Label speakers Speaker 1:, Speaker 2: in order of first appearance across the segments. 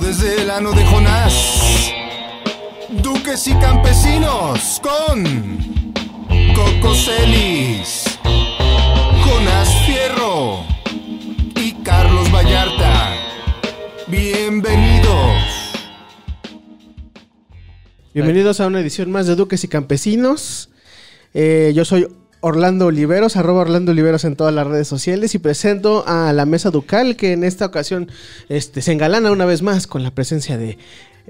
Speaker 1: verano de Jonás. Duques y campesinos con Coco Celis, Jonás Fierro y Carlos Vallarta. Bienvenidos.
Speaker 2: Bienvenidos a una edición más de Duques y Campesinos. Eh, yo soy Orlando Oliveros, arroba Orlando Oliveros en todas las redes sociales y presento a la mesa ducal que en esta ocasión este, se engalana una vez más con la presencia de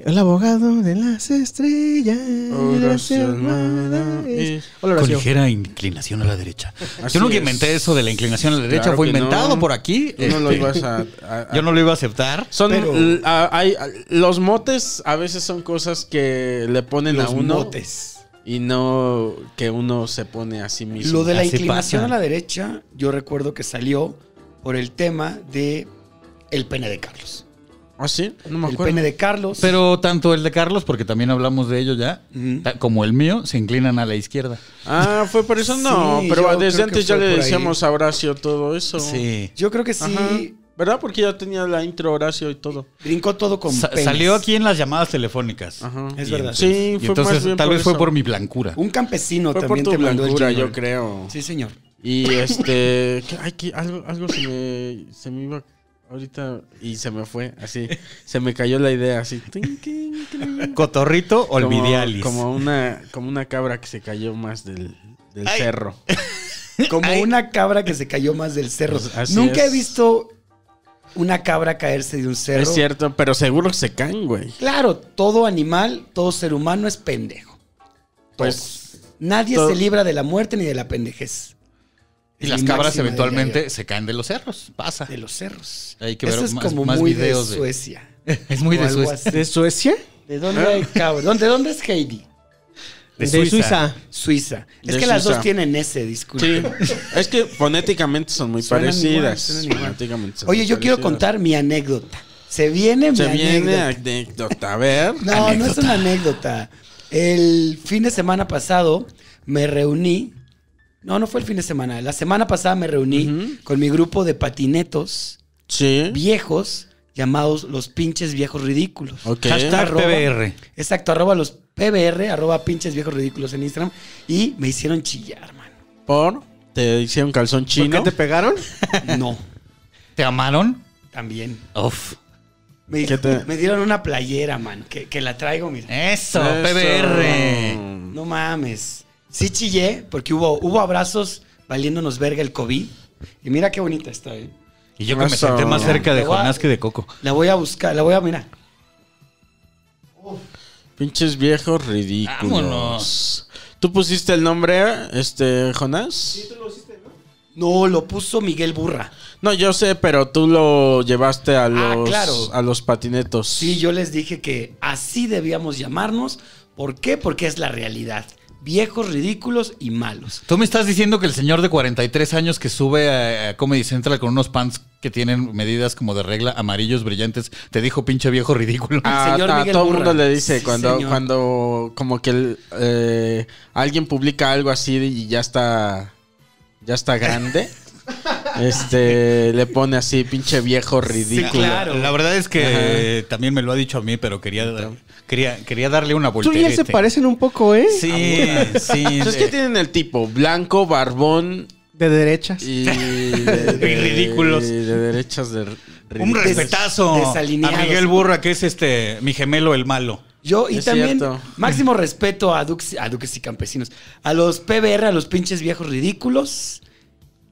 Speaker 2: el abogado de las estrellas.
Speaker 3: Horacio
Speaker 2: Armada.
Speaker 3: Armada es-
Speaker 2: Hola,
Speaker 4: Con
Speaker 2: Horacio.
Speaker 4: ligera inclinación a la derecha.
Speaker 3: Así
Speaker 4: Yo nunca
Speaker 3: es.
Speaker 4: inventé eso de la inclinación a la derecha.
Speaker 3: Claro
Speaker 4: Fue
Speaker 3: que no.
Speaker 4: inventado por aquí.
Speaker 3: Tú no lo
Speaker 4: Este,
Speaker 3: ibas a. a- a-
Speaker 4: Yo no lo iba a aceptar.
Speaker 3: Son
Speaker 4: pero-
Speaker 3: l- a- hay- a- los motes a veces son cosas que le ponen a
Speaker 5: los
Speaker 3: uno
Speaker 5: motes.
Speaker 3: y no que uno se pone a sí mismo.
Speaker 5: Lo de la
Speaker 4: así
Speaker 5: inclinación
Speaker 4: pasan.
Speaker 5: a la derecha, yo recuerdo que salió por el tema de el pene de Carlos.
Speaker 3: ¿Ah, sí? No me
Speaker 5: el
Speaker 3: acuerdo.
Speaker 5: pene de Carlos.
Speaker 4: Pero tanto el de Carlos, porque también hablamos de ello ya,
Speaker 5: Ujú.
Speaker 4: ta- como el mío, se inclinan a la izquierda.
Speaker 3: Ah, fue por eso. No,
Speaker 5: Sí,
Speaker 3: pero
Speaker 5: yo
Speaker 3: desde
Speaker 5: creo que
Speaker 3: antes ya
Speaker 5: fue
Speaker 3: le
Speaker 5: por ahí.
Speaker 3: decíamos a Horacio todo eso.
Speaker 4: Sí.
Speaker 5: yo creo que sí
Speaker 3: Ajá. ¿Verdad? Porque ya tenía la intro Horacio y todo.
Speaker 5: brincó todo con
Speaker 4: Sa-
Speaker 5: penes.
Speaker 4: salió aquí en las llamadas telefónicas.
Speaker 3: Ajá.
Speaker 5: Es
Speaker 4: Y
Speaker 5: verdad.
Speaker 4: entonces-
Speaker 3: Sí,
Speaker 4: y
Speaker 3: fue
Speaker 4: entonces
Speaker 3: más bien
Speaker 4: tal
Speaker 3: por
Speaker 4: vez fue
Speaker 3: eso.
Speaker 4: por mi blancura.
Speaker 5: Un campesino
Speaker 3: Fue por
Speaker 5: también
Speaker 3: tu
Speaker 5: te mandó el
Speaker 3: blancura,
Speaker 5: jingle.
Speaker 3: yo creo.
Speaker 5: Sí, señor.
Speaker 3: Y este. que- ay, que algo, algo se me. Se me iba. Ahorita. Y se me fue. Así. Se me cayó la idea. Así. tin, tin, tin.
Speaker 4: Cotorrito
Speaker 3: Como-
Speaker 4: olvidialis.
Speaker 3: Como una, como una cabra que se cayó más del, del
Speaker 4: Ay.
Speaker 3: cerro.
Speaker 5: Como
Speaker 4: Ay.
Speaker 5: una cabra que se cayó más del cerro.
Speaker 3: Pues así
Speaker 5: Nunca
Speaker 3: es.
Speaker 5: he visto una cabra caerse de un cerro.
Speaker 3: Es cierto, pero seguro que se caen, güey.
Speaker 5: Claro, todo animal, todo ser humano es pendejo.
Speaker 3: Pues
Speaker 5: Nadie
Speaker 3: Todo-
Speaker 5: se libra de la muerte ni de la pendejez.
Speaker 4: y
Speaker 5: Es
Speaker 4: las
Speaker 5: mi
Speaker 4: cabras
Speaker 5: máxima del
Speaker 4: eventualmente
Speaker 5: diario.
Speaker 4: se caen de los cerros. Pasa.
Speaker 5: de los cerros.
Speaker 4: Hay que ver
Speaker 5: Eso es
Speaker 4: más-
Speaker 5: como
Speaker 4: más
Speaker 5: muy
Speaker 4: videos de-
Speaker 5: de Suecia.
Speaker 4: Es muy
Speaker 5: o
Speaker 4: de
Speaker 5: algo
Speaker 4: Suecia.
Speaker 5: así.
Speaker 2: ¿De Suecia?
Speaker 5: ¿De dónde hay cabra? ¿Dónde, dónde es Heidi?
Speaker 2: De Suiza.
Speaker 5: Suiza. Es
Speaker 3: De
Speaker 5: que las
Speaker 3: Suiza.
Speaker 5: dos tienen ese,
Speaker 3: sí.
Speaker 5: disculpe.
Speaker 3: es que fonéticamente son muy
Speaker 5: Suenan igual,
Speaker 3: parecidas.
Speaker 5: suenan igual.
Speaker 3: Fonéticamente son
Speaker 5: Oye,
Speaker 3: muy
Speaker 5: yo quiero
Speaker 3: parecidas.
Speaker 5: contar mi anécdota. Se viene mi
Speaker 3: Se viene
Speaker 5: anécdota.
Speaker 3: anécdota. A ver.
Speaker 5: No, no es una anécdota. El fin de semana pasado me reuní. No, no fue el fin de semana. La semana pasada me reuní
Speaker 3: Ujú.
Speaker 5: con mi grupo de patinetos
Speaker 3: Sí.
Speaker 5: viejos llamados los pinches viejos ridículos.
Speaker 3: Ok.
Speaker 4: Hashtag
Speaker 5: Arroba-
Speaker 4: PBR.
Speaker 5: Exacto, arroba los PBR, arroba pinches viejos ridículos en Instagram. Y me hicieron chillar, mano.
Speaker 3: Por. Te hicieron calzón
Speaker 2: ¿Por qué
Speaker 3: chino.
Speaker 2: te pegaron?
Speaker 5: No,
Speaker 4: ¿Te amaron?
Speaker 5: también.
Speaker 4: Uf.
Speaker 5: Me,
Speaker 3: ¿Qué te-
Speaker 5: me dieron una playera, man, que, que la traigo, mira.
Speaker 4: Eso,
Speaker 3: Eso.
Speaker 4: PBR.
Speaker 5: No mames. Sí chillé, porque hubo, hubo abrazos valiéndonos verga el COVID. Y mira qué bonita está, ¿eh?
Speaker 4: Y yo que me
Speaker 3: Eso.
Speaker 4: senté más cerca de
Speaker 5: Te voy a-
Speaker 4: Jonás que de Coco.
Speaker 5: La voy a buscar, la voy a mirar.
Speaker 3: Pinches viejos ridículos.
Speaker 4: Vámonos.
Speaker 3: ¿Tú pusiste el nombre, este, Jonás?
Speaker 5: No, lo puso Miguel Burra.
Speaker 3: No, yo sé, pero tú lo llevaste a los,
Speaker 5: Ah, claro.
Speaker 3: a los patinetos.
Speaker 5: Sí, yo les dije que así debíamos llamarnos. ¿Por qué? Porque es la realidad. Viejos, ridículos y malos.
Speaker 4: Tú me estás diciendo que el señor de 43 años que sube a, a Comedy Central con unos pants que tienen medidas como de regla amarillos brillantes, te dijo pinche viejo ridículo.
Speaker 3: A,
Speaker 5: señor
Speaker 3: a
Speaker 5: Miguel
Speaker 3: todo el
Speaker 5: Burra.
Speaker 3: mundo le dice
Speaker 5: Sí,
Speaker 3: cuando,
Speaker 5: señor.
Speaker 3: cuando como que el, eh, alguien publica algo así y ya está, ya está grande, este, le pone así, pinche viejo ridículo.
Speaker 5: Sí, claro.
Speaker 4: La verdad es que también me lo ha dicho a mí, pero quería, dar- quería, quería darle una
Speaker 2: Tú
Speaker 4: voltereta.
Speaker 2: ya se parecen un poco, ¿eh?
Speaker 3: Ah,
Speaker 4: Sí,
Speaker 3: Entonces,
Speaker 4: sí.
Speaker 3: ¿qué
Speaker 4: de-
Speaker 3: Pues tienen el tipo? Blanco, barbón
Speaker 2: De derechas.
Speaker 3: y... de- de-
Speaker 4: Y ridículos.
Speaker 3: y de derechas de...
Speaker 4: Un
Speaker 3: ridículos.
Speaker 4: respetazo a
Speaker 5: desalineados.
Speaker 4: Miguel Burra, que es este mi gemelo el malo.
Speaker 5: Yo, y
Speaker 3: Es
Speaker 5: también,
Speaker 3: cierto.
Speaker 5: máximo respeto a, Dux- a Duques y Campesinos, a los PBR, a los pinches viejos ridículos,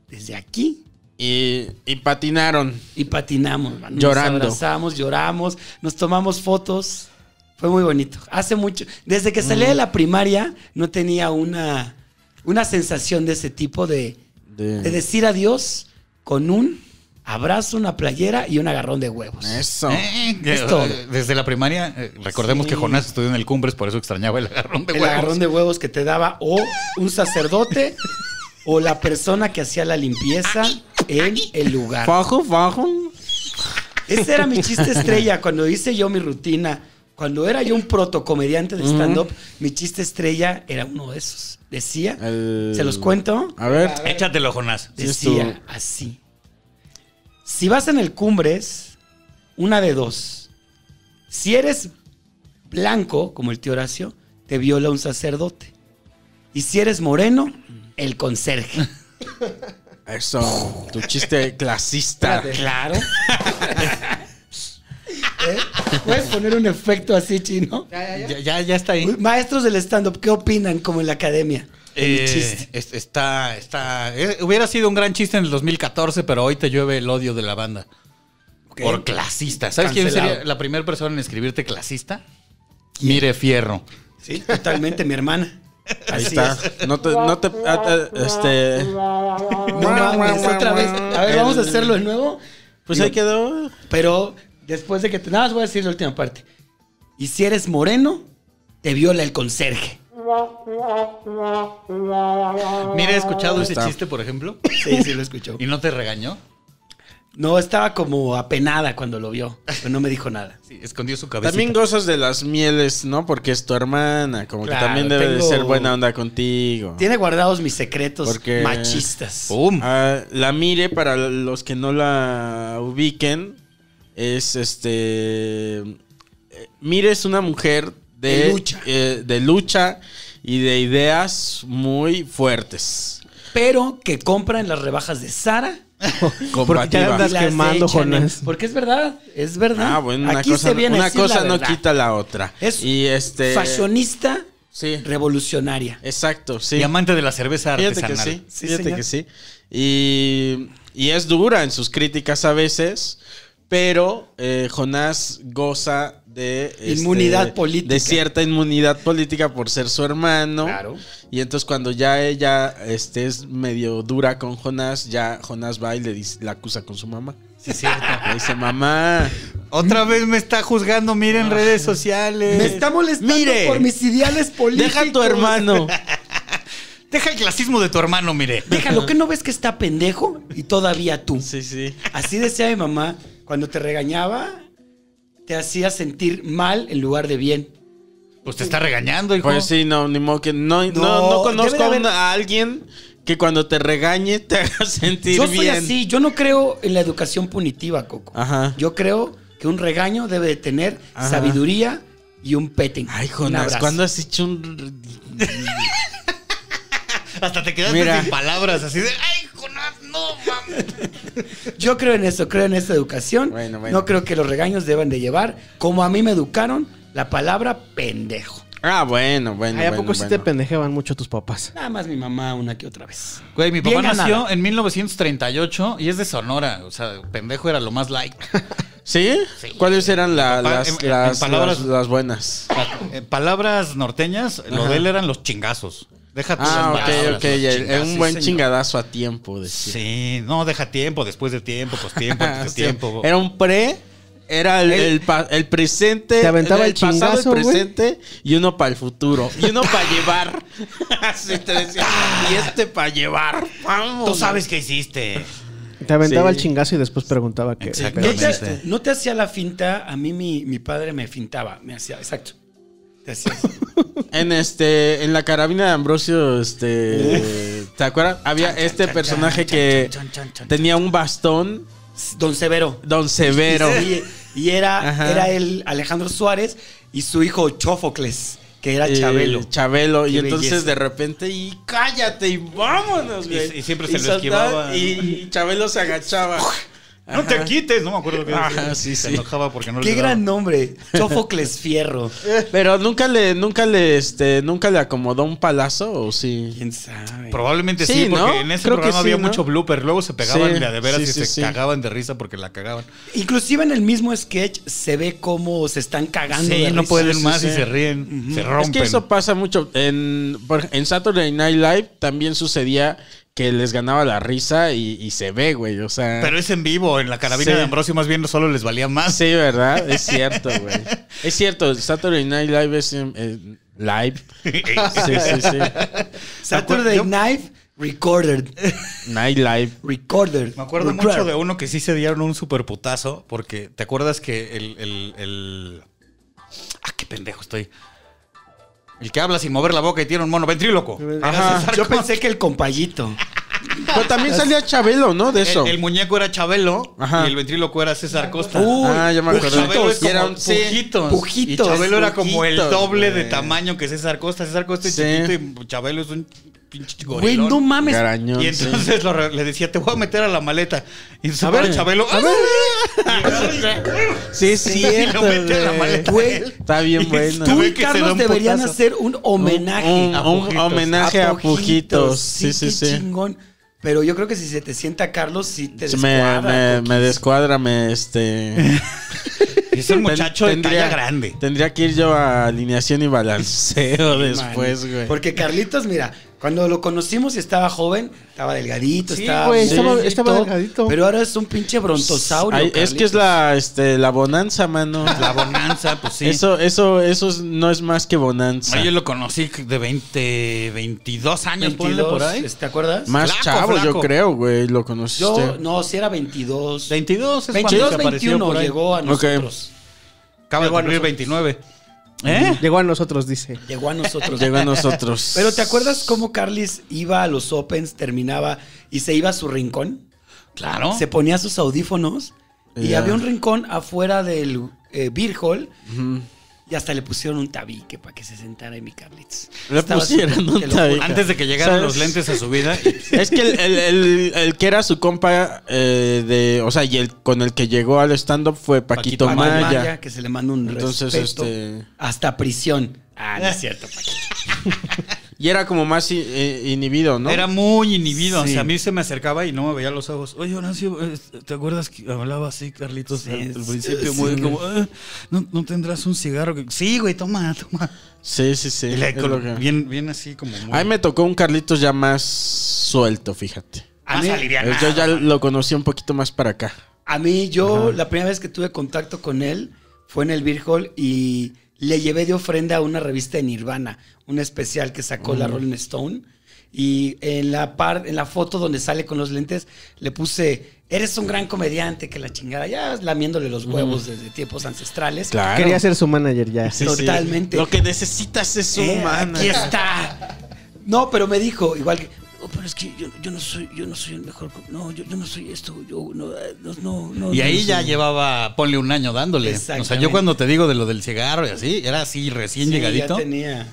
Speaker 5: desde aquí.
Speaker 3: Y, y patinaron.
Speaker 5: Y patinamos, man.
Speaker 3: Llorando.
Speaker 5: Nos abrazamos, lloramos, nos tomamos fotos. Fue muy bonito. Hace mucho. Desde que salí de la primaria, no tenía una, una sensación de ese tipo de,
Speaker 3: de-
Speaker 5: de decir adiós con un abrazo, una playera y un agarrón de huevos.
Speaker 3: Eso.
Speaker 4: Eh, que-
Speaker 5: Es todo.
Speaker 4: Desde la primaria, eh, recordemos
Speaker 5: Sí.
Speaker 4: que Jonás estudió en el Cumbres, por eso extrañaba el agarrón de
Speaker 5: el
Speaker 4: huevos.
Speaker 5: agarrón de huevos que te daba o un sacerdote o la persona que hacía la limpieza en el lugar.
Speaker 3: Fajo, fajo.
Speaker 5: Ese era mi chiste estrella cuando hice yo mi rutina. Cuando era yo un protocomediante de stand-up, mi chiste estrella era uno de esos. Decía,
Speaker 3: El-
Speaker 5: se los cuento,
Speaker 3: A ver.
Speaker 4: Échatelo, Jonás.
Speaker 3: Sí, es
Speaker 5: decía así. Si vas en el Cumbres, una de dos. Si eres blanco, como el tío Horacio, te viola un sacerdote. Y si eres moreno, el conserje.
Speaker 3: Eso, tu chiste clasista.
Speaker 5: Claro. ¿Eh? ¿Puedes poner un efecto así chino?
Speaker 4: Ya, ya, ya está ahí.
Speaker 5: Maestros del stand-up, ¿qué opinan como en la academia? de mi
Speaker 4: Eh,
Speaker 5: chiste.
Speaker 4: es- está, está. eh, hubiera sido un gran chiste en el 2014, pero hoy te llueve el odio de la banda. Por clasista. ¿Sabes quién
Speaker 5: Cancelado.
Speaker 4: sería la primera persona en escribirte clasista? Mire Fierro.
Speaker 5: Sí, totalmente, mi hermana.
Speaker 3: Ahí
Speaker 5: Así
Speaker 3: está.
Speaker 5: es.
Speaker 3: No te, no te, ah, ah, este,
Speaker 5: No mames, otra vez. A ver, vamos a hacerlo de nuevo.
Speaker 3: pues ahí quedó.
Speaker 5: Pero después de que te. Nada más voy a decir la última parte. Y si eres moreno, te viola el conserje.
Speaker 4: Mira, ¿he Oh. escuchado ese
Speaker 3: está.
Speaker 4: chiste, por ejemplo?
Speaker 5: Sí, sí, lo escuchó.
Speaker 4: ¿Y no te regañó?
Speaker 5: No, estaba como apenada cuando lo vio, pero no me dijo nada.
Speaker 4: Sí, escondió su cabeza.
Speaker 3: También gozas de las mieles, ¿no? Porque es tu hermana. Como
Speaker 5: Claro,
Speaker 3: que también debe de
Speaker 5: tengo-
Speaker 3: ser buena onda contigo.
Speaker 5: Tiene guardados mis secretos
Speaker 3: Porque-
Speaker 5: machistas.
Speaker 4: ¡Pum!
Speaker 3: Ah, la Mire, para los que no la ubiquen, es este. eh, Mire es una mujer de,
Speaker 5: De lucha.
Speaker 3: eh, de lucha y de ideas muy fuertes.
Speaker 5: Pero que compra en las rebajas de Sara.
Speaker 2: Porque ya
Speaker 3: Combativa.
Speaker 2: andas
Speaker 5: las
Speaker 2: quemando,
Speaker 5: echan en-
Speaker 2: Jonás.
Speaker 5: Porque es verdad, es verdad.
Speaker 3: Ah, bueno, una
Speaker 5: Aquí
Speaker 3: cosa,
Speaker 5: se viene a
Speaker 3: una
Speaker 5: decir
Speaker 3: cosa
Speaker 5: la
Speaker 3: no
Speaker 5: verdad.
Speaker 3: quita la otra.
Speaker 5: Es
Speaker 3: y este.
Speaker 5: Fashionista
Speaker 3: Sí,
Speaker 5: revolucionaria.
Speaker 3: exacto, sí.
Speaker 4: Y amante de la cerveza
Speaker 3: Fíjate
Speaker 4: artesanal.
Speaker 3: que sí,
Speaker 5: Sí,
Speaker 3: fíjate
Speaker 5: señor.
Speaker 3: que sí. Y, y es dura en sus críticas a veces, pero eh, Jonás goza de... este,
Speaker 5: Inmunidad política.
Speaker 3: De cierta inmunidad política por ser su hermano.
Speaker 5: Claro.
Speaker 3: Y entonces cuando ya ella este, es medio dura con Jonás, ya Jonás va y le dice, la acusa con su mamá.
Speaker 4: Sí, es cierto.
Speaker 3: Le dice, mamá,
Speaker 4: Otra vez me está juzgando, miren redes sociales.
Speaker 5: Me está molestando
Speaker 3: Eh, Mire,
Speaker 5: por mis ideales políticos.
Speaker 3: deja a tu hermano.
Speaker 4: Deja el clasismo de tu hermano, mire.
Speaker 5: Déjalo, que no ves que está pendejo y todavía tú.
Speaker 3: Sí, sí.
Speaker 5: Así decía mi mamá, cuando te regañaba, te hacía sentir mal en lugar de bien.
Speaker 4: Pues te está regañando, hijo.
Speaker 3: Pues sí, no, ni modo que no, no,
Speaker 5: No,
Speaker 3: no
Speaker 5: debe de
Speaker 3: conozco a,
Speaker 5: haber-
Speaker 3: una- a alguien que cuando te regañe te haga sentir
Speaker 5: Yo soy
Speaker 3: bien.
Speaker 5: así, yo no creo en la educación punitiva, Coco.
Speaker 3: Ajá.
Speaker 5: Yo creo que un regaño debe de tener
Speaker 3: Ajá.
Speaker 5: sabiduría y un petting.
Speaker 3: Ay,
Speaker 5: Un
Speaker 3: Jonas,
Speaker 5: abrazo.
Speaker 3: ¿cuándo has hecho un
Speaker 4: Hasta te quedaste
Speaker 3: Mira.
Speaker 4: sin palabras, así de. ¡Ay, Jonás, no, mames!
Speaker 5: Yo creo en eso, creo en esta educación.
Speaker 3: Bueno, bueno.
Speaker 5: No creo que los regaños deban de llevar, como a mí me educaron, la palabra pendejo.
Speaker 3: Ah, bueno, bueno.
Speaker 2: Ay, ¿A
Speaker 3: bueno,
Speaker 2: poco sí te
Speaker 3: bueno.
Speaker 2: pendejeaban mucho tus papás?
Speaker 5: Nada más mi mamá una que otra vez.
Speaker 4: Güey, mi
Speaker 5: Bien
Speaker 4: papá nació
Speaker 5: ganada.
Speaker 4: en 1938 y es de Sonora. O sea, pendejo era lo más like.
Speaker 3: ¿Sí?
Speaker 4: Sí.
Speaker 3: ¿Cuáles eran la-
Speaker 4: Pa-
Speaker 3: las,
Speaker 4: en- en
Speaker 3: las-
Speaker 4: palabras-
Speaker 3: las- las buenas?
Speaker 4: Eh, palabras norteñas, lo de él eran los chingazos. Deja tus
Speaker 3: Ah,
Speaker 4: pues palabras,
Speaker 3: ok,
Speaker 4: los
Speaker 3: ok. ya, era
Speaker 4: chingazos.
Speaker 3: un buen
Speaker 5: sí, señor.
Speaker 3: chingadazo a tiempo. decía.
Speaker 4: Sí, no, deja tiempo, después de tiempo, pues tiempo,
Speaker 3: Ah,
Speaker 4: antes
Speaker 3: sí.
Speaker 4: de tiempo.
Speaker 3: Era un pre, era el, el pa- el presente.
Speaker 2: Te aventaba el chingazo,
Speaker 3: el
Speaker 2: güey.
Speaker 3: presente y uno para el futuro. Y uno para llevar. Así te decía. Y este para llevar. Vamos.
Speaker 4: qué hiciste.
Speaker 2: Te aventaba
Speaker 3: Sí.
Speaker 2: el chingazo y después preguntaba qué.
Speaker 4: Exacto.
Speaker 5: ¿No
Speaker 4: Totalmente.
Speaker 5: te, no te hacía la finta? A mí mi, mi padre me fintaba. Me hacía, exacto. Te hacía así.
Speaker 3: En este, en la carabina de Ambrosio, este, ¿te acuerdas? Había este personaje que tenía un bastón,
Speaker 5: Don Severo.
Speaker 3: Don Severo.
Speaker 5: Y, y era,
Speaker 3: Ajá.
Speaker 5: era el Alejandro Suárez y su hijo Chofocles, que era
Speaker 3: eh,
Speaker 5: Chabelo.
Speaker 3: Chabelo. Y
Speaker 5: Qué
Speaker 3: entonces
Speaker 5: belleza.
Speaker 3: de repente, y cállate, y vámonos, güey.
Speaker 4: y siempre se lo
Speaker 3: soltaba,
Speaker 4: esquivaba.
Speaker 3: Y Chabelo se agachaba.
Speaker 4: No te quites, no me acuerdo qué
Speaker 3: Ajá,
Speaker 4: decía.
Speaker 3: sí,
Speaker 4: Se
Speaker 3: sí.
Speaker 4: enojaba porque no
Speaker 5: Qué
Speaker 4: le daba.
Speaker 5: gran nombre. Chofocles Fierro.
Speaker 3: Pero nunca le, nunca le, este, nunca le acomodó un palazo, o sí.
Speaker 5: ¿Quién sabe?
Speaker 4: Probablemente sí,
Speaker 3: Sí, ¿no?
Speaker 4: porque en ese
Speaker 3: Creo que sí,
Speaker 4: programa había
Speaker 3: ¿no?
Speaker 4: mucho blooper. Luego se pegaban
Speaker 3: Sí,
Speaker 4: de a de veras
Speaker 3: sí,
Speaker 4: y
Speaker 3: sí,
Speaker 4: se
Speaker 3: sí.
Speaker 4: cagaban de risa porque la cagaban.
Speaker 5: Inclusive en el mismo sketch se ve cómo se están cagando.
Speaker 4: Sí,
Speaker 5: de
Speaker 4: no
Speaker 5: risa.
Speaker 4: pueden
Speaker 3: sí,
Speaker 4: más y
Speaker 3: sí.
Speaker 4: se ríen, se rompen.
Speaker 3: Es que eso pasa mucho. En, por- en Saturday Night Live también sucedía que les ganaba la risa y, y se ve, güey. O sea.
Speaker 4: Pero es en vivo, en la carabina
Speaker 3: Sí.
Speaker 4: de Ambrosio más bien solo les valía más.
Speaker 3: Sí, ¿verdad? Es cierto, güey. Es cierto, el Saturday Night Live es em, eh, live. Sí, sí, sí.
Speaker 5: Saturday
Speaker 4: Yo-
Speaker 5: Night Recorded.
Speaker 3: Night Live.
Speaker 5: Recorded.
Speaker 4: Me acuerdo
Speaker 5: Recorded.
Speaker 4: mucho de uno que sí se dieron un superputazo porque te acuerdas que el, el, el- Ah, qué pendejo estoy. El que habla sin mover la boca y tiene un mono ventríloco.
Speaker 5: Ah,
Speaker 3: Ajá.
Speaker 5: Yo pensé que el compayito.
Speaker 3: Pero también salía Chabelo, ¿no? De
Speaker 4: El-
Speaker 3: eso.
Speaker 4: El, muñeco era Chabelo
Speaker 3: Ajá.
Speaker 4: y el ventríloco era César Costa.
Speaker 5: Uy,
Speaker 3: ah, ya me acuerdo.
Speaker 4: Chabelo es
Speaker 3: Y era
Speaker 4: como
Speaker 3: un- sí.
Speaker 4: pujitos.
Speaker 5: Pujitos.
Speaker 4: Y Chabelo era como el
Speaker 3: Pujitos,
Speaker 4: doble de
Speaker 3: güey.
Speaker 4: tamaño que César Costa. César Costa es
Speaker 3: Sí.
Speaker 4: chiquito y Chabelo es un pinche
Speaker 5: Güey,
Speaker 4: gorilón.
Speaker 5: no mames.
Speaker 3: Garañón,
Speaker 4: y
Speaker 3: sí.
Speaker 4: entonces lo re- le decía, te voy a meter a la maleta. Y entonces para Chabelo. ¡ah!
Speaker 3: Sí, es
Speaker 4: Y
Speaker 3: cierto,
Speaker 4: lo mete a la
Speaker 3: güey.
Speaker 4: maleta.
Speaker 5: Güey,
Speaker 3: Está bien
Speaker 4: Y
Speaker 3: bueno.
Speaker 4: tú
Speaker 5: Tú
Speaker 4: Ve
Speaker 5: y
Speaker 4: que se da
Speaker 5: Carlos
Speaker 4: un
Speaker 5: deberían
Speaker 4: putazo.
Speaker 5: hacer un homenaje.
Speaker 3: Un,
Speaker 4: a
Speaker 3: un
Speaker 4: Pujitos.
Speaker 3: homenaje a Pujitos. Sí, sí,
Speaker 5: qué
Speaker 3: sí.
Speaker 5: chingón. Pero yo creo que si se te sienta Carlos, sí te
Speaker 3: Se Me,
Speaker 5: descuadra.
Speaker 3: me,
Speaker 5: Coquis.
Speaker 3: me descuadra, me este.
Speaker 4: Es un
Speaker 3: Ten-
Speaker 4: muchacho de talla grande.
Speaker 3: Tendría que ir yo a alineación y balanceo después, Pues, güey.
Speaker 5: Porque Carlitos, mira, cuando lo conocimos y estaba joven, estaba delgadito,
Speaker 2: Sí,
Speaker 5: estaba,
Speaker 2: güey,
Speaker 5: gordito,
Speaker 2: estaba- estaba delgadito.
Speaker 5: Pero ahora es un pinche brontosaurio.
Speaker 3: Ay, es que es
Speaker 5: Carlitos.
Speaker 3: la, este, la bonanza, mano.
Speaker 4: La bonanza, pues sí.
Speaker 3: Eso, eso, eso es- no es más que bonanza.
Speaker 4: Ay, yo lo conocí de 20, 22 años, ponle
Speaker 5: 22,
Speaker 4: por ahí.
Speaker 5: ¿te acuerdas?
Speaker 3: Más este.
Speaker 4: Flaco,
Speaker 3: chavo, yo
Speaker 4: flaco.
Speaker 3: creo, güey. Lo conociste.
Speaker 5: Yo, no, si era 22.
Speaker 4: 22 es
Speaker 5: 22,
Speaker 4: cuando se apareció
Speaker 5: 21
Speaker 4: por ahí.
Speaker 5: llegó a
Speaker 3: Ok.
Speaker 5: nosotros.
Speaker 4: Acaba de
Speaker 5: Llegó a
Speaker 4: cumplir
Speaker 5: nosotros.
Speaker 4: 29. ¿Eh?
Speaker 2: Llegó a nosotros, dice.
Speaker 5: Llegó a nosotros.
Speaker 3: Llegó a nosotros.
Speaker 5: Pero ¿te acuerdas cómo Carlis iba a los Opens, terminaba y se iba a su rincón?
Speaker 4: Claro.
Speaker 5: Se ponía sus audífonos y
Speaker 3: Ya.
Speaker 5: había un rincón afuera del eh, Beer Hall y hasta le pusieron un tabique para que se sentara ahí mi Carlitos.
Speaker 3: Le
Speaker 5: Estaba
Speaker 3: pusieron
Speaker 5: súper-
Speaker 3: un
Speaker 5: te lo juro.
Speaker 3: tabique.
Speaker 4: Antes de que llegaran
Speaker 3: ¿Sabes?
Speaker 4: los lentes a su vida.
Speaker 3: Es que el, el- el- el que era su compa eh, de. O sea, y el con el que llegó al stand-up fue Paquito,
Speaker 5: Paco
Speaker 3: Maya.
Speaker 5: Maya, que se le manda un
Speaker 3: Entonces,
Speaker 5: respeto
Speaker 3: este-
Speaker 5: hasta prisión. Ah, no es cierto, Paquito.
Speaker 3: Y era como más i- eh, inhibido, ¿no?
Speaker 4: Era muy inhibido. O
Speaker 5: Sí.
Speaker 4: sea, a mí se me acercaba y no me veía los ojos. Oye, Horacio, eh, ¿te acuerdas que hablaba así, Carlitos,
Speaker 5: Sí,
Speaker 4: al, al
Speaker 5: sí,
Speaker 4: principio?
Speaker 5: sí,
Speaker 4: muy
Speaker 5: güey.
Speaker 4: como, "Ah, ¿no, no tendrás un cigarro? que-". Sí, güey, toma, toma.
Speaker 3: Sí, sí, sí.
Speaker 4: Y le-
Speaker 3: es
Speaker 4: con-
Speaker 3: lo que-
Speaker 4: bien, bien así como muy...
Speaker 3: Ahí me tocó un Carlitos ya más suelto, fíjate.
Speaker 5: A mí-
Speaker 3: Eh, Yo ya lo conocí un poquito más para acá.
Speaker 5: A mí, yo, la primera vez que tuve contacto con él fue en el Beer Hall y le llevé de ofrenda una revista de Nirvana, un especial que sacó la Rolling Stone. Y en la, par- en la foto donde sale con los lentes, le puse, eres un gran comediante, que la chingada, ya lamiéndole los huevos desde tiempos ancestrales.
Speaker 3: Claro.
Speaker 2: Quería ser su manager ya.
Speaker 3: Sí, sí.
Speaker 5: Totalmente.
Speaker 3: Lo que necesitas es un
Speaker 5: Eh,
Speaker 3: man.
Speaker 5: aquí está. No, pero me dijo, igual que. "Oh, pero es que yo, yo no soy, yo no soy el mejor. co- No, yo, yo no soy esto. Yo no, eh, no, no, no,
Speaker 4: Y ahí
Speaker 5: no
Speaker 4: ya
Speaker 5: soy".
Speaker 4: llevaba, ponle un año dándole. O sea,
Speaker 5: Exactamente.
Speaker 4: yo cuando te digo de lo del cigarro y así, era así recién
Speaker 5: Sí,
Speaker 4: llegadito.
Speaker 5: Ya tenía.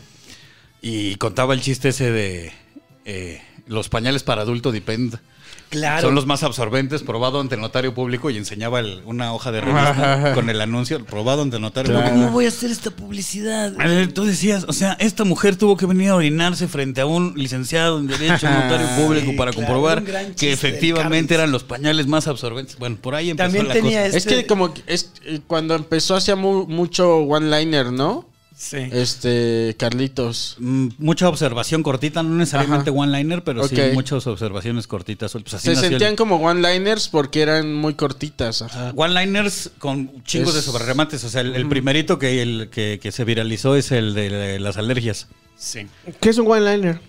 Speaker 4: Y contaba el chiste ese de eh, los pañales para adulto Depend.
Speaker 5: Claro.
Speaker 4: Son los más absorbentes, probado ante el notario público y enseñaba el- una hoja de revista con el anuncio, probado ante el notario
Speaker 3: Claro.
Speaker 4: público.
Speaker 5: ¿Cómo voy a hacer esta publicidad?
Speaker 4: A ver, Tú decías, o sea, esta mujer tuvo que venir a orinarse frente a un licenciado en Derecho Notario Público
Speaker 5: Sí,
Speaker 4: para
Speaker 5: claro,
Speaker 4: comprobar
Speaker 5: un gran chiste
Speaker 4: que
Speaker 5: del
Speaker 4: efectivamente
Speaker 5: Carlos.
Speaker 4: eran los pañales más absorbentes. Bueno, por ahí empezó
Speaker 5: También
Speaker 4: la
Speaker 5: tenía
Speaker 4: cosa.
Speaker 5: este.
Speaker 3: Es que como que es eh, cuando empezó hacía mu- mucho one-liner, ¿no?
Speaker 5: Sí.
Speaker 4: Eh.
Speaker 3: Este, Carlitos.
Speaker 4: Mm, Mucha observación cortita, no necesariamente
Speaker 3: Ajá.
Speaker 4: one-liner, pero
Speaker 3: Ok.
Speaker 4: sí muchas observaciones cortitas. Pues así
Speaker 3: Se
Speaker 4: nació el-
Speaker 3: sentían como one-liners porque eran muy cortitas. Ajá.
Speaker 4: Ah, One-liners con chingos
Speaker 3: Es-
Speaker 4: de sobreremates. O sea, el, el primerito que, el, que, que se viralizó es el de las alergias.
Speaker 5: sí.
Speaker 2: ¿Qué es un one-liner?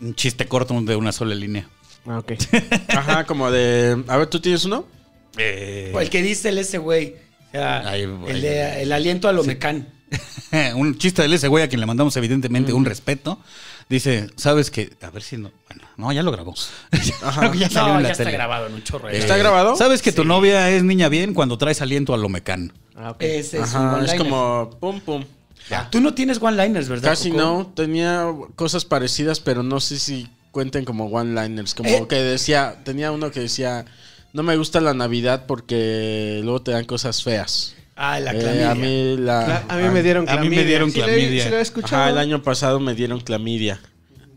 Speaker 4: Un chiste corto de una sola línea.
Speaker 2: Ah, ok.
Speaker 3: Ajá, como de. A ver, ¿tú tienes uno?
Speaker 4: Eh,
Speaker 5: O El que dice el ese güey. O sea,
Speaker 4: Ahí,
Speaker 5: el,
Speaker 4: ahí.
Speaker 5: de- el aliento a lo mecán.
Speaker 4: un chiste de ese güey a quien le mandamos evidentemente un respeto. Dice, ¿sabes que A ver si no... Bueno, no, ya lo grabó. Creo que ya salió
Speaker 5: No,
Speaker 4: en
Speaker 5: ya
Speaker 4: la
Speaker 5: está
Speaker 4: tele.
Speaker 5: grabado en un chorro.
Speaker 4: Eh,
Speaker 3: ¿Está grabado?
Speaker 4: ¿Sabes que tu novia es niña bien cuando traes aliento a lo mecán?
Speaker 2: Ah, ok.
Speaker 5: Ese es un
Speaker 3: Ajá,
Speaker 5: one
Speaker 3: es como pum pum.
Speaker 5: Tú no tienes one-liners, ¿verdad?
Speaker 3: Casi
Speaker 5: Coco?
Speaker 3: no, tenía cosas parecidas, pero no sé si cuenten como one-liners. Como
Speaker 5: Eh.
Speaker 3: que decía, tenía uno que decía, no me gusta la Navidad porque luego te dan cosas feas.
Speaker 5: Ah, la
Speaker 3: Eh,
Speaker 5: clamidia.
Speaker 3: a mí la...
Speaker 2: Cla- a mí me dieron
Speaker 4: a mí me
Speaker 2: clamidia.
Speaker 4: dieron
Speaker 2: Sí lo he-
Speaker 4: clamidia.
Speaker 2: sí lo he escuchado.
Speaker 3: Ajá, el año pasado me dieron clamidia.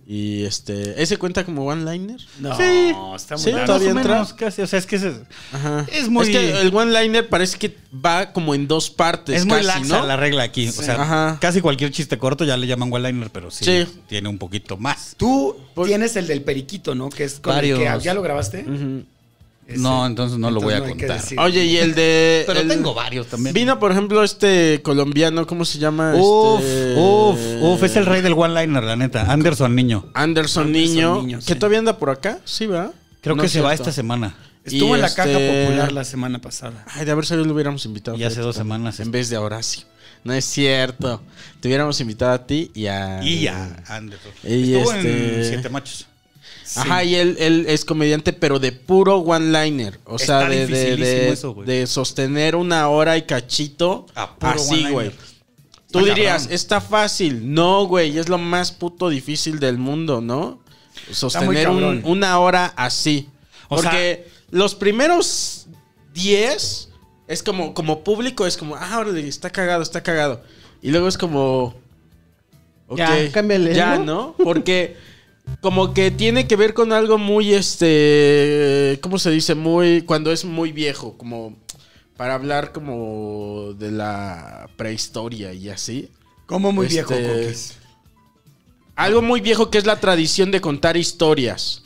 Speaker 3: Y este, ¿ese cuenta como one-liner?
Speaker 5: No,
Speaker 4: Sí.
Speaker 5: está muy
Speaker 3: Sí,
Speaker 5: largo.
Speaker 3: todavía entra.
Speaker 4: casi. O sea, es que es,
Speaker 3: Ajá.
Speaker 4: es muy...
Speaker 3: Es que el one-liner parece que va como en dos partes.
Speaker 4: Es muy
Speaker 3: casi,
Speaker 4: laxa
Speaker 3: ¿no?
Speaker 4: la regla aquí. O sea,
Speaker 3: Ajá.
Speaker 4: casi cualquier chiste corto ya le llaman one-liner, pero sí,
Speaker 3: Sí.
Speaker 4: tiene un poquito más.
Speaker 5: Tú tienes el del periquito, ¿no? Que es con
Speaker 4: Pues- Varios.
Speaker 5: el que ya lo grabaste.
Speaker 3: Ujú.
Speaker 5: Ese.
Speaker 4: No, entonces no lo voy a
Speaker 5: hay que
Speaker 4: contar.
Speaker 5: decir.
Speaker 3: Oye, y el de...
Speaker 4: Pero
Speaker 3: el-
Speaker 4: tengo varios también.
Speaker 3: Vino, por ejemplo, este colombiano, ¿cómo se llama?
Speaker 4: Uf,
Speaker 3: Este-
Speaker 4: uf, uf, es el rey del one-liner, la neta. Anderson Niño.
Speaker 3: Anderson,
Speaker 5: Anderson
Speaker 3: Niño,
Speaker 5: Niño,
Speaker 3: que
Speaker 5: sí.
Speaker 3: todavía anda por acá, sí, ¿verdad?
Speaker 4: Creo
Speaker 3: No
Speaker 4: que
Speaker 3: es
Speaker 4: se va
Speaker 3: cierto.
Speaker 4: esta semana.
Speaker 5: Estuvo
Speaker 3: Y
Speaker 5: en la
Speaker 3: este-
Speaker 5: caja popular la semana pasada.
Speaker 3: Ay, de haber sabido lo hubiéramos invitado.
Speaker 4: Y hace
Speaker 3: fíjate,
Speaker 4: dos
Speaker 3: también,
Speaker 4: semanas. este.
Speaker 3: En vez de a Horacio. No es cierto. Te hubiéramos invitado a este, ti y a...
Speaker 4: Y ya, Anderson.
Speaker 3: Ah, Y
Speaker 4: Estuvo
Speaker 3: este-
Speaker 4: en Siete Machos.
Speaker 3: Ajá, y él, él es comediante, pero de puro one-liner. O
Speaker 4: Está
Speaker 3: sea, de, de, de,
Speaker 4: dificilísimo eso, güey.
Speaker 3: de sostener una hora y cachito
Speaker 4: A puro
Speaker 3: así,
Speaker 4: one-liner.
Speaker 3: güey. Tú
Speaker 4: cabrón.
Speaker 3: dirías, está fácil. No, güey, es lo más puto difícil del mundo, ¿no?
Speaker 5: muy
Speaker 3: Sostener
Speaker 5: cabrón.
Speaker 3: un- una hora así.
Speaker 4: O
Speaker 3: Porque los primeros 10 es como, como público, es como, ah, órale, está cagado, está cagado. Y luego es como. ok,
Speaker 2: Ya, cámbiale,
Speaker 3: Ya,
Speaker 2: ¿no?
Speaker 3: ¿no? Porque como que tiene que ver con algo muy, este, ¿cómo se dice? Muy, cuando es muy viejo, como para hablar como de la prehistoria y así.
Speaker 5: Como muy
Speaker 3: Este,
Speaker 5: viejo, Coquis.
Speaker 3: Algo muy viejo que es la tradición de contar historias,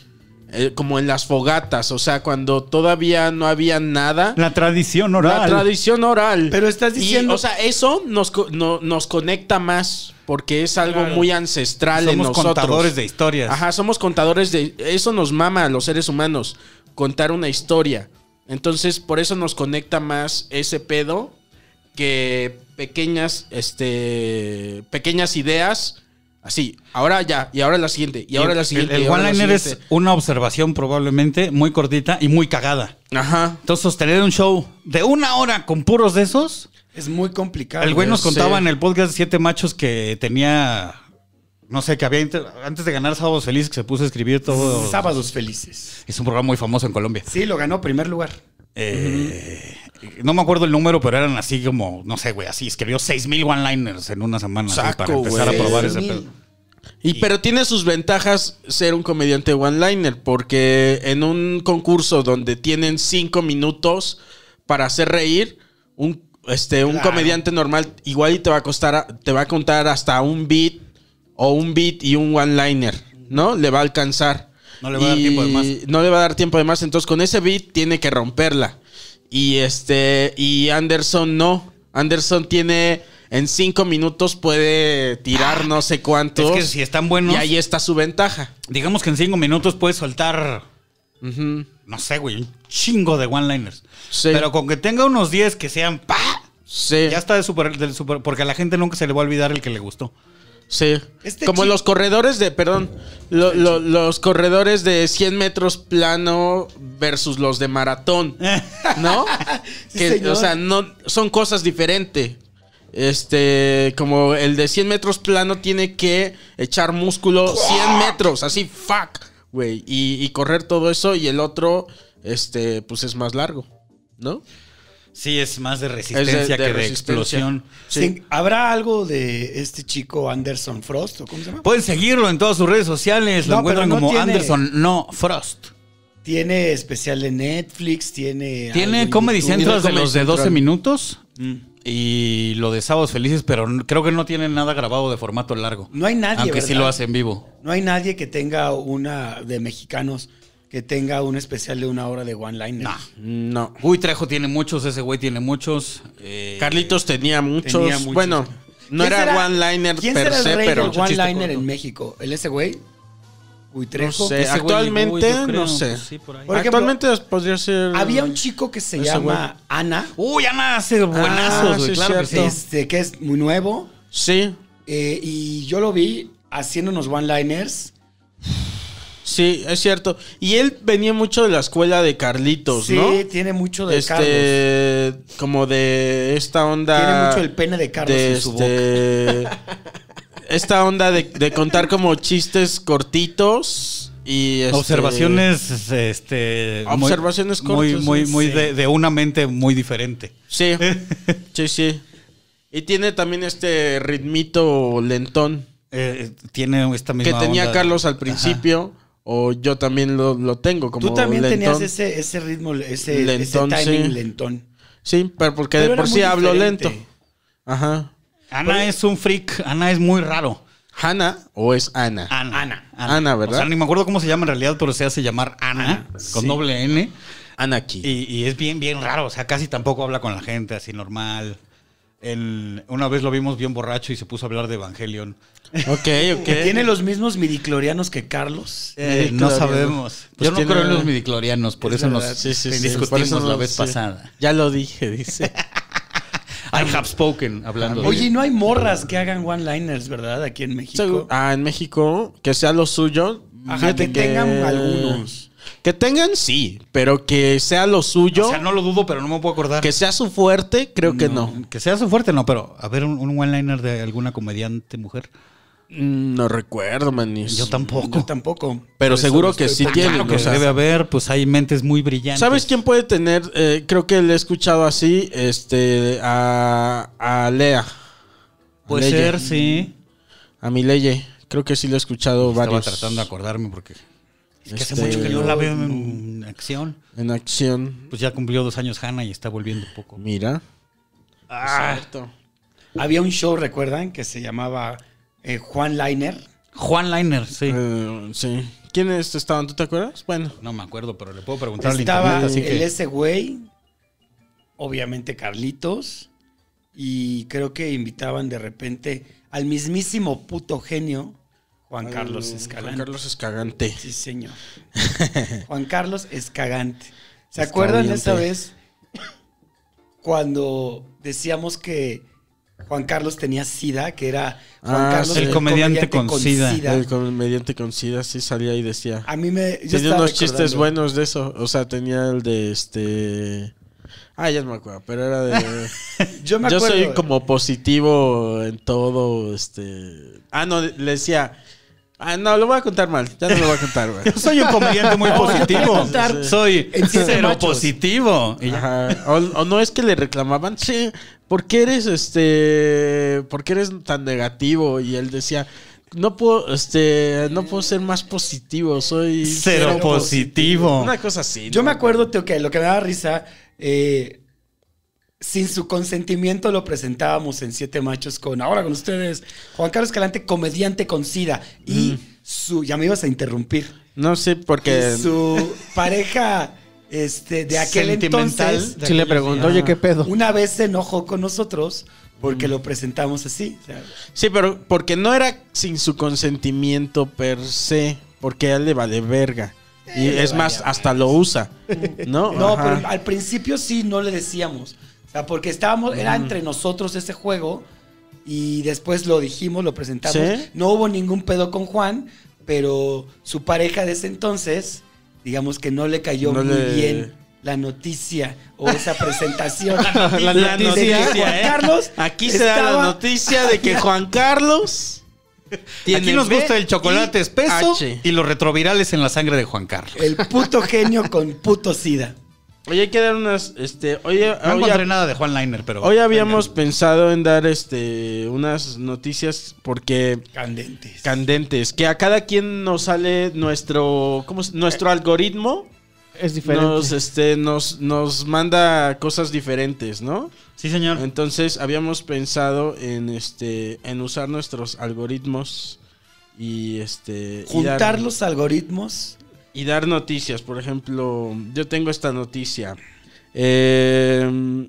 Speaker 3: eh, como en las fogatas, o sea, cuando todavía no había nada.
Speaker 4: La tradición oral.
Speaker 3: La tradición oral.
Speaker 5: Pero estás
Speaker 3: Y,
Speaker 5: diciendo-
Speaker 3: o sea, eso nos, co- no- nos conecta más porque es algo muy ancestral en
Speaker 4: Somos
Speaker 3: nosotros.
Speaker 4: contadores de historias.
Speaker 3: Ajá, somos contadores de... Eso nos mama a los seres humanos, contar una historia. Entonces, por eso nos conecta más ese pedo que pequeñas, este, pequeñas ideas. Así, ahora ya, y ahora la siguiente, y ahora la
Speaker 4: El-
Speaker 3: siguiente.
Speaker 4: El,
Speaker 3: y ahora la
Speaker 4: one-liner es
Speaker 3: siguiente.
Speaker 4: una observación probablemente muy cortita y muy cagada.
Speaker 3: Ajá.
Speaker 4: Entonces, sostener un show de una hora con puros de esos.
Speaker 5: Es muy complicado.
Speaker 4: El güey nos
Speaker 3: sí.
Speaker 4: contaba en el podcast Siete Machos que tenía. No sé, que había. inter- Antes de ganar Sábados Felices, que se puso a escribir todo.
Speaker 5: Sábados felices.
Speaker 4: Es un programa muy famoso en Colombia.
Speaker 5: Sí, lo ganó primer lugar.
Speaker 4: Eh, No me acuerdo el número, pero eran así como, no sé, güey, así escribió 6000 one-liners en una semana así,
Speaker 3: Saco,
Speaker 4: para empezar
Speaker 3: güey.
Speaker 4: a probar ese
Speaker 5: 6,000.
Speaker 4: pedo.
Speaker 3: Y pero tiene sus ventajas ser un comediante one-liner, porque en un concurso donde tienen cinco minutos para hacer reír, un, este, un
Speaker 5: Claro.
Speaker 3: comediante normal igual y te va a costar, a- te va a contar hasta un beat o un beat y un one-liner, ¿no? Le va a alcanzar.
Speaker 4: No le va a dar
Speaker 3: Y
Speaker 4: tiempo de más.
Speaker 3: No le va a dar tiempo de más, entonces con ese beat tiene que romperla. Y este, y Anderson no. Anderson tiene en cinco minutos puede tirar no sé cuántos.
Speaker 4: Ah, Es que si están buenos,
Speaker 3: Y ahí está su ventaja.
Speaker 4: digamos que en 5 minutos puedes soltar,
Speaker 3: Ujú.
Speaker 4: no sé, güey, un chingo de one-liners.
Speaker 3: Sí.
Speaker 4: Pero con que tenga unos 10 que sean pa,
Speaker 3: Sí.
Speaker 4: ya está de super, del super, porque a la gente nunca se le va a olvidar el que le gustó.
Speaker 3: Sí.
Speaker 5: Este
Speaker 3: Como
Speaker 5: chi-
Speaker 3: los corredores de, perdón, lo- lo- los corredores de 100 metros plano versus los de maratón, ¿no?
Speaker 5: Sí,
Speaker 3: Que,
Speaker 5: señor.
Speaker 3: o sea, no, son cosas diferentes. Este, como el de 100 metros plano tiene que echar músculo 100 metros, así, fuck, güey, y, y correr todo eso y el otro, este, pues es más largo, ¿no?
Speaker 4: Sí, es más de
Speaker 3: Es
Speaker 4: resistencia que de
Speaker 3: resistencia.
Speaker 4: explosión.
Speaker 3: Sí.
Speaker 5: Sí, ¿Habrá algo de este chico Anderson Frost o cómo se
Speaker 3: Pues-
Speaker 5: llama?
Speaker 4: Pueden seguirlo en todas sus redes sociales, lo
Speaker 5: No,
Speaker 4: encuentran
Speaker 5: pero no
Speaker 4: como
Speaker 5: tiene-
Speaker 4: Anderson, no Frost.
Speaker 5: Tiene especial en Netflix, tiene. algo
Speaker 4: Tiene
Speaker 5: en
Speaker 4: Comedy
Speaker 5: YouTube.
Speaker 4: Central de
Speaker 3: Comedy
Speaker 4: los de
Speaker 3: Central.
Speaker 4: 12 minutos
Speaker 5: Mm.
Speaker 4: y lo de Sábados Felices, pero n- creo que no tienen nada grabado de formato largo.
Speaker 5: No hay nadie.
Speaker 4: aunque sí
Speaker 5: ¿verdad?
Speaker 4: lo hace en vivo.
Speaker 5: No hay nadie que tenga una de mexicanos que tenga un especial de una hora de one liner.
Speaker 4: No.
Speaker 3: No.
Speaker 4: Uy, Trejo tiene muchos, ese güey tiene muchos. eh,
Speaker 3: Carlitos tenía muchos.
Speaker 5: Tenía muchos.
Speaker 3: Bueno, no era one-liner
Speaker 5: ¿Quién
Speaker 3: per
Speaker 5: será el
Speaker 3: se,
Speaker 5: rey
Speaker 3: pero.
Speaker 5: del one liner en México? ¿El ese güey? Uy, Trejo.
Speaker 3: No sé.
Speaker 4: ese güey
Speaker 3: eh, actualmente,
Speaker 4: llegó, yo
Speaker 3: no sé.
Speaker 4: pues sí, por ahí.
Speaker 5: Por ejemplo,
Speaker 3: Actualmente podría ser.
Speaker 5: Había un chico que se
Speaker 3: Ese
Speaker 5: llama Ana,
Speaker 4: Uy, Ana hace buenazos, güey,
Speaker 3: Ah, sí,
Speaker 4: claro que
Speaker 3: cierto.
Speaker 4: sí.
Speaker 5: este, que es muy nuevo.
Speaker 3: Sí,
Speaker 5: eh, y yo lo vi haciendo unos one liners.
Speaker 3: sí, es cierto. Y él venía mucho de la escuela de Carlitos,
Speaker 5: Sí,
Speaker 3: ¿no?
Speaker 5: tiene mucho de Carlos.
Speaker 3: Este. Como de esta onda.
Speaker 5: Tiene mucho el pene de Carlos
Speaker 3: de
Speaker 5: en su boca.
Speaker 3: este, Esta onda de, de contar como chistes cortitos y. este,
Speaker 4: Observaciones, este. muy-
Speaker 3: Observaciones
Speaker 4: Muy,
Speaker 3: cortas,
Speaker 4: muy,
Speaker 3: sí.
Speaker 4: muy de, de una mente muy diferente.
Speaker 3: Sí, sí, sí. Y tiene también este ritmito lentón.
Speaker 4: Eh, tiene esta
Speaker 3: que
Speaker 4: misma.
Speaker 3: tenía
Speaker 4: onda.
Speaker 3: Carlos al
Speaker 4: Ajá.
Speaker 3: principio, o yo también lo, lo tengo como
Speaker 5: Tú también
Speaker 3: lentón.
Speaker 5: tenías ese, ese ritmo, ese,
Speaker 3: Lentón,
Speaker 5: ese timing
Speaker 3: sí.
Speaker 5: lentón.
Speaker 3: Sí, pero porque
Speaker 5: Pero
Speaker 3: de
Speaker 5: era
Speaker 3: por sí
Speaker 5: muy
Speaker 3: hablo
Speaker 5: diferente.
Speaker 3: lento. Ajá.
Speaker 4: Ana es un freak, Ana es muy raro.
Speaker 3: ¿Hanna o es Ana?
Speaker 4: Ana.
Speaker 5: Ana.
Speaker 3: Ana, ¿verdad?
Speaker 4: O sea, ni me acuerdo cómo se llama en realidad, pero se hace llamar Ana,
Speaker 5: Ana,
Speaker 4: con
Speaker 5: sí.
Speaker 4: doble N. Y,
Speaker 3: Anaki.
Speaker 4: y es bien, bien raro. O sea, casi tampoco habla con la gente así normal. El- una vez lo vimos bien borracho y se puso a hablar de Evangelion.
Speaker 3: Ok, ok.
Speaker 5: Que tiene los mismos midiclorianos que Carlos.
Speaker 4: Eh,
Speaker 3: Midichloriano.
Speaker 4: no sabemos.
Speaker 3: Pues
Speaker 4: Yo no
Speaker 3: tiene-
Speaker 4: creo en los midiclorianos, por eso nos
Speaker 3: Sí, sí, sí. Por
Speaker 4: discutimos
Speaker 3: eso no-
Speaker 4: la vez
Speaker 3: sí.
Speaker 4: pasada.
Speaker 3: Ya lo dije, dice.
Speaker 4: I have spoken, hablando
Speaker 5: Oye, y
Speaker 4: de...
Speaker 5: no hay morras que hagan one-liners, ¿verdad? Aquí en México.
Speaker 3: ah, en México, que sea lo suyo.
Speaker 5: Ajá, que,
Speaker 3: Fíjate
Speaker 5: tengan algunos.
Speaker 3: Que tengan, sí, pero que sea lo suyo,
Speaker 4: O sea, no lo dudo, pero no me puedo acordar.
Speaker 3: que sea su fuerte, creo que no.
Speaker 4: Que sea su fuerte, no, pero a ver un, un one-liner de alguna comediante mujer.
Speaker 3: Mm, No recuerdo, manis.
Speaker 4: Yo tampoco.
Speaker 5: Yo tampoco.
Speaker 3: Pero
Speaker 5: Por eso
Speaker 3: seguro
Speaker 5: no
Speaker 3: que
Speaker 5: estoy-
Speaker 3: sí
Speaker 5: Ah,
Speaker 3: tienen,
Speaker 5: claro que
Speaker 3: o
Speaker 4: que
Speaker 3: sea,
Speaker 4: debe haber, pues hay mentes muy brillantes.
Speaker 3: ¿Sabes quién puede tener? Eh, creo que le he escuchado así, este, a, a Lea.
Speaker 4: Puede
Speaker 3: Leye.
Speaker 4: ser, sí.
Speaker 3: A mi Leye. Creo que sí lo he escuchado
Speaker 4: Estaba
Speaker 3: varios.
Speaker 4: tratando de acordarme porque. Es que hace
Speaker 3: Este-
Speaker 4: mucho que no la veo en acción.
Speaker 3: En acción.
Speaker 4: Pues ya cumplió dos años Hannah y está volviendo un poco.
Speaker 3: Mira. Ah. Cierto.
Speaker 5: Había un show, ¿recuerdan? Que se llamaba eh, Juan Liner.
Speaker 4: Juan Liner, sí.
Speaker 3: Eh, sí. ¿Quiénes estaban? ¿Tú te acuerdas? Bueno.
Speaker 4: No me acuerdo, pero le puedo preguntar al
Speaker 5: Estaba
Speaker 4: internet, así
Speaker 5: el
Speaker 4: que.
Speaker 5: ese güey, obviamente Carlitos, y creo que invitaban de repente al mismísimo puto genio, Juan Carlos
Speaker 3: Eh,
Speaker 5: Escalante.
Speaker 3: Juan Carlos Escagante.
Speaker 5: Sí, señor. Juan Carlos Escagante. ¿Se acuerdan
Speaker 3: Escagante.
Speaker 5: esa vez cuando decíamos que Juan Carlos tenía sida, que era Juan
Speaker 3: Ah,
Speaker 5: Carlos
Speaker 3: sí. El
Speaker 4: comediante con sida.
Speaker 3: El comediante con SIDA sí salía y decía.
Speaker 5: A mí me Ah, yo
Speaker 3: tenía
Speaker 5: estaba
Speaker 3: unos chistes
Speaker 5: recordando.
Speaker 3: buenos de eso. O sea, tenía el de este. Ah, ya no me acuerdo, pero era de.
Speaker 5: Yo me
Speaker 3: Yo
Speaker 5: acuerdo.
Speaker 3: soy como positivo en todo, este... Ah, no, le decía... Ah, no, lo voy a contar mal. Ya no lo voy a contar, güey.
Speaker 4: Soy un comediante muy positivo.
Speaker 3: Sí.
Speaker 4: Soy
Speaker 5: En siete
Speaker 4: cero
Speaker 5: machos.
Speaker 4: positivo. Y ya.
Speaker 3: Ajá. O, o no es que le reclamaban, sí, ¿por qué eres este... ¿Por qué eres tan negativo? Y él decía, no puedo, este... No puedo ser más positivo, soy...
Speaker 4: Cero positivo.
Speaker 3: Una cosa así.
Speaker 5: Yo
Speaker 3: ¿no?
Speaker 5: me acuerdo tío, que lo que me daba risa, eh, sin su consentimiento lo presentábamos en Siete Machos con, ahora con ustedes, Juan Carlos Calante, comediante con SIDA. Y su, ya me ibas a interrumpir.
Speaker 3: No sé, porque...
Speaker 5: Y su pareja este, de aquel
Speaker 4: Sentimental.
Speaker 5: entonces,
Speaker 2: Sí le pregunto, oye, ¿qué pedo?
Speaker 5: una vez se enojó con nosotros porque lo presentamos así. O sea,
Speaker 3: Sí, pero porque no era sin su consentimiento per se, porque a él le vale verga. Y
Speaker 5: Eh, le
Speaker 3: es
Speaker 5: vale
Speaker 3: más,
Speaker 5: verga.
Speaker 3: hasta lo usa. ¿No?
Speaker 5: No,
Speaker 3: Ajá.
Speaker 5: pero al principio sí no le decíamos. O sea, porque estábamos, era
Speaker 3: Mm.
Speaker 5: entre nosotros ese juego y después lo dijimos, lo presentamos.
Speaker 3: ¿Sí?
Speaker 5: No hubo ningún pedo con Juan, pero su pareja de ese entonces, digamos que no le cayó
Speaker 3: No
Speaker 5: muy
Speaker 3: le-
Speaker 5: bien la noticia o esa presentación.
Speaker 3: La
Speaker 5: de que Juan
Speaker 3: ¿eh?
Speaker 5: Carlos
Speaker 3: Aquí se da la
Speaker 5: estaba-
Speaker 3: noticia de que Juan Carlos. tiene
Speaker 4: Aquí nos
Speaker 3: B
Speaker 4: gusta el chocolate
Speaker 3: y
Speaker 4: espeso
Speaker 3: H.
Speaker 4: y los retrovirales en la sangre de Juan Carlos.
Speaker 5: El puto genio con puto sida.
Speaker 3: Oye, hay que dar unas. Este, oye,
Speaker 4: No
Speaker 3: hoy,
Speaker 4: encontré nada de Juan Liner, pero.
Speaker 3: hoy habíamos pensado en dar este unas noticias porque
Speaker 5: Candentes.
Speaker 3: candentes, que a cada quien nos sale nuestro ¿cómo se- nuestro algoritmo
Speaker 2: Es diferente.
Speaker 3: nos este nos nos manda cosas diferentes, ¿no?
Speaker 4: Sí, señor.
Speaker 3: Entonces habíamos pensado en este en usar nuestros algoritmos y este y dar-
Speaker 5: Juntar los algoritmos.
Speaker 3: y dar noticias. Por ejemplo, yo tengo esta noticia. Eh,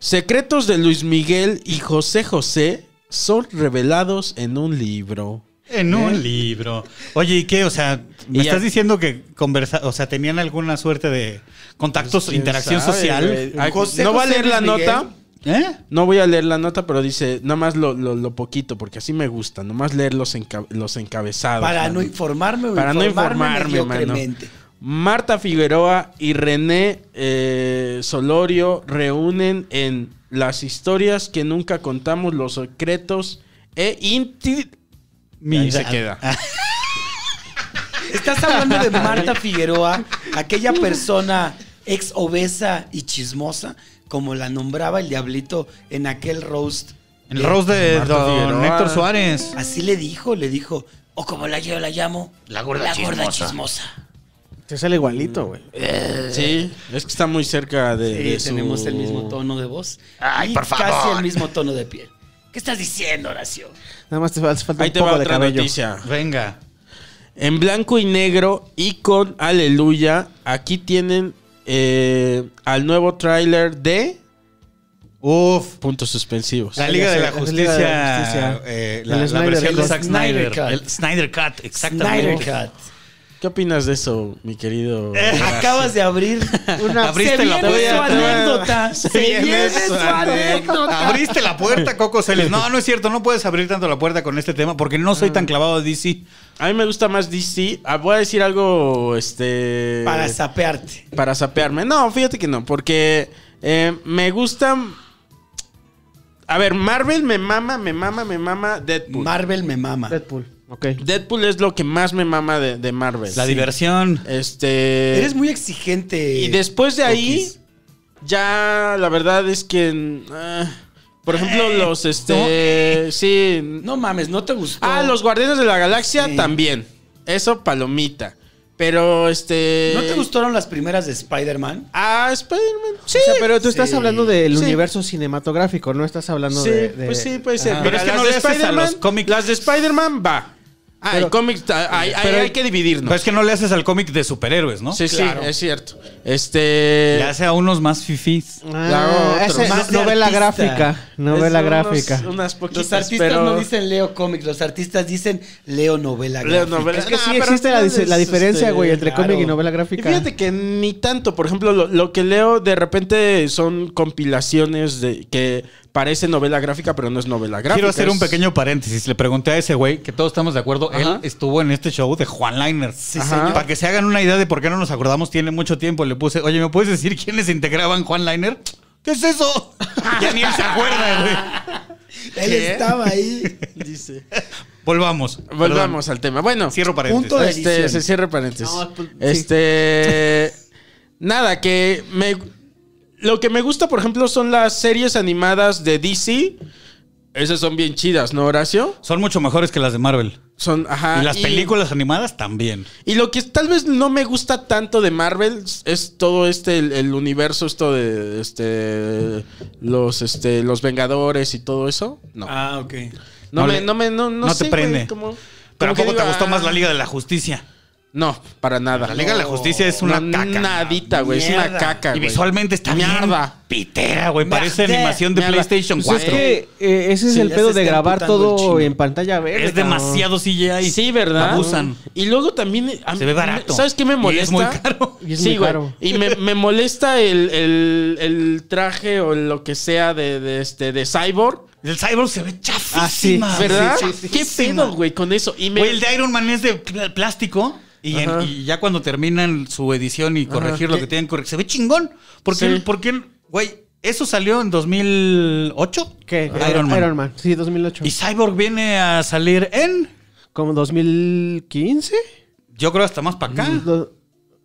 Speaker 3: secretos de Luis Miguel y José José son revelados en un libro.
Speaker 4: En un libro. Oye, ¿y qué? O sea, me
Speaker 3: ¿Eh? Y
Speaker 4: estás
Speaker 3: ya-
Speaker 4: diciendo que conversa, o sea, tenían alguna suerte de contactos,
Speaker 3: Pues, ¿Quién
Speaker 4: interacción
Speaker 3: sabe,
Speaker 4: social.
Speaker 3: güey? Ah,
Speaker 5: José
Speaker 3: no va a
Speaker 5: José,
Speaker 3: leer la
Speaker 5: Luis Miguel.
Speaker 3: nota.
Speaker 4: ¿Eh?
Speaker 3: No voy a leer la nota, pero dice nada más lo, lo- lo poquito, porque así me gusta. Nomás leer los, enca- los encabezados.
Speaker 5: Para
Speaker 3: mano.
Speaker 5: no informarme o
Speaker 3: Para no
Speaker 5: informarme,
Speaker 3: informarme, mano.
Speaker 5: mediocremente.
Speaker 3: Marta Figueroa y René eh, Solorio reúnen en las historias que nunca contamos los secretos e inti... Ahí se queda.
Speaker 4: Ah,
Speaker 5: Estás hablando de Marta Figueroa, aquella persona ex obesa y chismosa, como la nombraba el diablito en aquel roast.
Speaker 4: El roast de
Speaker 3: Marta
Speaker 4: don
Speaker 3: Figueroa.
Speaker 4: Héctor Suárez.
Speaker 5: Así le dijo, le dijo, o como la yo la llamo, la gorda, chismosa.
Speaker 2: Te sale igualito, güey.
Speaker 3: Sí, es que está muy cerca de,
Speaker 5: Eh. Sí,
Speaker 3: de su-
Speaker 5: Eh, tenemos el mismo tono de voz. y Casi el mismo tono de piel. ¿Qué estás diciendo, Horacio?
Speaker 2: Nada más te hace falta
Speaker 3: Ahí
Speaker 2: un
Speaker 3: te
Speaker 2: poco
Speaker 3: va
Speaker 2: de
Speaker 3: otra
Speaker 2: cabello.
Speaker 3: noticia.
Speaker 4: Venga.
Speaker 3: Pues, En blanco y negro y con Aleluya, aquí tienen eh, al nuevo tráiler de
Speaker 4: Uf.
Speaker 3: puntos suspensivos.
Speaker 4: La Liga de la Justicia.
Speaker 2: La Liga de la Justicia.
Speaker 4: eh,
Speaker 2: El
Speaker 4: la, la
Speaker 2: Snyder
Speaker 4: versión de
Speaker 2: Cut.
Speaker 4: Zack Snyder.
Speaker 5: Snyder Cut.
Speaker 4: El Snyder Cut,
Speaker 5: Snyder
Speaker 4: exactamente.
Speaker 5: Cut.
Speaker 3: ¿Qué opinas de eso, mi querido?
Speaker 5: Acabas de abrir
Speaker 2: Una-
Speaker 5: Abriste la
Speaker 3: puerta.
Speaker 5: su anécdota.
Speaker 3: Se
Speaker 5: Se
Speaker 3: viene
Speaker 5: viene
Speaker 3: su
Speaker 5: su anécdota.
Speaker 4: Abriste la puerta, Coco Celis. No, no es cierto, no puedes abrir tanto la puerta con este tema porque no soy
Speaker 3: Mm.
Speaker 4: tan clavado de DC.
Speaker 3: A mí me gusta más DC. Ah, Voy a decir algo, este...
Speaker 5: Para sapearte.
Speaker 3: para sapearme. No, fíjate que no, porque eh, me gusta... A ver, Marvel me mama, me mama, me mama Deadpool.
Speaker 5: Marvel me mama.
Speaker 2: Deadpool. Ok.
Speaker 3: Deadpool es lo que más me mama de, de Marvel.
Speaker 4: La
Speaker 3: Sí.
Speaker 4: diversión.
Speaker 3: Este...
Speaker 5: Eres muy exigente.
Speaker 3: Y después de ahí,
Speaker 5: Cookies.
Speaker 3: ya la verdad es que... mm, ah, por ejemplo, los, este... Sí.
Speaker 5: No mames, no te gustó.
Speaker 3: Ah, los Guardianes de la Galaxia
Speaker 5: Sí.
Speaker 3: también. Eso, palomita. Pero, este...
Speaker 5: ¿No te gustaron las primeras de Spider-Man?
Speaker 3: Ah, Spider-Man. Sí.
Speaker 2: O sea, pero tú estás
Speaker 5: Sí.
Speaker 2: hablando del
Speaker 3: Sí.
Speaker 2: universo cinematográfico, no estás hablando
Speaker 3: sí,
Speaker 2: de, de-
Speaker 3: pues sí, puede ser.
Speaker 2: Ajá.
Speaker 3: Pero
Speaker 4: Pero es que
Speaker 3: las
Speaker 4: no
Speaker 3: de
Speaker 4: le haces a
Speaker 3: Spider-Man,
Speaker 4: los cómics.
Speaker 3: las de Spider-man va. Ah,
Speaker 2: Pero-
Speaker 3: el cómic, ah, ahí- ahí
Speaker 4: Pero-
Speaker 3: hay que dividirnos.
Speaker 4: Pero es que no le haces al cómic de superhéroes, ¿no?
Speaker 3: sí,
Speaker 5: claro.
Speaker 3: sí, es cierto. Este...
Speaker 4: Le hace a unos más fifís.
Speaker 3: Hago
Speaker 2: Ah,
Speaker 3: otro.
Speaker 2: ese-
Speaker 5: Más
Speaker 2: no-
Speaker 5: de
Speaker 2: novela
Speaker 5: artista.
Speaker 2: gráfica,
Speaker 3: es
Speaker 2: novela
Speaker 3: unos-
Speaker 2: gráfica.
Speaker 3: Unas poquitas,
Speaker 5: Los artistas
Speaker 3: pero-
Speaker 5: no dicen Leo cómics, los artistas dicen Leo novela.
Speaker 3: Leo
Speaker 5: gráfica.
Speaker 3: novela.
Speaker 2: Es que
Speaker 3: Nah,
Speaker 2: sí
Speaker 3: pero
Speaker 2: existe la,
Speaker 3: al
Speaker 2: dis-
Speaker 3: final
Speaker 2: la
Speaker 3: es,
Speaker 2: diferencia,
Speaker 3: este,
Speaker 2: güey, entre
Speaker 5: claro.
Speaker 2: cómic y novela
Speaker 3: Y
Speaker 2: gráfica.
Speaker 3: fíjate que ni tanto, por ejemplo, lo, lo que leo de repente son compilaciones de que parece novela gráfica, pero no es novela gráfica.
Speaker 4: Quiero hacer un
Speaker 3: es-
Speaker 4: pequeño paréntesis. Le pregunté a ese güey, que todos estamos de acuerdo, él estuvo en este show de Juan Liner.
Speaker 3: Ajá. señor.
Speaker 4: Para que se hagan una idea de por qué no nos acordamos, tiene mucho tiempo. Le puse, oye, ¿me puedes decir quiénes integraban Juan Liner? ¿Qué es eso? ya ni él se acuerda, güey.
Speaker 5: Él
Speaker 3: ¿eh?
Speaker 5: estaba ahí.
Speaker 3: Dice.
Speaker 4: Volvamos.
Speaker 3: Volvamos al tema. Bueno,
Speaker 4: Perdón. Cierro paréntesis.
Speaker 5: Punto de
Speaker 3: este,
Speaker 5: edición.
Speaker 3: se cierra paréntesis.
Speaker 2: No, pues, sí.
Speaker 3: Este. nada, que me. Lo que me gusta, por ejemplo, son las series animadas de DC. Esas son bien chidas, ¿no, Horacio?
Speaker 4: Son mucho mejores que las de Marvel.
Speaker 3: Son, ajá.
Speaker 4: y las películas animadas también.
Speaker 3: Y lo que tal vez no me gusta tanto de Marvel es todo este el, el universo esto de este los este los Vengadores y todo eso. No.
Speaker 5: Ah, ok.
Speaker 3: no,
Speaker 4: no
Speaker 3: me
Speaker 4: le-
Speaker 3: no me no, no
Speaker 4: no te
Speaker 3: sé, güey,
Speaker 4: prende.
Speaker 3: como- como
Speaker 4: Pero ¿a
Speaker 3: que
Speaker 4: poco te
Speaker 3: digo,
Speaker 4: gustó
Speaker 3: ah,
Speaker 4: más la Liga de la Justicia?
Speaker 3: No, para nada.
Speaker 4: La Liga de la Justicia es una
Speaker 3: No,
Speaker 4: caca.
Speaker 3: Nadita, güey, es una
Speaker 5: Mierda.
Speaker 3: caca,
Speaker 4: Y
Speaker 3: güey.
Speaker 4: visualmente está
Speaker 3: Mierda.
Speaker 4: bien pitera, güey. Parece
Speaker 5: Mierda.
Speaker 4: animación de
Speaker 3: Mierda.
Speaker 4: PlayStation
Speaker 2: Pues
Speaker 4: 4.
Speaker 2: es que eh, ese es
Speaker 5: Sí,
Speaker 2: el
Speaker 5: ya
Speaker 2: pedo
Speaker 5: se
Speaker 2: de
Speaker 5: está
Speaker 2: grabar
Speaker 5: amputando el
Speaker 2: todo
Speaker 5: chino.
Speaker 2: en pantalla verde.
Speaker 4: Es
Speaker 2: cabrón.
Speaker 4: demasiado CGI.
Speaker 3: Sí, ¿verdad? Mm.
Speaker 4: Abusan.
Speaker 3: Y luego también. a
Speaker 4: Se
Speaker 3: mí-
Speaker 4: ve barato.
Speaker 3: ¿Sabes qué me
Speaker 4: Y
Speaker 3: molesta?
Speaker 4: es muy caro.
Speaker 2: Y es
Speaker 3: sí,
Speaker 2: muy
Speaker 3: güey.
Speaker 2: caro.
Speaker 3: Y me, me molesta el, el- el traje o lo que sea de, de este, de Cyborg.
Speaker 4: El Cyborg se ve chafísima.
Speaker 2: Ah, sí,
Speaker 3: ¿Verdad?
Speaker 4: Sí, sí, sí,
Speaker 3: ¿Qué
Speaker 4: sí,
Speaker 3: pedo,
Speaker 4: ma.
Speaker 3: güey, con eso? Y me-
Speaker 4: Güey, el de Iron Man es de pl- plástico. Y, en-
Speaker 3: Ajá.
Speaker 4: y ya cuando terminan su edición y corregir lo que tienen que corregir, se ve chingón. ¿Por qué?
Speaker 3: Sí.
Speaker 4: por qué- Güey, eso salió en 2008.
Speaker 2: ¿Qué? Ah,
Speaker 4: Iron Man.
Speaker 2: Sí, 2008.
Speaker 4: Y Cyborg viene a salir en.
Speaker 2: ¿Como 2015?
Speaker 4: Yo creo hasta más para acá.
Speaker 2: Do-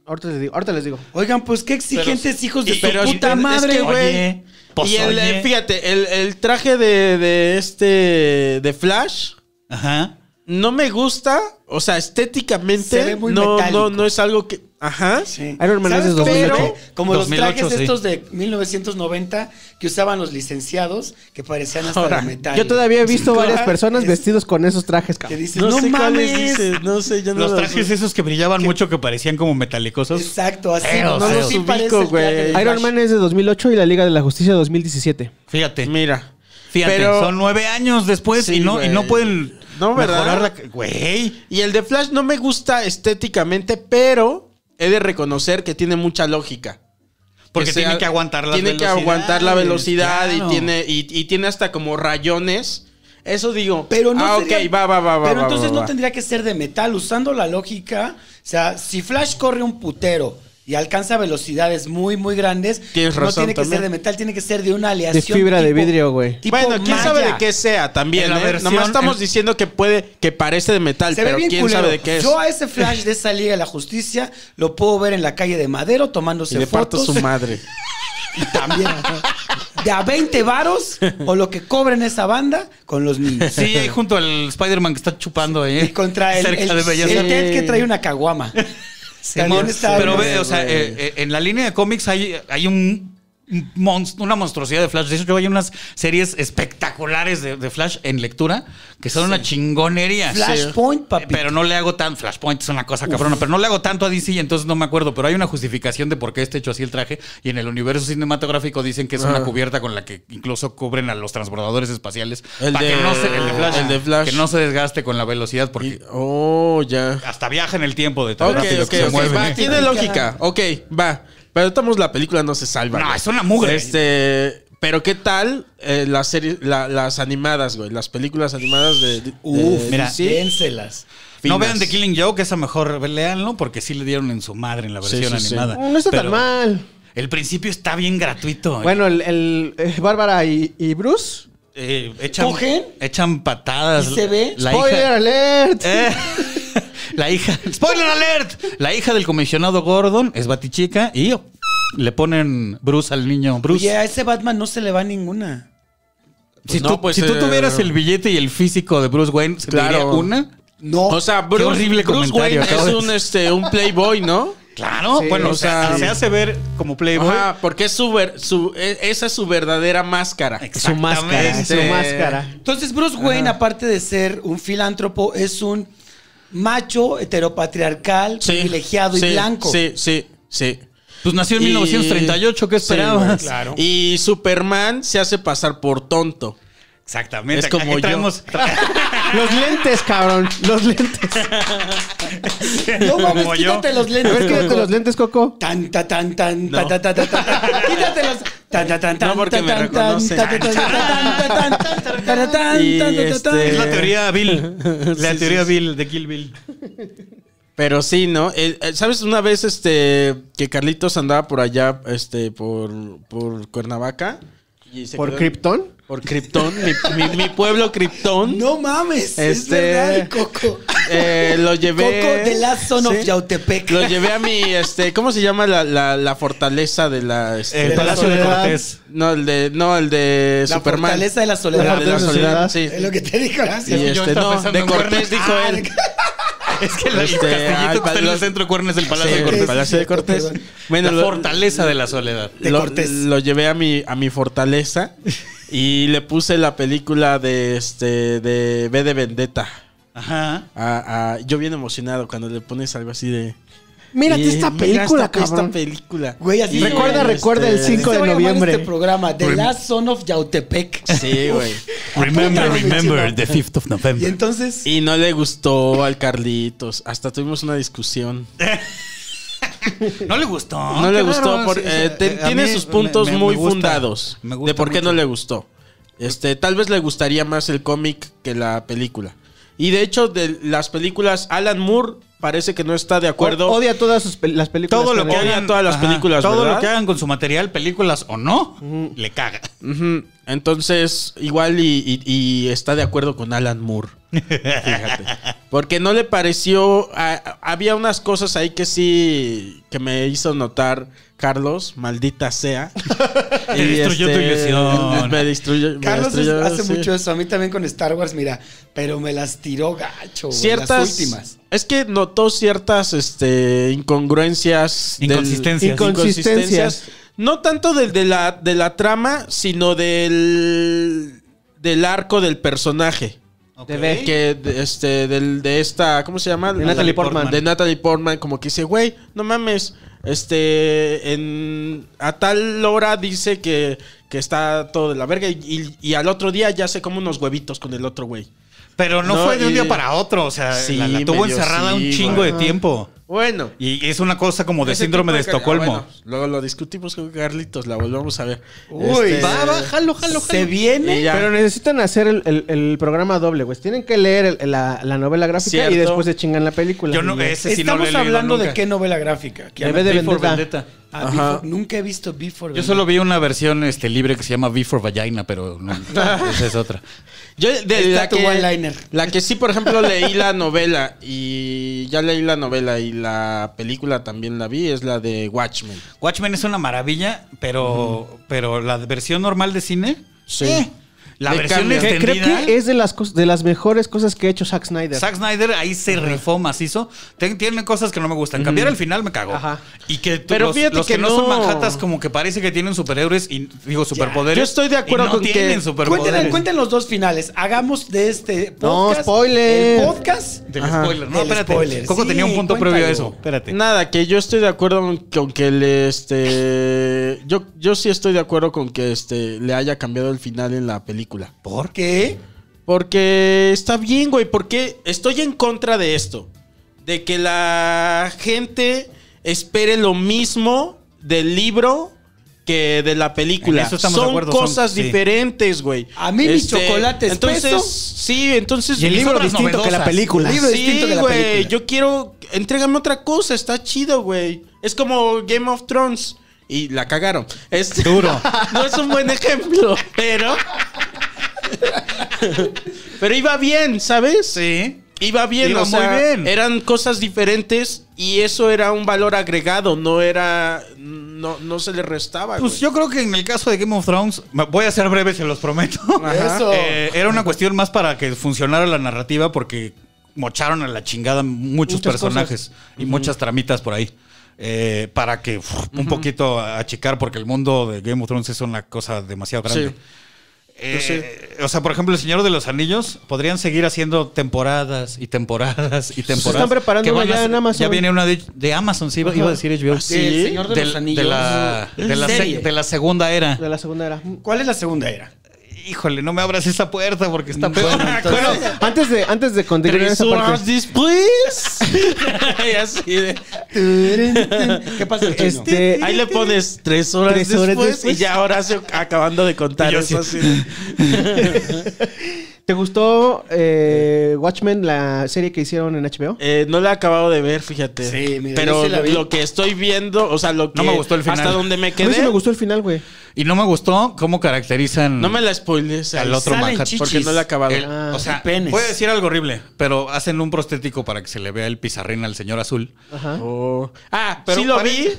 Speaker 2: Ahorita les digo. Ahorita les digo.
Speaker 5: Oigan, pues qué exigentes hijos de
Speaker 3: y-
Speaker 5: su
Speaker 3: pero-
Speaker 5: puta
Speaker 3: es que,
Speaker 5: madre,
Speaker 3: güey,
Speaker 4: Oye, pues,
Speaker 3: y el,
Speaker 4: oye.
Speaker 3: eh, fíjate, el, el traje de, de este. de Flash.
Speaker 4: Ajá.
Speaker 3: No me gusta. O sea, estéticamente.
Speaker 5: Se ve muy
Speaker 3: no,
Speaker 5: metálico.
Speaker 3: no, no es algo que. Ajá.
Speaker 5: Sí.
Speaker 2: Iron Man es
Speaker 5: ¿Sabes
Speaker 2: de
Speaker 5: cómo se
Speaker 2: 2008?
Speaker 5: ve? Como
Speaker 4: 2008,
Speaker 5: los trajes
Speaker 4: sí.
Speaker 5: estos de 1990 que usaban los licenciados que parecían hasta
Speaker 3: Ahora,
Speaker 5: de metal.
Speaker 2: Yo todavía he visto varias personas
Speaker 5: Es-
Speaker 2: vestidos con esos trajes,
Speaker 5: Este Que
Speaker 2: cabrón.
Speaker 5: dices, no, mames.
Speaker 3: cuáles dices, No sé, yo no
Speaker 4: Los trajes esos que brillaban mucho, que parecían como metalicosos.
Speaker 5: Exacto, así.
Speaker 4: Feos,
Speaker 5: no,
Speaker 4: feos.
Speaker 5: sí
Speaker 3: Ubico,
Speaker 5: parece el
Speaker 3: güey.
Speaker 5: traje de Flash.
Speaker 2: Iron Man es de 2008 y la Liga de la Justicia 2017.
Speaker 4: Fíjate.
Speaker 3: Mira.
Speaker 4: Fíjate,
Speaker 3: Pero-
Speaker 4: son nueve años después
Speaker 3: Sí,
Speaker 4: y, no, y
Speaker 3: güey.
Speaker 4: no pueden
Speaker 3: No, ¿verdad?
Speaker 4: mejorar
Speaker 5: Ah.
Speaker 4: la... Güey.
Speaker 3: Y el de Flash no me gusta estéticamente, pero he de reconocer que tiene mucha lógica.
Speaker 4: Porque tiene que aguantar las
Speaker 3: Tiene que
Speaker 4: velocidades,
Speaker 3: aguantar la velocidad
Speaker 4: claro.
Speaker 3: y tiene y, y tiene hasta como rayones. Eso digo.
Speaker 5: Pero no
Speaker 3: ah,
Speaker 5: sería-
Speaker 3: ok, va, va, va, va.
Speaker 5: Pero
Speaker 3: va,
Speaker 5: entonces
Speaker 3: va,
Speaker 5: no
Speaker 3: va.
Speaker 5: tendría que ser de metal. Usando la lógica, o sea, si Flash corre un putero y alcanza velocidades muy, muy grandes,
Speaker 3: Tienes
Speaker 5: no
Speaker 3: razón
Speaker 5: tiene que
Speaker 3: también.
Speaker 5: ser de metal, tiene que ser de una aleación.
Speaker 2: De fibra de vidrio, güey.
Speaker 5: tipo
Speaker 3: Bueno, quién
Speaker 5: malla.
Speaker 3: sabe de qué sea también.
Speaker 4: En la
Speaker 3: ¿eh?
Speaker 4: versión-
Speaker 3: Nomás estamos
Speaker 4: en-
Speaker 3: diciendo que puede, que parece de metal,
Speaker 5: Se ve
Speaker 3: pero
Speaker 5: bien
Speaker 3: quién
Speaker 5: culero.
Speaker 3: sabe de qué es.
Speaker 5: Yo a ese Flash de esa Liga de la Justicia lo puedo ver en la calle de Madero tomándose
Speaker 3: Y le parto
Speaker 5: fotos
Speaker 3: su madre.
Speaker 5: y también de a 20 varos o lo que cobren esa banda con los niños.
Speaker 4: Sí, ahí junto al Spider-Man que está chupando ahí.
Speaker 5: Y contra el,
Speaker 4: Cerca
Speaker 5: el,
Speaker 4: de Bellas
Speaker 5: el
Speaker 4: Artes.
Speaker 5: Ted que trae una caguama.
Speaker 4: Simón,
Speaker 5: También está-
Speaker 4: Pero ve, o sea, eh, eh, en la línea de cómics hay, hay un monst- una monstruosidad de Flash. De hecho, yo hay unas series espectaculares de, de Flash en lectura que son una chingonería.
Speaker 5: Flashpoint, papi.
Speaker 4: Eh, Pero no le hago tan. Flashpoint es una cosa cabrona, pero no le hago tanto a DC, entonces no me acuerdo. Pero hay una justificación de por qué está hecho así el traje. Y en el universo cinematográfico dicen que es
Speaker 3: Ah.
Speaker 4: una cubierta con la que incluso cubren a los transbordadores espaciales.
Speaker 3: El
Speaker 4: para
Speaker 3: de-
Speaker 4: que no se, el de Flash,
Speaker 3: el de Flash.
Speaker 4: Que no se desgaste con la velocidad, porque
Speaker 3: Y- oh, ya.
Speaker 4: hasta viaja en el tiempo de tan
Speaker 3: Ok,
Speaker 4: rápido
Speaker 3: ok,
Speaker 4: que se
Speaker 3: ok,
Speaker 4: mueve.
Speaker 3: va, tiene lógica. Ok, va. Pero estamos la película no se salva.
Speaker 4: No,
Speaker 3: güey.
Speaker 4: es una mugre.
Speaker 3: Este, pero ¿qué tal eh, las series, la- las animadas, güey? Las películas animadas de, de-
Speaker 5: Uf,
Speaker 3: de
Speaker 4: mira, eh,
Speaker 3: DC.
Speaker 5: dénselas.
Speaker 4: No
Speaker 3: Finas.
Speaker 4: vean The Killing Joke, esa mejor leanlo porque sí le dieron en su madre en la
Speaker 3: Sí,
Speaker 4: versión
Speaker 3: sí, sí.
Speaker 4: animada.
Speaker 2: No está tan
Speaker 4: Pero
Speaker 2: mal.
Speaker 4: El principio está bien gratuito.
Speaker 2: Bueno, el, el- eh, Bárbara y, y Bruce.
Speaker 4: Eh, echan,
Speaker 5: ¿Cogen?
Speaker 4: Echan patadas.
Speaker 5: ¿Y se ve?
Speaker 4: La
Speaker 2: ¡Spoiler
Speaker 4: hija,
Speaker 2: alert!
Speaker 4: Eh, la hija. ¡Spoiler alert! La hija del comisionado Gordon es Batichica y le ponen Bruce al niño. Bruce.
Speaker 5: Oye, a ese Batman no se le va ninguna.
Speaker 4: Si,
Speaker 3: Pues no,
Speaker 4: tú,
Speaker 3: pues,
Speaker 4: si tú
Speaker 3: eh,
Speaker 4: tuvieras el billete y el físico de Bruce Wayne, ¿se te
Speaker 3: Claro.
Speaker 4: diría una?
Speaker 5: No.
Speaker 3: O sea, Bruce,
Speaker 4: horrible
Speaker 3: Bruce
Speaker 4: comentario
Speaker 3: Wayne es
Speaker 4: acabo de
Speaker 3: un, este, un playboy, ¿no?
Speaker 4: Claro,
Speaker 2: Sí,
Speaker 4: bueno,
Speaker 2: o
Speaker 4: o sea,
Speaker 3: sea,
Speaker 4: se hace ver como Playboy.
Speaker 3: Ajá, porque es su, ver- su- e- esa es su verdadera máscara.
Speaker 2: su máscara, es su
Speaker 3: Este-
Speaker 2: máscara.
Speaker 5: Entonces, Bruce Wayne, aparte de ser un filántropo, es un macho heteropatriarcal,
Speaker 3: Sí,
Speaker 5: privilegiado
Speaker 3: sí,
Speaker 5: y blanco.
Speaker 3: Sí, sí, sí.
Speaker 4: Pues nació en
Speaker 3: Y-
Speaker 4: 1938, ¿qué
Speaker 3: Sí, güey,
Speaker 4: esperabas?
Speaker 5: claro.
Speaker 3: Y Superman se hace pasar por tonto.
Speaker 4: Exactamente.
Speaker 3: Es
Speaker 4: acá
Speaker 3: como
Speaker 4: que
Speaker 3: yo.
Speaker 4: traemos-
Speaker 2: Los lentes, cabrón. Los lentes.
Speaker 5: No mames,
Speaker 4: Como yo.
Speaker 5: quítate los
Speaker 2: A
Speaker 5: lentes.
Speaker 2: ver, quítate los lentes, Coco.
Speaker 5: Tan, ta, tan, tan, ta, ta, ta, ta, ta. Quítatelos. Tan, ta, tan, tan,
Speaker 3: No, porque
Speaker 5: ta,
Speaker 3: me
Speaker 5: tan,
Speaker 3: reconocen.
Speaker 5: tan, ta, ta, ta, ta, ta, tan, ta, tan, ta, ta, tan,
Speaker 3: Y,
Speaker 5: ta, ta, ta,
Speaker 3: este,
Speaker 5: tan.
Speaker 4: Es la teoría Bill. La
Speaker 3: Sí, sí,
Speaker 4: teoría
Speaker 3: sí.
Speaker 4: Bill de Kill Bill.
Speaker 3: Pero sí, ¿no? Eh, eh, ¿Sabes una vez este que Carlitos andaba por allá, este, por, por Cuernavaca? Y se
Speaker 2: ¿Por
Speaker 3: quedó-
Speaker 2: Krypton?
Speaker 3: Por Krypton, mi, mi- mi pueblo Krypton.
Speaker 5: No mames, es
Speaker 3: Este,
Speaker 5: verdad, Coco.
Speaker 3: Eh, lo llevé.
Speaker 5: Coco de la Son of
Speaker 3: Sí.
Speaker 5: Yautepec.
Speaker 3: Lo llevé a mi, este, ¿cómo se llama la, la, la fortaleza de la. este,
Speaker 4: El
Speaker 5: la
Speaker 4: Palacio de
Speaker 2: Soledad.
Speaker 4: Cortés.
Speaker 3: No, el de, no, el de
Speaker 5: La
Speaker 3: Superman.
Speaker 5: fortaleza de la
Speaker 3: De
Speaker 5: soledad.
Speaker 3: de la
Speaker 2: Ah,
Speaker 3: soledad, sí.
Speaker 5: Es lo que te dijo.
Speaker 3: Y
Speaker 5: gracias.
Speaker 4: Yo
Speaker 3: este, no,
Speaker 4: estaba pensando
Speaker 3: de
Speaker 4: en
Speaker 3: Cortés dijo
Speaker 5: Ah,
Speaker 3: él.
Speaker 4: Es que la- el
Speaker 3: Este, ah,
Speaker 4: castillito que
Speaker 3: el
Speaker 4: está en
Speaker 3: palo-
Speaker 4: el centro de Cuernes es el Palacio
Speaker 3: Sí,
Speaker 4: de
Speaker 3: el
Speaker 4: Cortés.
Speaker 3: Palacio de Cortés.
Speaker 5: Perdón.
Speaker 3: Bueno,
Speaker 4: la
Speaker 3: lo-
Speaker 4: fortaleza de la soledad.
Speaker 5: De
Speaker 3: lo,
Speaker 5: Cortés.
Speaker 3: lo llevé a mi, a mi fortaleza y le puse la película de este de B de Vendetta.
Speaker 4: Ajá.
Speaker 3: A- a- yo bien emocionado cuando le pones algo así de.
Speaker 2: Mírate
Speaker 3: eh,
Speaker 2: esta
Speaker 3: mira
Speaker 2: película,
Speaker 3: esta- esta
Speaker 2: cabrón.
Speaker 3: película.
Speaker 5: Güey, así
Speaker 3: Y,
Speaker 5: se
Speaker 2: Recuerda,
Speaker 5: llama,
Speaker 2: recuerda
Speaker 5: este,
Speaker 2: el 5
Speaker 5: así se
Speaker 2: de
Speaker 5: va a llamar
Speaker 2: noviembre.
Speaker 5: Este programa, The Last Son of Yautepec.
Speaker 3: Sí, güey.
Speaker 4: Remember,
Speaker 5: Apúntalo, mi
Speaker 4: remember
Speaker 5: chino.
Speaker 4: the 5th of
Speaker 5: Y
Speaker 4: November.
Speaker 5: entonces,
Speaker 3: Y no le gustó al Carlitos. Hasta tuvimos una discusión.
Speaker 4: No le gustó.
Speaker 3: no
Speaker 4: Qué
Speaker 3: le gustó.
Speaker 4: raro,
Speaker 3: por-
Speaker 4: sí, sí.
Speaker 3: eh, te-
Speaker 4: A
Speaker 3: tiene
Speaker 4: mí
Speaker 3: sus puntos
Speaker 4: me- me-
Speaker 3: muy
Speaker 4: me gusta.
Speaker 3: fundados
Speaker 4: Me gusta
Speaker 3: de por qué
Speaker 4: mucho.
Speaker 3: no le gustó. Este, tal vez le gustaría más el cómic que la película. Y de hecho, de las películas, Alan Moore parece que no está de acuerdo.
Speaker 2: O- Odia todas sus pel- las películas.
Speaker 4: Todo lo que
Speaker 2: hagan.
Speaker 3: odia
Speaker 4: hagan
Speaker 3: todas las películas,
Speaker 4: Todo
Speaker 3: ¿verdad?
Speaker 4: lo que hagan con su material, películas o no, le caga.
Speaker 3: Ujú. Entonces, igual y, y- y está de acuerdo con Alan Moore. Fíjate. Porque no le pareció. a- a- había unas cosas ahí que sí. que me hizo notar Carlos, maldita sea. este,
Speaker 4: Te destruyó tu ilusión.
Speaker 3: Me destruyó. me
Speaker 5: Carlos
Speaker 3: destruyó,
Speaker 5: es- hace
Speaker 3: sí.
Speaker 5: mucho eso. A mí también con Star Wars, mira. Pero me las tiró gacho. güey,
Speaker 3: Ciertas.
Speaker 5: Las últimas.
Speaker 3: Es que notó ciertas este, incongruencias. del-
Speaker 4: Inconsistencias.
Speaker 3: inconsistencias. No tanto del, de, la, de la trama, sino del. del arco del personaje.
Speaker 2: Ve.
Speaker 3: que de- este del de esta cómo se llama
Speaker 2: De Natalie Portman.
Speaker 3: de Natalie Portman como que dice güey no mames este en a tal hora dice que, que está todo de la verga y, y- y al otro día ya se come unos huevitos con el otro güey
Speaker 4: Pero no,
Speaker 3: No,
Speaker 4: fue de un
Speaker 3: y-
Speaker 4: día para otro. O sea,
Speaker 3: Sí,
Speaker 4: la, la tuvo
Speaker 3: medio
Speaker 4: encerrada
Speaker 3: sí,
Speaker 4: un chingo
Speaker 3: güey.
Speaker 4: de tiempo.
Speaker 3: bueno
Speaker 4: Y es una cosa como de
Speaker 3: Ese
Speaker 4: síndrome
Speaker 3: tipo
Speaker 4: de
Speaker 3: car-
Speaker 4: Estocolmo.
Speaker 3: ah, bueno, luego lo discutimos con Carlitos la volvemos a ver
Speaker 5: Uy,
Speaker 3: Este,
Speaker 5: va, va, jalo, jalo, jalo. Eh, Se viene.
Speaker 3: Y ya.
Speaker 2: Pero necesitan hacer el, el- el programa doble, güey. Tienen que leer el- la, la novela gráfica
Speaker 3: Cierto.
Speaker 2: y después se chingan la película.
Speaker 4: Yo no,
Speaker 2: Y-
Speaker 4: ese sí no lo
Speaker 5: Estamos
Speaker 4: he leído
Speaker 5: hablando de
Speaker 4: nunca.
Speaker 5: qué novela gráfica. ¿Qué
Speaker 2: Debe
Speaker 5: habla-
Speaker 2: de
Speaker 4: Before
Speaker 2: Vendetta.
Speaker 5: Ah,
Speaker 3: Ajá.
Speaker 5: Before- nunca he visto Before.
Speaker 4: Yo
Speaker 5: Vendetta.
Speaker 4: solo vi una versión este, libre que se llama V for Vagina, pero no, esa es otra.
Speaker 3: Yo de
Speaker 5: Ahí está
Speaker 3: la
Speaker 5: tu
Speaker 3: que,
Speaker 5: one-liner.
Speaker 3: la que sí, por ejemplo, leí la novela y ya leí la novela y la película también la vi, es la de Watchmen.
Speaker 4: Watchmen es una maravilla, pero, pero la versión normal de cine.
Speaker 3: Sí.
Speaker 4: eh. La
Speaker 6: Le
Speaker 4: versión
Speaker 6: cambia.
Speaker 2: Que
Speaker 4: extendida.
Speaker 2: creo que es de las, cos- de las mejores cosas que ha hecho Zack Snyder.
Speaker 4: Zack Snyder ahí se rifó macizo. Ten- tiene cosas que no me gustan. Cambiar al final me cago.
Speaker 2: Ajá.
Speaker 4: Y que tú-
Speaker 3: Pero
Speaker 4: los,
Speaker 3: fíjate
Speaker 4: los que,
Speaker 3: que
Speaker 4: no son
Speaker 3: no.
Speaker 4: manjatas como que parece que tienen superhéroes y digo superpoderes.
Speaker 3: Yo estoy de acuerdo
Speaker 4: y no
Speaker 3: con que-
Speaker 4: tienen
Speaker 5: Cuenten,
Speaker 4: superpoderes.
Speaker 5: cuenten los dos finales. Hagamos de este
Speaker 2: No,
Speaker 5: podcast.
Speaker 2: spoiler.
Speaker 5: El podcast.
Speaker 4: Del
Speaker 2: Ajá.
Speaker 4: spoiler. No,
Speaker 5: Del
Speaker 4: espérate.
Speaker 5: spoiler,
Speaker 4: Coco
Speaker 5: sí,
Speaker 4: tenía un punto
Speaker 5: cuéntalo.
Speaker 4: previo a eso. Espérate.
Speaker 3: Nada, que yo estoy de acuerdo con- con que le este. Yo, yo sí estoy de acuerdo con que este le haya cambiado el final en la película.
Speaker 5: ¿Por qué?
Speaker 3: Porque está bien, güey. Porque estoy en contra de esto. De que la gente espere lo mismo del libro que de la película.
Speaker 4: En eso estamos de
Speaker 3: son
Speaker 4: acuerdo, son-
Speaker 3: cosas
Speaker 4: sí.
Speaker 3: diferentes, güey. Este,
Speaker 5: A mí mi chocolate es
Speaker 3: Entonces,
Speaker 5: peso.
Speaker 3: sí, entonces.
Speaker 4: Y el
Speaker 3: mis
Speaker 4: libro
Speaker 3: obras
Speaker 4: distinto que la
Speaker 3: novedosas.
Speaker 5: película. Libro distinto que
Speaker 3: Sí,
Speaker 5: la
Speaker 3: güey.
Speaker 5: película.
Speaker 3: Yo quiero. Entrégame otra cosa. Está chido, güey. Es como Game of Thrones. Y la cagaron. Es duro. no es un buen ejemplo, pero. Pero iba bien, ¿sabes?
Speaker 4: Sí.
Speaker 3: Iba bien,
Speaker 4: Iba
Speaker 3: o sea,
Speaker 4: muy bien.
Speaker 3: eran cosas diferentes y eso era un valor agregado, no era, no, no se le restaba.
Speaker 4: Pues
Speaker 3: güey.
Speaker 4: yo creo que en el caso de Game of Thrones, me- voy a ser breve, se los prometo.
Speaker 3: Ajá.
Speaker 5: Eso.
Speaker 4: Eh, era una cuestión más para que funcionara la narrativa porque mocharon a la chingada muchos
Speaker 5: Muchas
Speaker 4: personajes y muchas tramitas por ahí. Eh, para que uf, un poquito achicar, porque el mundo de Game of Thrones es una cosa demasiado grande.
Speaker 3: Sí.
Speaker 4: Eh, O sea, por ejemplo, El Señor de los Anillos podrían seguir haciendo temporadas y temporadas y temporadas.
Speaker 2: están preparando
Speaker 4: que van
Speaker 2: una ya
Speaker 4: a-
Speaker 2: en Amazon.
Speaker 4: Ya viene una de, de Amazon, sí, iba iba a decir HBO.
Speaker 5: ¿Sí? El Señor de los
Speaker 4: Del-
Speaker 5: Anillos.
Speaker 4: la, de, la se-
Speaker 5: Serie.
Speaker 4: de la segunda era.
Speaker 2: De la segunda era.
Speaker 5: ¿Cuál es la segunda era?
Speaker 4: Híjole, no me abras esa puerta porque está peor.
Speaker 5: entonces-
Speaker 2: Antes de, antes de continuar
Speaker 3: Tres
Speaker 2: esa
Speaker 3: horas
Speaker 2: parte.
Speaker 3: después. Y así de-
Speaker 5: ¿Qué pasa? el chino?
Speaker 2: Este,
Speaker 3: ahí le pones tres horas,
Speaker 2: Tres horas
Speaker 3: después,
Speaker 2: después.
Speaker 3: y ya Horacio acabando de contar
Speaker 4: Y yo
Speaker 3: eso.
Speaker 4: así-
Speaker 3: así de-
Speaker 2: ¿Te gustó eh, Watchmen, la serie que hicieron en HBO?
Speaker 3: Eh, no la he acabado de ver, fíjate.
Speaker 5: Sí, mira, yo
Speaker 3: Pero
Speaker 5: sí la vi.
Speaker 3: lo que estoy viendo, o sea, lo que
Speaker 4: No me gustó el final.
Speaker 3: hasta donde me
Speaker 2: A mí sí
Speaker 3: quedé,
Speaker 2: me gustó el final, güey.
Speaker 4: y no me gustó cómo caracterizan
Speaker 3: no me la spoiles
Speaker 4: al otro
Speaker 5: Salen
Speaker 4: Manhattan.
Speaker 5: chichis.
Speaker 3: porque no la he acabado.
Speaker 4: El-
Speaker 2: Ah,
Speaker 4: o sea,
Speaker 5: y penes.
Speaker 4: puede decir algo horrible, pero hacen un prostético para que se le vea el pizarrín al señor azul.
Speaker 2: Ajá.
Speaker 3: Oh. Ah,
Speaker 4: Pero
Speaker 3: sí lo
Speaker 4: parece-
Speaker 3: vi.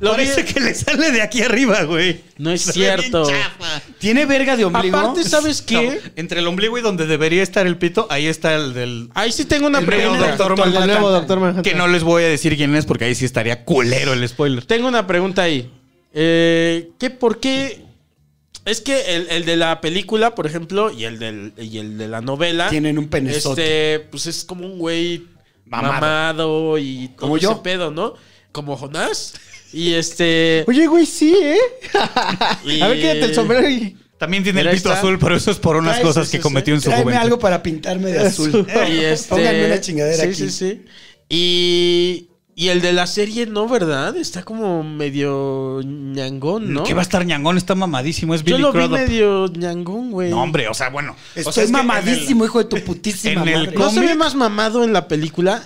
Speaker 3: Lo vi.
Speaker 4: Parece que le sale de aquí arriba, güey.
Speaker 3: No es
Speaker 4: Se ve bien
Speaker 3: cierto.
Speaker 4: chafa.
Speaker 5: ¿Tiene verga de ombligo?
Speaker 3: Aparte, ¿sabes qué?
Speaker 4: No, entre el ombligo y donde debería estar el pito, ahí está el del
Speaker 3: Ahí sí tengo una
Speaker 4: El
Speaker 3: pregunta.
Speaker 4: nuevo doctor
Speaker 2: El
Speaker 4: Manhattan.
Speaker 2: nuevo Doctor Manhattan.
Speaker 4: que no les voy a decir quién es porque ahí sí estaría culero el spoiler.
Speaker 3: Tengo una pregunta ahí. Eh, ¿Qué por qué? Es que el, el de la película, por ejemplo, y el, del, y el de la novela.
Speaker 5: Tienen un penezote.
Speaker 3: Este, pues es como un güey
Speaker 5: Mamado.
Speaker 3: mamado, y todo
Speaker 5: Como yo.
Speaker 3: ese pedo, ¿no? Como Jonás. Y este.
Speaker 2: Oye, güey, sí, ¿eh?
Speaker 3: y-
Speaker 2: A ver, quédate el sombrero y...
Speaker 4: También tiene
Speaker 3: Mira,
Speaker 4: el pito
Speaker 3: ahí está.
Speaker 4: azul, pero eso es por unas
Speaker 3: Trae,
Speaker 4: cosas
Speaker 3: sí,
Speaker 4: que
Speaker 3: sí,
Speaker 4: cometió en su
Speaker 5: Tráeme
Speaker 4: juventud.
Speaker 5: algo para pintarme de azul.
Speaker 3: Y este,
Speaker 5: Pónganme una
Speaker 3: sí,
Speaker 5: chingadera aquí.
Speaker 3: Sí, sí, Y, y el de la serie no, ¿verdad? Está como medio ñangón, ¿no?
Speaker 4: Que va a estar ñangón, está mamadísimo, es
Speaker 3: Yo
Speaker 4: Billy
Speaker 3: lo vi
Speaker 4: Crudup.
Speaker 3: medio ñangón, güey.
Speaker 4: No, hombre, o sea, bueno.
Speaker 5: Estoy
Speaker 4: o sea, es que en el-
Speaker 5: mamadísimo, hijo de tu putísima
Speaker 4: en el
Speaker 5: madre.
Speaker 3: ¿No se
Speaker 4: cómic-
Speaker 3: ve más mamado en la película?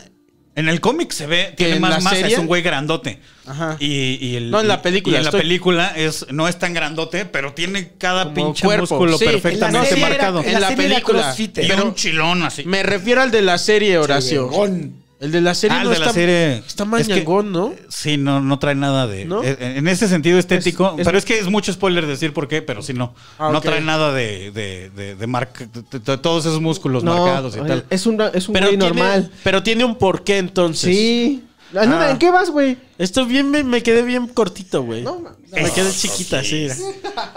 Speaker 4: En el cómic se ve, tiene
Speaker 3: en
Speaker 4: más
Speaker 3: la
Speaker 4: masa,
Speaker 3: serie?
Speaker 4: es un güey grandote.
Speaker 3: Ajá.
Speaker 4: Y, y el,
Speaker 3: No, en la
Speaker 4: y-
Speaker 3: película,
Speaker 4: y en la
Speaker 3: estoy-
Speaker 4: película es, no es tan grandote, pero tiene cada
Speaker 3: Como
Speaker 4: pinche
Speaker 3: cuerpo,
Speaker 4: músculo
Speaker 3: sí.
Speaker 5: En la
Speaker 4: perfectamente
Speaker 5: serie era-
Speaker 4: marcado.
Speaker 5: en la serie era crossfitter.
Speaker 4: Y
Speaker 5: Pero-
Speaker 4: un chilón así.
Speaker 3: Me refiero al de la serie, Horacio.
Speaker 5: Vergón.
Speaker 3: el de la serie
Speaker 4: Ah, el
Speaker 3: no
Speaker 4: de la
Speaker 3: está,
Speaker 4: serie.
Speaker 3: está más
Speaker 4: Es que-
Speaker 3: ñangón, ¿no?
Speaker 4: Sí, no, no trae nada de.
Speaker 3: ¿No?
Speaker 4: eh, En ese sentido estético.
Speaker 2: Es- es-
Speaker 4: pero es que es mucho spoiler decir por qué, pero sí no.
Speaker 3: Ah,
Speaker 4: No
Speaker 3: ok.
Speaker 4: trae nada de, de, de, de marca- de- de- de todos esos músculos
Speaker 2: No,
Speaker 4: marcados y tal.
Speaker 2: es un, es un
Speaker 3: Pero
Speaker 2: güey
Speaker 3: tiene,
Speaker 2: normal.
Speaker 3: pero tiene un porqué entonces.
Speaker 2: Sí. Ah, no,
Speaker 3: Ah.
Speaker 2: ¿En qué vas, güey?
Speaker 3: Esto bien me, me quedé bien cortito, güey.
Speaker 2: No, no.
Speaker 3: me quedé chiquita, así. mira.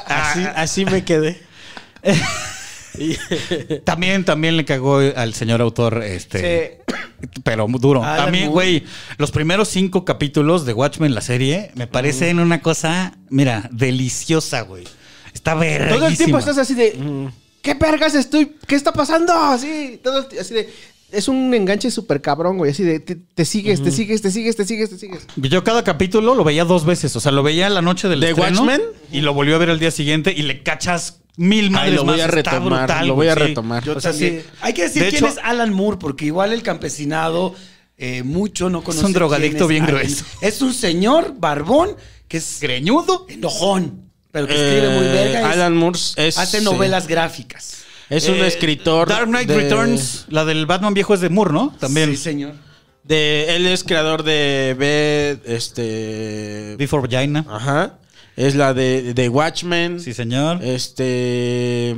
Speaker 3: Así,
Speaker 4: Ah.
Speaker 3: así me quedé. Y-
Speaker 4: También, también le cagó al señor autor este.
Speaker 2: Sí. Ah,
Speaker 4: Pero muy duro.
Speaker 5: Alan
Speaker 4: a mí,
Speaker 5: Moore.
Speaker 4: güey, los primeros cinco capítulos de Watchmen, la serie, me parecen una cosa, mira, deliciosa, güey. Está verga.
Speaker 2: Todo el tiempo estás así de. ¿Qué vergas estoy? ¿Qué está pasando? Así, todo el ti- así de. Es un enganche súper cabrón, güey. Así de. Te, te sigues, te sigues, te sigues, te sigues, te sigues.
Speaker 4: Yo cada capítulo lo veía dos veces. O sea, lo veía la noche del
Speaker 3: ¿De
Speaker 4: estreno
Speaker 3: Watchmen?
Speaker 4: y lo volvió a ver al día siguiente y le cachas mil
Speaker 3: Ay,
Speaker 4: madres
Speaker 3: lo voy
Speaker 4: más.
Speaker 3: a
Speaker 4: Está
Speaker 3: retomar,
Speaker 4: brutal,
Speaker 3: lo voy a
Speaker 4: güey, sí.
Speaker 3: retomar.
Speaker 5: Yo
Speaker 4: O sea,
Speaker 5: también.
Speaker 4: sí.
Speaker 5: Hay que decir
Speaker 4: De
Speaker 5: quién
Speaker 4: hecho-
Speaker 5: es Alan Moore, porque igual el campesinado eh, mucho no conoce.
Speaker 4: un drogadicto
Speaker 5: quién es
Speaker 4: bien
Speaker 5: Alan.
Speaker 4: grueso.
Speaker 5: Es un señor barbón que es
Speaker 4: Greñudo.
Speaker 5: enojón, pero que escribe muy
Speaker 3: Eh,
Speaker 5: verga. es-
Speaker 3: Alan Moore es,
Speaker 5: hace
Speaker 3: sí.
Speaker 5: novelas gráficas.
Speaker 3: Es un
Speaker 4: Eh,
Speaker 3: escritor.
Speaker 4: Dark Knight
Speaker 3: de-
Speaker 4: Returns, la del Batman viejo es de Moore, ¿no? También.
Speaker 5: Sí, señor.
Speaker 3: De, él es creador de B. Este.
Speaker 4: Before Vagina.
Speaker 3: Ajá. Es la de, de Watchmen.
Speaker 4: Sí, señor.
Speaker 3: Este.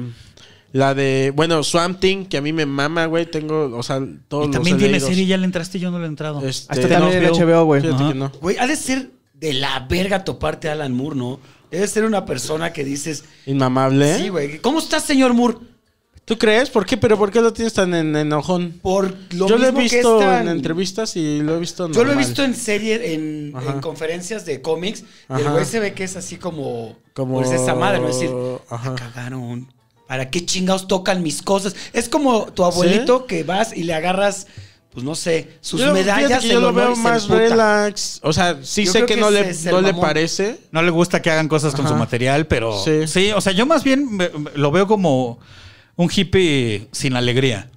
Speaker 3: La de, bueno, Swamp Thing, que a mí me mama, güey. Tengo, o sea, todos
Speaker 4: Y también
Speaker 3: los he
Speaker 4: tiene
Speaker 3: leído.
Speaker 4: serie, ya le entraste y yo no le he entrado.
Speaker 3: Este,
Speaker 2: Hasta también en
Speaker 3: no,
Speaker 2: HBO, güey.
Speaker 3: fíjate
Speaker 4: Ajá.
Speaker 3: que no.
Speaker 5: Güey, ha de ser de la verga toparte a Alan Moore, ¿no? Debe ser una persona que dices,
Speaker 3: Inmamable. ¿eh?
Speaker 5: sí, güey, ¿cómo estás, señor Moore?
Speaker 3: ¿Tú crees? ¿Por qué? ¿Pero por qué lo tienes tan en, enojón?
Speaker 5: Por lo
Speaker 3: Yo lo he
Speaker 5: mismo que
Speaker 3: visto
Speaker 5: es tan-
Speaker 3: en entrevistas y lo he visto
Speaker 5: Yo lo he
Speaker 3: normal.
Speaker 5: visto en serie, en,
Speaker 3: Ajá.
Speaker 5: en conferencias de cómics, y el
Speaker 3: Ajá.
Speaker 5: güey se ve que es así como...
Speaker 3: Como-
Speaker 5: Como... Es esa madre, ¿no? Es decir,
Speaker 3: Ajá.
Speaker 5: "La cagaron. ¿Para qué chingados tocan mis cosas? Es como tu abuelito que vas y le agarras, pues no sé, sus
Speaker 3: Yo- fíjate
Speaker 5: medallas.
Speaker 3: que
Speaker 5: en
Speaker 3: yo lo
Speaker 5: honor
Speaker 3: veo
Speaker 5: y se
Speaker 3: más
Speaker 5: emputa.
Speaker 3: relax. O sea, sí
Speaker 5: Yo
Speaker 3: sé
Speaker 5: creo
Speaker 3: que,
Speaker 5: que
Speaker 3: no,
Speaker 5: ese
Speaker 3: le,
Speaker 5: es el
Speaker 3: no le
Speaker 5: mamón.
Speaker 3: parece.
Speaker 4: No le gusta que hagan cosas con
Speaker 3: Ajá.
Speaker 4: su material, pero.
Speaker 3: Sí.
Speaker 4: Sí. o sea, yo más bien me- me- lo veo como un hippie sin alegría.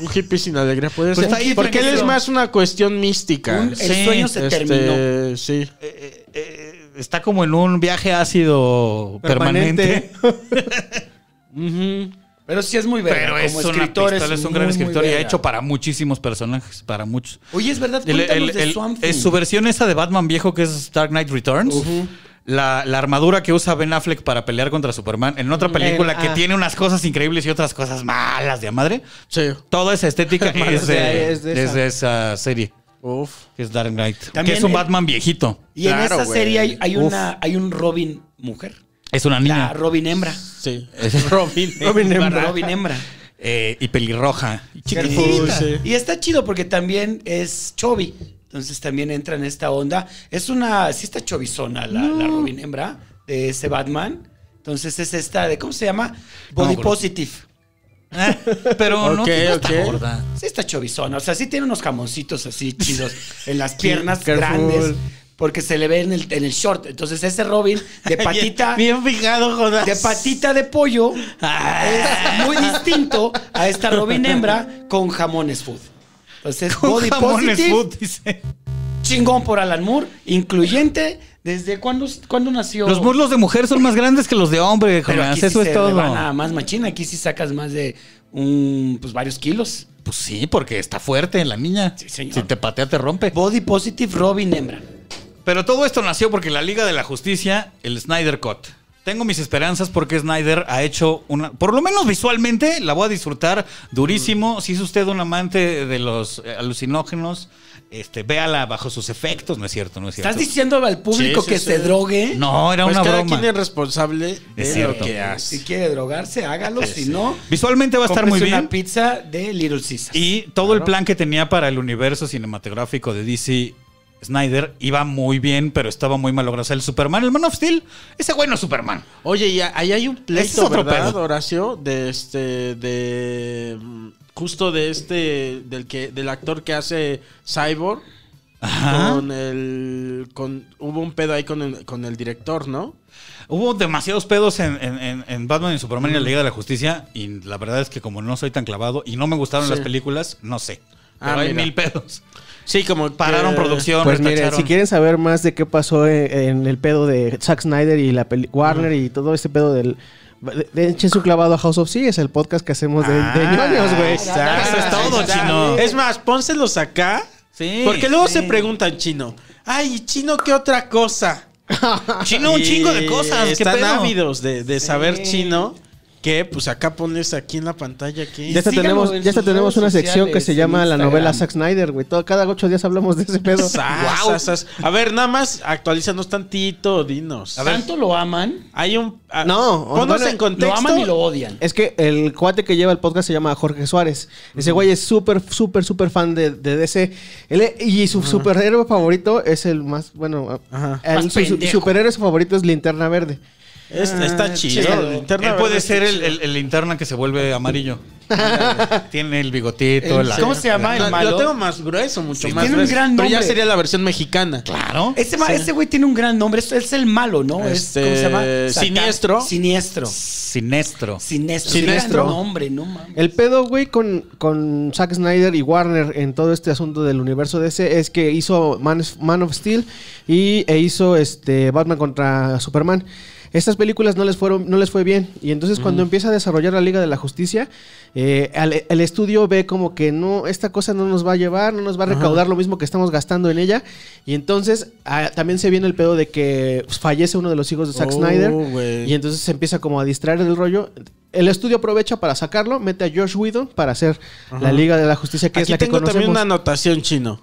Speaker 3: Un hippie sin alegría puede
Speaker 4: Pues
Speaker 3: ser.
Speaker 4: está ahí
Speaker 3: Porque él es
Speaker 4: tranquilo.
Speaker 3: más una cuestión mística. Este,
Speaker 5: Un- el
Speaker 4: Sí, este,
Speaker 5: sueño se terminó.
Speaker 3: Sí.
Speaker 4: Eh, eh, eh, está como en un viaje ácido permanente.
Speaker 3: Ujú.
Speaker 5: Pero sí es muy verga.
Speaker 4: Pero es,
Speaker 5: como
Speaker 4: una
Speaker 5: escritor,
Speaker 4: pistola, es un gran
Speaker 5: muy, muy
Speaker 4: escritor y ha
Speaker 5: verga.
Speaker 4: hecho para muchísimos personajes, para muchos.
Speaker 5: Oye, es verdad,
Speaker 4: El-
Speaker 5: cuéntanos
Speaker 4: el-
Speaker 5: de
Speaker 4: el-
Speaker 5: Swamp
Speaker 4: es
Speaker 5: Thing.
Speaker 4: su versión esa de Batman viejo que es Dark Knight Returns. La, la armadura que usa Ben Affleck para pelear contra Superman en
Speaker 5: Mm,
Speaker 4: otra película
Speaker 2: El-
Speaker 4: que
Speaker 2: ah.
Speaker 4: tiene unas cosas increíbles y otras cosas malas de a madre.
Speaker 3: Sí.
Speaker 4: Toda esa estética
Speaker 2: Malas
Speaker 4: es
Speaker 2: de-
Speaker 4: de,
Speaker 2: es de
Speaker 4: es
Speaker 2: esa.
Speaker 4: de esa serie.
Speaker 3: Uf.
Speaker 4: que Es Dark Knight.
Speaker 5: También
Speaker 4: que es un
Speaker 5: el-
Speaker 4: Batman viejito.
Speaker 5: Y en
Speaker 3: Claro,
Speaker 5: esa
Speaker 3: güey.
Speaker 5: serie hay, hay
Speaker 4: Uf.
Speaker 5: una, hay un Robin mujer.
Speaker 4: Es una niña.
Speaker 5: La Robin hembra.
Speaker 3: Sí.
Speaker 4: Robin.
Speaker 2: Robin Hembra.
Speaker 5: Robin hembra.
Speaker 4: Eh, y pelirroja. Y chiquitita.
Speaker 3: Uy, sí.
Speaker 5: Y está chido porque también es Chovy. Entonces también entra en esta onda. Es una. Sí, está chovizona la, la Robin Hembra de ese Batman. Entonces es esta de. ¿Cómo se llama? Body
Speaker 4: No, bro.
Speaker 5: Positive.
Speaker 4: Eh, Pero no,
Speaker 3: Ok,
Speaker 4: no está
Speaker 3: ok.
Speaker 4: gorda.
Speaker 5: Sí, está chovizona. O sea, sí tiene unos jamoncitos así chidos en las piernas
Speaker 3: careful.
Speaker 5: grandes. Porque se le ve en el, en el short. Entonces ese Robin de patita.
Speaker 4: Bien fijado, jodas.
Speaker 5: de patita de pollo es muy distinto a esta Robin hembra con jamones food. Entonces, body
Speaker 4: Jamones
Speaker 5: positive,
Speaker 4: food, dice.
Speaker 5: chingón por Alan Moore, incluyente. ¿Desde cuándo, cuándo nació?
Speaker 4: Los muslos de mujer son más grandes que los de hombre,
Speaker 5: Pero
Speaker 4: Jonás.
Speaker 5: aquí sí
Speaker 4: Eso
Speaker 5: se
Speaker 4: es todo.
Speaker 5: rebana más machina. Aquí sí sacas más de un, pues varios kilos.
Speaker 4: Pues sí, porque está fuerte la niña.
Speaker 5: Sí, señor.
Speaker 4: Si te patea, te rompe.
Speaker 5: Body positive Robin hembra.
Speaker 4: Pero todo esto nació porque la Liga de la Justicia, el Snyder Cut. Tengo mis esperanzas porque Snyder ha hecho una. Por lo menos visualmente la voy a disfrutar
Speaker 5: Mm.
Speaker 4: durísimo. Si es usted un amante de los eh, alucinógenos, este, véala bajo sus efectos, ¿no es cierto? ¿No es cierto?
Speaker 5: ¿Estás diciendo al público
Speaker 3: Sí, sí,
Speaker 5: que
Speaker 3: sí.
Speaker 5: se drogue?
Speaker 4: No, era
Speaker 3: Pues
Speaker 4: una
Speaker 3: cada
Speaker 4: broma.
Speaker 3: quien es responsable de lo
Speaker 4: cierto.
Speaker 3: que
Speaker 5: Si
Speaker 3: hace.
Speaker 5: quiere drogarse, hágalo. Si no,
Speaker 4: Visualmente va a estar muy
Speaker 5: cómprese
Speaker 4: bien.
Speaker 5: una pizza de Little Caesar.
Speaker 4: Y todo el plan que tenía para el universo cinematográfico de DC Snyder iba muy bien, pero estaba muy mal logrado. O sea, el Superman, el Man of Steel, ese güey no es Superman.
Speaker 3: Oye, y a- ahí hay un pleito,
Speaker 4: Ese es otro
Speaker 3: ¿verdad,
Speaker 4: pedo.
Speaker 3: Horacio? De este, de mm, justo de este, del que, del actor que hace Cyborg.
Speaker 4: Ajá.
Speaker 3: Con el, con, hubo un pedo ahí con el, con el director, ¿no?
Speaker 4: Hubo demasiados pedos en, en- en- en Batman y Superman y la Liga de la Justicia. Y la verdad es que como no soy tan clavado y no me gustaron
Speaker 3: Sí.
Speaker 4: las películas, no sé.
Speaker 3: Ah,
Speaker 4: Pero hay
Speaker 3: mira.
Speaker 4: mil pedos.
Speaker 3: Sí, como
Speaker 4: Pararon
Speaker 3: que-
Speaker 4: producción,
Speaker 2: Pues miren,
Speaker 4: retacharon.
Speaker 2: si quieren saber más de qué pasó en, en el pedo de Zack Snyder y la peli Warner y todo ese pedo del. de- de- Echen su clavado a House of C, es el podcast que hacemos de, de
Speaker 4: Ah,
Speaker 2: ñoños, güey.
Speaker 4: Eso
Speaker 5: exacto.
Speaker 4: es todo,
Speaker 3: Ahí está.
Speaker 4: chino.
Speaker 3: Es más, pónselos acá.
Speaker 4: Sí.
Speaker 3: Porque luego se preguntan, chino, ay, chino, ¿qué otra cosa?
Speaker 4: Chino, un
Speaker 3: Y
Speaker 4: chingo de cosas. ¿Qué
Speaker 3: Están
Speaker 4: pedo?
Speaker 3: ávidos de, de saber chino. Que pues acá pones aquí en la pantalla aquí.
Speaker 2: Ya hasta
Speaker 5: síganlo
Speaker 2: tenemos,
Speaker 5: en
Speaker 2: ya hasta
Speaker 5: sus
Speaker 2: tenemos
Speaker 5: redes
Speaker 2: una sección
Speaker 5: sociales,
Speaker 2: que se
Speaker 5: en
Speaker 2: llama la
Speaker 5: Instagram.
Speaker 2: novela Zack Snyder, güey. Todo- Cada ocho días hablamos de ese pedo.
Speaker 3: Sas,
Speaker 4: Wow.
Speaker 3: sas, sas. A ver, nada más actualízanos tantito, dinos.
Speaker 5: ¿Tanto lo aman?
Speaker 3: Hay un. ah,
Speaker 2: No,
Speaker 3: ponnos
Speaker 2: bueno,
Speaker 3: en
Speaker 5: Lo
Speaker 3: contexto.
Speaker 5: aman y lo odian.
Speaker 2: Es que el cuate que lleva el podcast se llama Jorge Suárez. Ese güey es súper, súper, súper fan de, de DC. Él es- y su superhéroe favorito es el más, bueno,
Speaker 3: Ajá.
Speaker 2: el-
Speaker 5: Más
Speaker 2: su, su-
Speaker 5: pendejo.
Speaker 2: superhéroe favorito es Linterna Verde.
Speaker 3: Es- está chido.
Speaker 5: chido.
Speaker 3: Linterna
Speaker 4: Él puede
Speaker 3: verde
Speaker 4: ser
Speaker 3: está
Speaker 4: el, el- el linterna que se vuelve amarillo. Tiene el bigotito.
Speaker 5: El-
Speaker 4: la-
Speaker 5: ¿Cómo se llama?
Speaker 3: chido.
Speaker 5: El
Speaker 3: No, Lo tengo
Speaker 5: malo.
Speaker 3: más grueso, mucho
Speaker 5: Sí,
Speaker 3: más
Speaker 5: tiene un
Speaker 3: grueso.
Speaker 5: gran
Speaker 3: Pero ya
Speaker 5: nombre.
Speaker 3: sería la versión mexicana.
Speaker 4: Claro.
Speaker 5: Ese, ma- ese güey tiene un gran nombre. Es, es el malo, ¿no? Es, ¿Cómo se llama?
Speaker 3: Este,
Speaker 5: Satán.
Speaker 3: siniestro.
Speaker 5: Siniestro.
Speaker 4: Sinestro.
Speaker 5: Siniestro.
Speaker 3: Siniestro.
Speaker 5: Siniestro. nombre, no mames.
Speaker 2: El pedo, güey, con, con Zack Snyder y Warner en todo este asunto del universo DC es que hizo Man, Man of Steel y, e hizo este Batman contra Superman. estas películas no les fueron, no les fue bien. Y entonces cuando empieza a desarrollar la Liga de la Justicia, eh, al- el estudio ve como que no, esta cosa no nos va a llevar, no nos va a recaudar lo mismo que estamos gastando en ella. Y entonces ah, también se viene el pedo de que pues, fallece uno de los hijos de Zack
Speaker 3: Oh,
Speaker 2: Snyder.
Speaker 3: güey.
Speaker 2: Y entonces se empieza como a distraer del rollo. El estudio aprovecha para sacarlo, mete a Josh Whedon para hacer la Liga de la Justicia, que es
Speaker 3: Aquí
Speaker 2: la que
Speaker 3: tengo también
Speaker 2: conocemos.
Speaker 3: una anotación chino.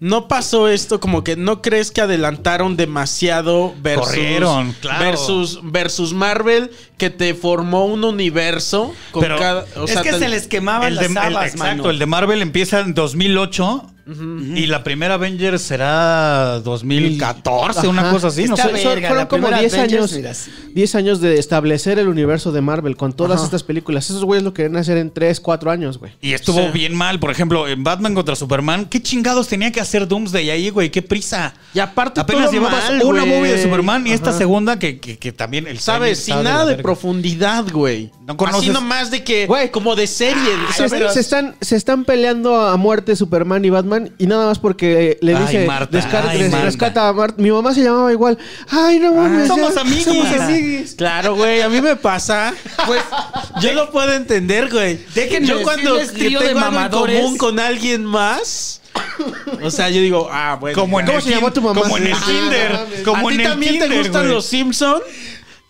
Speaker 3: No pasó esto como que no crees que adelantaron demasiado versus
Speaker 4: Corrieron, claro.
Speaker 3: versus versus Marvel que te formó un universo con
Speaker 4: Pero
Speaker 3: cada, o
Speaker 5: es
Speaker 3: sea,
Speaker 5: que
Speaker 3: te-
Speaker 5: se les quemaban
Speaker 4: el de,
Speaker 5: las
Speaker 4: el-
Speaker 5: habas,
Speaker 4: exacto,
Speaker 5: mano.
Speaker 4: el de Marvel empieza en 2008 y la primera Avengers será 2014, una
Speaker 2: Ajá.
Speaker 4: cosa así. No
Speaker 5: Está
Speaker 4: sé.
Speaker 5: bien.
Speaker 2: Son-
Speaker 5: verga,
Speaker 2: fueron
Speaker 5: la
Speaker 2: como
Speaker 5: primera
Speaker 2: 10
Speaker 5: Avengers,
Speaker 2: años,
Speaker 5: mira, sí.
Speaker 2: 10 años de establecer el universo de Marvel con todas estas películas. Esos güeyes lo querían hacer en 3, 4 años, güey.
Speaker 4: Y estuvo
Speaker 3: Sí.
Speaker 4: bien mal, por ejemplo, en Batman contra Superman. ¿Qué chingados tenía que hacer Doomsday ahí, güey? ¿Qué prisa?
Speaker 3: Y aparte
Speaker 4: Apenas
Speaker 3: todo
Speaker 4: llevabas
Speaker 3: mal,
Speaker 4: una
Speaker 3: güey.
Speaker 4: movie de Superman y esta segunda que, que- que también el timing
Speaker 3: sabes
Speaker 4: estaba
Speaker 3: sin nada
Speaker 4: la
Speaker 3: de,
Speaker 4: verga.
Speaker 3: profundidad, güey.
Speaker 4: No conoces-
Speaker 3: Así nomás de que
Speaker 2: Güey.
Speaker 3: como de serie,
Speaker 2: Se,
Speaker 3: ¿sabes?
Speaker 2: se están, se están peleando a muerte Superman y Batman y nada más porque le
Speaker 4: Ay,
Speaker 2: dice
Speaker 4: Marta,
Speaker 2: "Descar-
Speaker 4: ay,
Speaker 2: res-
Speaker 4: Marta. Ah,
Speaker 2: rescata a Marta. Mi mamá se llamaba igual. Ay, no mames.
Speaker 4: somos
Speaker 2: ya-
Speaker 4: amiguis.
Speaker 2: Somos amiguis.
Speaker 3: Claro, güey, a mí me pasa. Pues yo lo puedo entender, güey.
Speaker 5: Déjenme
Speaker 3: yo cuando
Speaker 5: decirles, trío de
Speaker 3: tengo algo en
Speaker 5: mamadores.
Speaker 3: común con alguien más, o sea, yo digo, ah, bueno.
Speaker 4: Como en
Speaker 3: ya.
Speaker 2: ¿Cómo
Speaker 4: el
Speaker 2: se llamó
Speaker 4: kin-
Speaker 2: tu mamá?
Speaker 4: Como en el
Speaker 2: Ah,
Speaker 4: Kinder.
Speaker 2: no mames.
Speaker 4: como
Speaker 3: ¿A
Speaker 4: en
Speaker 3: ti
Speaker 4: el
Speaker 3: también te
Speaker 4: Kinder,
Speaker 3: gustan
Speaker 4: güey.
Speaker 3: los Simpson?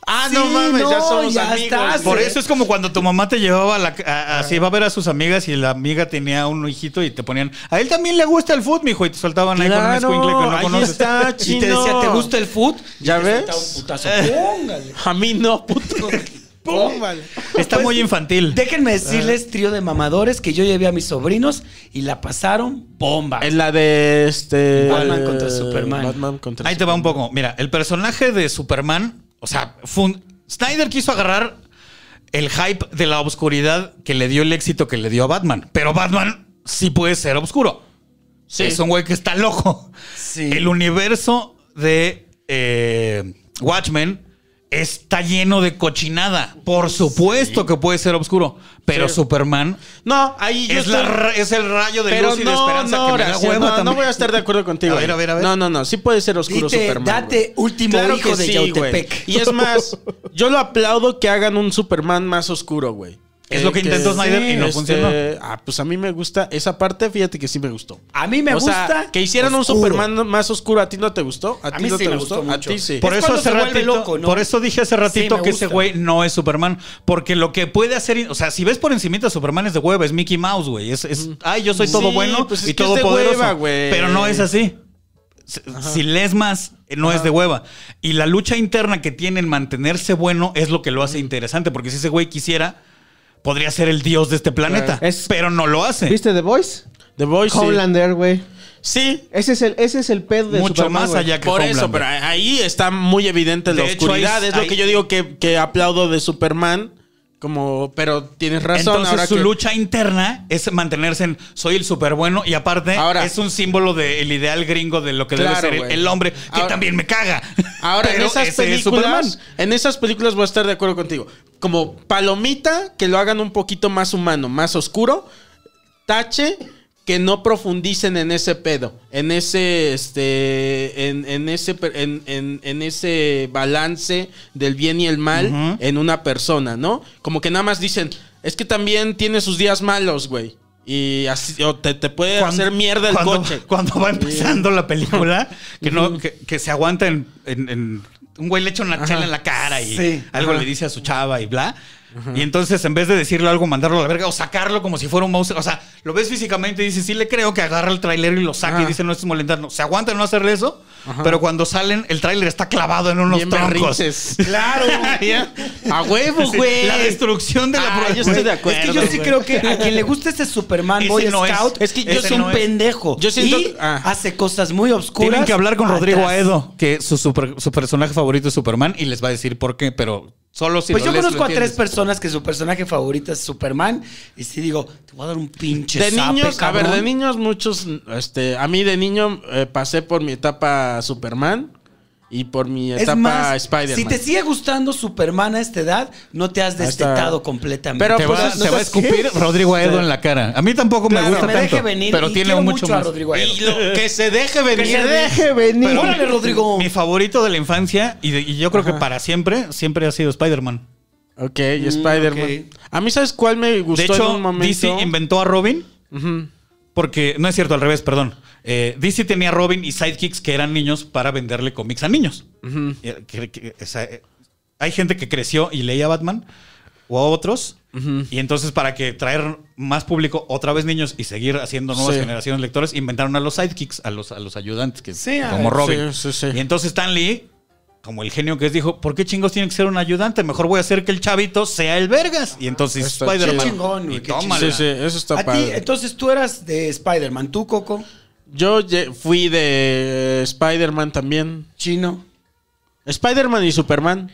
Speaker 3: Ah, no
Speaker 5: Sí,
Speaker 3: mames, ya
Speaker 5: no,
Speaker 3: somos
Speaker 5: ya
Speaker 3: amigos. güey.
Speaker 5: estás.
Speaker 4: Por eso es como cuando tu mamá te llevaba a la, a- así va a ver a sus amigas y la amiga tenía un hijito y te ponían, a él también le gusta el fútbol, mijo, y te soltaban ahí con un
Speaker 3: Claro,
Speaker 4: escuincle que no
Speaker 3: ahí
Speaker 4: conoces.
Speaker 3: está, chino.
Speaker 5: Y te decía, ¿te gusta el food?
Speaker 3: ¿Ya
Speaker 5: Y te
Speaker 3: ves?
Speaker 5: soltaba un putazo. Póngale.
Speaker 3: A mí no, puto. Pum, vale.
Speaker 4: Está
Speaker 3: Pues,
Speaker 4: muy infantil.
Speaker 5: Déjenme decirles, trío de mamadores, que yo llevé a mis sobrinos y la pasaron bomba.
Speaker 3: En la de este.
Speaker 5: Batman contra Superman.
Speaker 3: Batman contra
Speaker 4: Ahí te va un poco. Mira, el personaje de Superman, o sea, fun- Snyder quiso agarrar el hype de la obscuridad que le dio el éxito que le dio a Batman. Pero Batman sí puede ser obscuro.
Speaker 3: Sí.
Speaker 4: Es un güey que está loco.
Speaker 5: Sí.
Speaker 4: El universo de eh, Watchmen está lleno de cochinada. Por supuesto que puede ser obscuro, pero
Speaker 3: Sí.
Speaker 4: Superman
Speaker 3: No, ahí yo
Speaker 4: es, la
Speaker 3: estoy-
Speaker 4: ra- es el rayo de luz y de esperanza
Speaker 3: no,
Speaker 4: que me da
Speaker 3: Horacio,
Speaker 4: hueva
Speaker 3: no, no
Speaker 4: también.
Speaker 3: voy a estar de acuerdo contigo.
Speaker 4: A ver,
Speaker 3: ahí.
Speaker 4: a ver, a ver.
Speaker 3: No, no, no. Sí puede ser oscuro
Speaker 5: Dite,
Speaker 3: Superman.
Speaker 5: date
Speaker 3: güey.
Speaker 5: último hijo
Speaker 3: que
Speaker 5: de Yautepec.
Speaker 3: güey. Y es más, yo lo aplaudo que hagan un Superman más oscuro, güey. Eh,
Speaker 4: Es lo que intentó Snyder y no funcionó.
Speaker 3: Ah, pues a mí me gusta esa parte, fíjate que sí me gustó.
Speaker 5: A mí me
Speaker 3: O sea,
Speaker 5: gusta.
Speaker 3: que hicieran
Speaker 5: oscuro.
Speaker 3: un Superman más oscuro, ¿a ti no te gustó? ¿A,
Speaker 5: A
Speaker 3: ti
Speaker 5: mí
Speaker 3: no
Speaker 5: sí
Speaker 3: te
Speaker 5: me
Speaker 3: gustó?
Speaker 5: gustó
Speaker 3: a
Speaker 5: mucho.
Speaker 3: ti sí.
Speaker 4: Por
Speaker 5: Es
Speaker 4: eso
Speaker 5: cuando
Speaker 4: hace
Speaker 5: se vuelve
Speaker 4: ratito,
Speaker 5: loco, ¿no?
Speaker 4: por eso dije hace ratito
Speaker 5: Sí, me
Speaker 4: que ese
Speaker 5: gusta.
Speaker 4: güey no es Superman, porque lo que puede hacer, o sea, si ves por encimita Superman es de hueva, es Mickey Mouse, güey, es, es, ay, yo soy todo
Speaker 3: Mm. Sí,
Speaker 4: bueno
Speaker 3: pues es
Speaker 4: y
Speaker 3: que es
Speaker 4: todo
Speaker 3: de
Speaker 4: poderoso,
Speaker 3: hueva, güey.
Speaker 4: pero no es así. Si- Si lees más, eh, no es de hueva. Y la lucha interna que tiene en mantenerse bueno es lo que lo hace interesante, porque si ese güey quisiera, podría ser el dios de este planeta,
Speaker 2: Claro. Es-
Speaker 4: pero no lo hace.
Speaker 2: ¿Viste The Voice?
Speaker 3: The Voice. sí.
Speaker 2: Homelander, güey.
Speaker 3: Sí.
Speaker 2: Ese es el ese es el pedo de
Speaker 4: Mucho
Speaker 2: Superman,
Speaker 4: más
Speaker 2: güey.
Speaker 4: allá que
Speaker 3: Por eso,
Speaker 4: Homelander.
Speaker 3: pero ahí está muy evidente la
Speaker 4: De hecho,
Speaker 3: oscuridad.
Speaker 4: ahí-
Speaker 3: es lo
Speaker 4: ahí-
Speaker 3: que yo digo que, que aplaudo de Superman. Como, pero tienes razón.
Speaker 4: Entonces
Speaker 3: ahora
Speaker 4: su
Speaker 3: que-
Speaker 4: lucha interna es mantenerse en soy el súper bueno y aparte
Speaker 3: Ahora-
Speaker 4: es un símbolo del ideal gringo de lo que
Speaker 3: Claro,
Speaker 4: debe ser el,
Speaker 3: güey.
Speaker 4: el hombre que
Speaker 3: Ahora-
Speaker 4: también me caga.
Speaker 3: Ahora, en
Speaker 4: Pero
Speaker 3: esas
Speaker 4: ese es Superman.
Speaker 3: películas, en esas películas voy a estar de acuerdo contigo. Como palomita, que lo hagan un poquito más humano, más oscuro. Tache, que no profundicen en ese pedo, en ese, este, en, en ese, per- en, en- en ese balance del bien y el mal en una persona, ¿no? Como que nada más dicen, es que también tiene sus días malos, güey. Y así, o te, te puede
Speaker 4: Cuando-
Speaker 3: hacer mierda el
Speaker 4: cuando-
Speaker 3: coche.
Speaker 4: Cuando va empezando la película, que no, que, que se aguanta en, en- en- un güey le echa una chela en la cara y
Speaker 5: Sí.
Speaker 4: algo le dice a su chava y bla. Y entonces, en vez de decirle algo, mandarlo a la verga o sacarlo como si fuera un mouse. O sea, lo ves físicamente y dices, sí le creo que agarra el tráiler y lo saca
Speaker 3: Ah.
Speaker 4: y dice, no estés molestando. Se aguanta en no hacerle eso, pero cuando salen, el tráiler está clavado en unos
Speaker 3: Bien
Speaker 4: troncos.
Speaker 3: berrinches.
Speaker 4: Claro.
Speaker 3: A huevo,
Speaker 4: Sí,
Speaker 3: güey.
Speaker 4: La destrucción de la
Speaker 3: Ah,
Speaker 4: pro-
Speaker 3: yo estoy de
Speaker 4: güey.
Speaker 3: acuerdo.
Speaker 5: Es que yo sí
Speaker 3: güey.
Speaker 5: creo que a quien le gusta este Superman
Speaker 4: Ese
Speaker 5: Boy
Speaker 4: no es.
Speaker 5: Scout
Speaker 4: Es
Speaker 5: es,
Speaker 4: que
Speaker 5: que
Speaker 4: yo
Speaker 5: un
Speaker 4: siento-
Speaker 5: pendejo.
Speaker 3: Yo siento-
Speaker 5: y
Speaker 3: ah.
Speaker 5: hace cosas muy obscuras.
Speaker 4: Tienen que hablar con Rodrigo
Speaker 5: atrás.
Speaker 4: Aedo, que su, super- su personaje favorito es Superman, y les va a decir por qué, pero solo si
Speaker 5: Pues
Speaker 4: lo
Speaker 5: yo
Speaker 4: lees, lo
Speaker 5: conozco a tres
Speaker 4: entiendes.
Speaker 5: personas que su personaje favorito es Superman. Y sí digo, te voy a dar un pinche
Speaker 3: De
Speaker 5: zape,
Speaker 3: niños, a ver,
Speaker 5: cabrón.
Speaker 3: de niños muchos, este, a mí de niño eh, pasé por mi etapa Superman y por mi
Speaker 5: Es
Speaker 3: etapa
Speaker 5: más,
Speaker 3: Spider-Man.
Speaker 5: si te sigue gustando Superman a esta edad, no te has
Speaker 3: Ahí está.
Speaker 5: destetado completamente.
Speaker 3: Pero
Speaker 6: Te
Speaker 3: pues,
Speaker 6: va,
Speaker 3: ¿no
Speaker 6: te va a
Speaker 3: sabes qué?
Speaker 6: escupir Rodrigo Aedo en la cara. A mí tampoco
Speaker 5: Claro,
Speaker 6: me gusta
Speaker 5: me
Speaker 6: tanto,
Speaker 5: deje venir
Speaker 6: pero
Speaker 5: y
Speaker 6: tiene
Speaker 5: quiero
Speaker 6: mucho
Speaker 5: mucho a
Speaker 6: más.
Speaker 5: Rodrigo Aedo.
Speaker 3: Y lo- que se deje venir.
Speaker 5: se
Speaker 2: Deje venir.
Speaker 6: Pero-
Speaker 5: Órale, Rodrigo.
Speaker 4: Mi favorito de la infancia y, de- y yo creo que para siempre, siempre ha sido Spider-Man.
Speaker 3: Ok, y Spider-Man.
Speaker 5: ok.
Speaker 3: A mí, ¿sabes cuál me gustó
Speaker 4: Mm, De
Speaker 3: en
Speaker 4: hecho,
Speaker 3: un momento?
Speaker 4: DC inventó a Robin
Speaker 3: Ujú.
Speaker 4: porque, no es cierto, al revés, perdón. Eh, DC tenía a Robin y sidekicks que eran niños para venderle cómics a niños. Eh, que- que- o sea, eh, hay gente que creció y leía Batman o a otros. Y entonces para que traer más público, otra vez niños y seguir haciendo nuevas
Speaker 3: Sí.
Speaker 4: generaciones de lectores, inventaron a los sidekicks, a los, a los ayudantes, que,
Speaker 5: Sí, a
Speaker 4: como
Speaker 5: ver,
Speaker 4: Robin.
Speaker 3: sí, sí, sí.
Speaker 4: Y entonces Stan Lee, como el genio que es, dijo, ¿por qué chingos tiene que ser un ayudante? Mejor voy a hacer que el chavito sea el vergas. Y entonces
Speaker 3: Está
Speaker 4: Spider-Man.
Speaker 5: Qué chingón, güey,
Speaker 4: y
Speaker 5: qué
Speaker 4: tómala.
Speaker 3: Sí, sí, eso está
Speaker 5: a ti,
Speaker 3: padre.
Speaker 5: entonces tú eras de Spider-Man. ¿Tú, Coco?
Speaker 3: Yo ye- fui de eh, Spider-Man también.
Speaker 5: Chino.
Speaker 3: Spider-Man y Superman.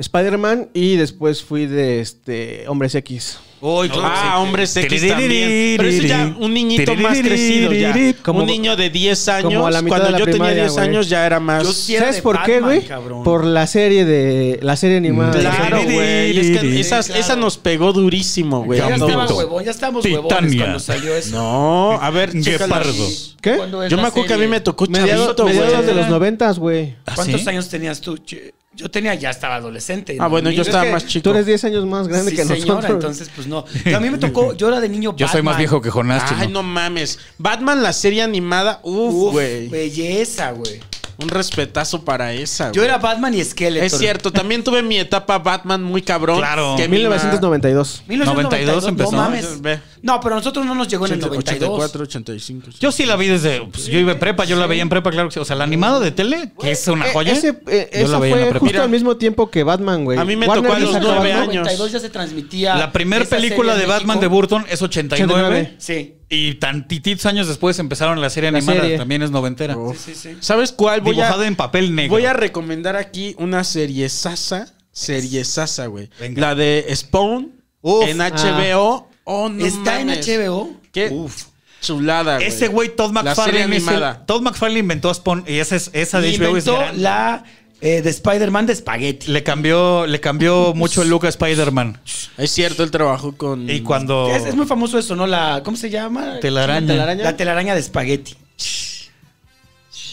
Speaker 2: Spider-Man y después fui de este Hombres X.
Speaker 4: Uy, claro,
Speaker 3: ah,
Speaker 4: sí.
Speaker 3: hombres X
Speaker 4: Tiririri,
Speaker 3: también. Pero eso ya, un niñito más crecido ya.
Speaker 2: Como-
Speaker 3: un niño de 10 años.
Speaker 2: como a la mitad
Speaker 3: Cuando
Speaker 2: de la
Speaker 3: yo tenía
Speaker 2: primaria,
Speaker 3: 10
Speaker 2: güey.
Speaker 3: años ya era más.
Speaker 5: Yo sí era
Speaker 2: ¿Sabes
Speaker 5: de
Speaker 2: por qué,
Speaker 5: Batman,
Speaker 2: güey?
Speaker 5: cabrón.
Speaker 2: Por la serie de la serie animada. de los
Speaker 3: Claro,
Speaker 2: Hombres-
Speaker 3: güey. Y es que esas-
Speaker 5: Sí, claro.
Speaker 3: Esa nos pegó durísimo, güey.
Speaker 5: Ya
Speaker 3: a
Speaker 5: estaba
Speaker 3: todos.
Speaker 5: huevón, ya estábamos huevones
Speaker 4: Titania.
Speaker 5: cuando salió eso.
Speaker 3: No, a ver, chécala.
Speaker 4: Guepardo.
Speaker 2: ¿Qué?
Speaker 5: ¿Cuándo es
Speaker 3: Yo
Speaker 5: la
Speaker 3: me acuerdo que a mí
Speaker 5: serie?
Speaker 3: me tocó
Speaker 2: Mediados,
Speaker 3: chavito, güey.
Speaker 2: mediados de los noventas, güey.
Speaker 4: ¿Ah,
Speaker 5: ¿Cuántos
Speaker 4: sí?
Speaker 5: años tenías tú? Ch- Yo tenía, ya estaba adolescente.
Speaker 3: Ah, bueno, yo
Speaker 5: Es
Speaker 3: estaba
Speaker 5: que-
Speaker 3: más chico.
Speaker 2: Tú eres 10 años más grande
Speaker 5: sí,
Speaker 2: que
Speaker 5: señora,
Speaker 2: nosotros.
Speaker 5: entonces pues no. Pero a mí me tocó, yo era de niño
Speaker 4: Yo soy más
Speaker 5: Batman.
Speaker 4: viejo que Jonás.
Speaker 3: Ay, no
Speaker 4: chino.
Speaker 3: mames. Batman, la serie animada. Uf,
Speaker 5: Uf,
Speaker 3: güey.
Speaker 5: belleza, güey.
Speaker 3: Un respetazo para esa.
Speaker 5: Yo
Speaker 3: güey.
Speaker 5: era Batman y Skeletor.
Speaker 3: Es cierto, también tuve mi etapa Batman muy cabrón.
Speaker 4: Claro.
Speaker 3: Que mi ma-
Speaker 2: 1992.
Speaker 5: 1992
Speaker 4: 92 empezó.
Speaker 5: No mames. No, pero a nosotros no nos llegó en el 92.
Speaker 3: 84, 85.
Speaker 4: Yo sí la vi desde. pues, yo iba en prepa, yo la veía en prepa, claro que sí. O sea, la animada de tele, que es una
Speaker 2: Eh,
Speaker 4: joya.
Speaker 2: ese, eh,
Speaker 4: yo la
Speaker 2: esa
Speaker 4: veía en la
Speaker 2: fue
Speaker 4: prepa.
Speaker 2: justo
Speaker 3: Mira,
Speaker 2: al mismo tiempo que Batman, güey.
Speaker 3: a mí me tocó a
Speaker 2: le
Speaker 3: los
Speaker 2: saca
Speaker 3: nueve
Speaker 2: Batman.
Speaker 3: años.
Speaker 5: 92 ya se transmitía.
Speaker 4: La primera
Speaker 5: esa
Speaker 4: película
Speaker 5: serie
Speaker 4: de
Speaker 5: en
Speaker 4: Batman de
Speaker 5: México.
Speaker 4: Burton es 89.
Speaker 2: 89.
Speaker 5: Sí.
Speaker 4: Y tantitos años después empezaron la serie
Speaker 2: La
Speaker 4: animada,
Speaker 2: serie.
Speaker 4: también es noventera.
Speaker 5: Sí, sí, sí.
Speaker 3: ¿Sabes cuál? Voy
Speaker 4: Dibujada
Speaker 3: a,
Speaker 4: en papel negro.
Speaker 3: voy a recomendar aquí una serie sasa. Serie sasa, güey.
Speaker 4: Venga.
Speaker 3: La de Spawn
Speaker 4: Uf.
Speaker 3: en HBO. Oh, no
Speaker 5: Está en
Speaker 3: mames.
Speaker 5: HBO.
Speaker 3: Qué chulada, güey.
Speaker 4: Ese güey, Todd
Speaker 3: La serie
Speaker 4: McFarlane. es el-
Speaker 3: animada.
Speaker 4: Todd McFarlane inventó a Spawn. Y esa, es, esa de
Speaker 5: Y
Speaker 4: HBO es
Speaker 5: inventó
Speaker 4: gran.
Speaker 5: la eh, de Spider-Man de espagueti.
Speaker 4: Le cambió, le cambió mucho el look a Spider-Man.
Speaker 3: Es cierto, el trabajo con.
Speaker 4: Y cuando.
Speaker 5: Es, es muy famoso eso, ¿no? La, ¿Cómo se llama?
Speaker 4: Oh. Telaraña.
Speaker 5: La telaraña de espagueti.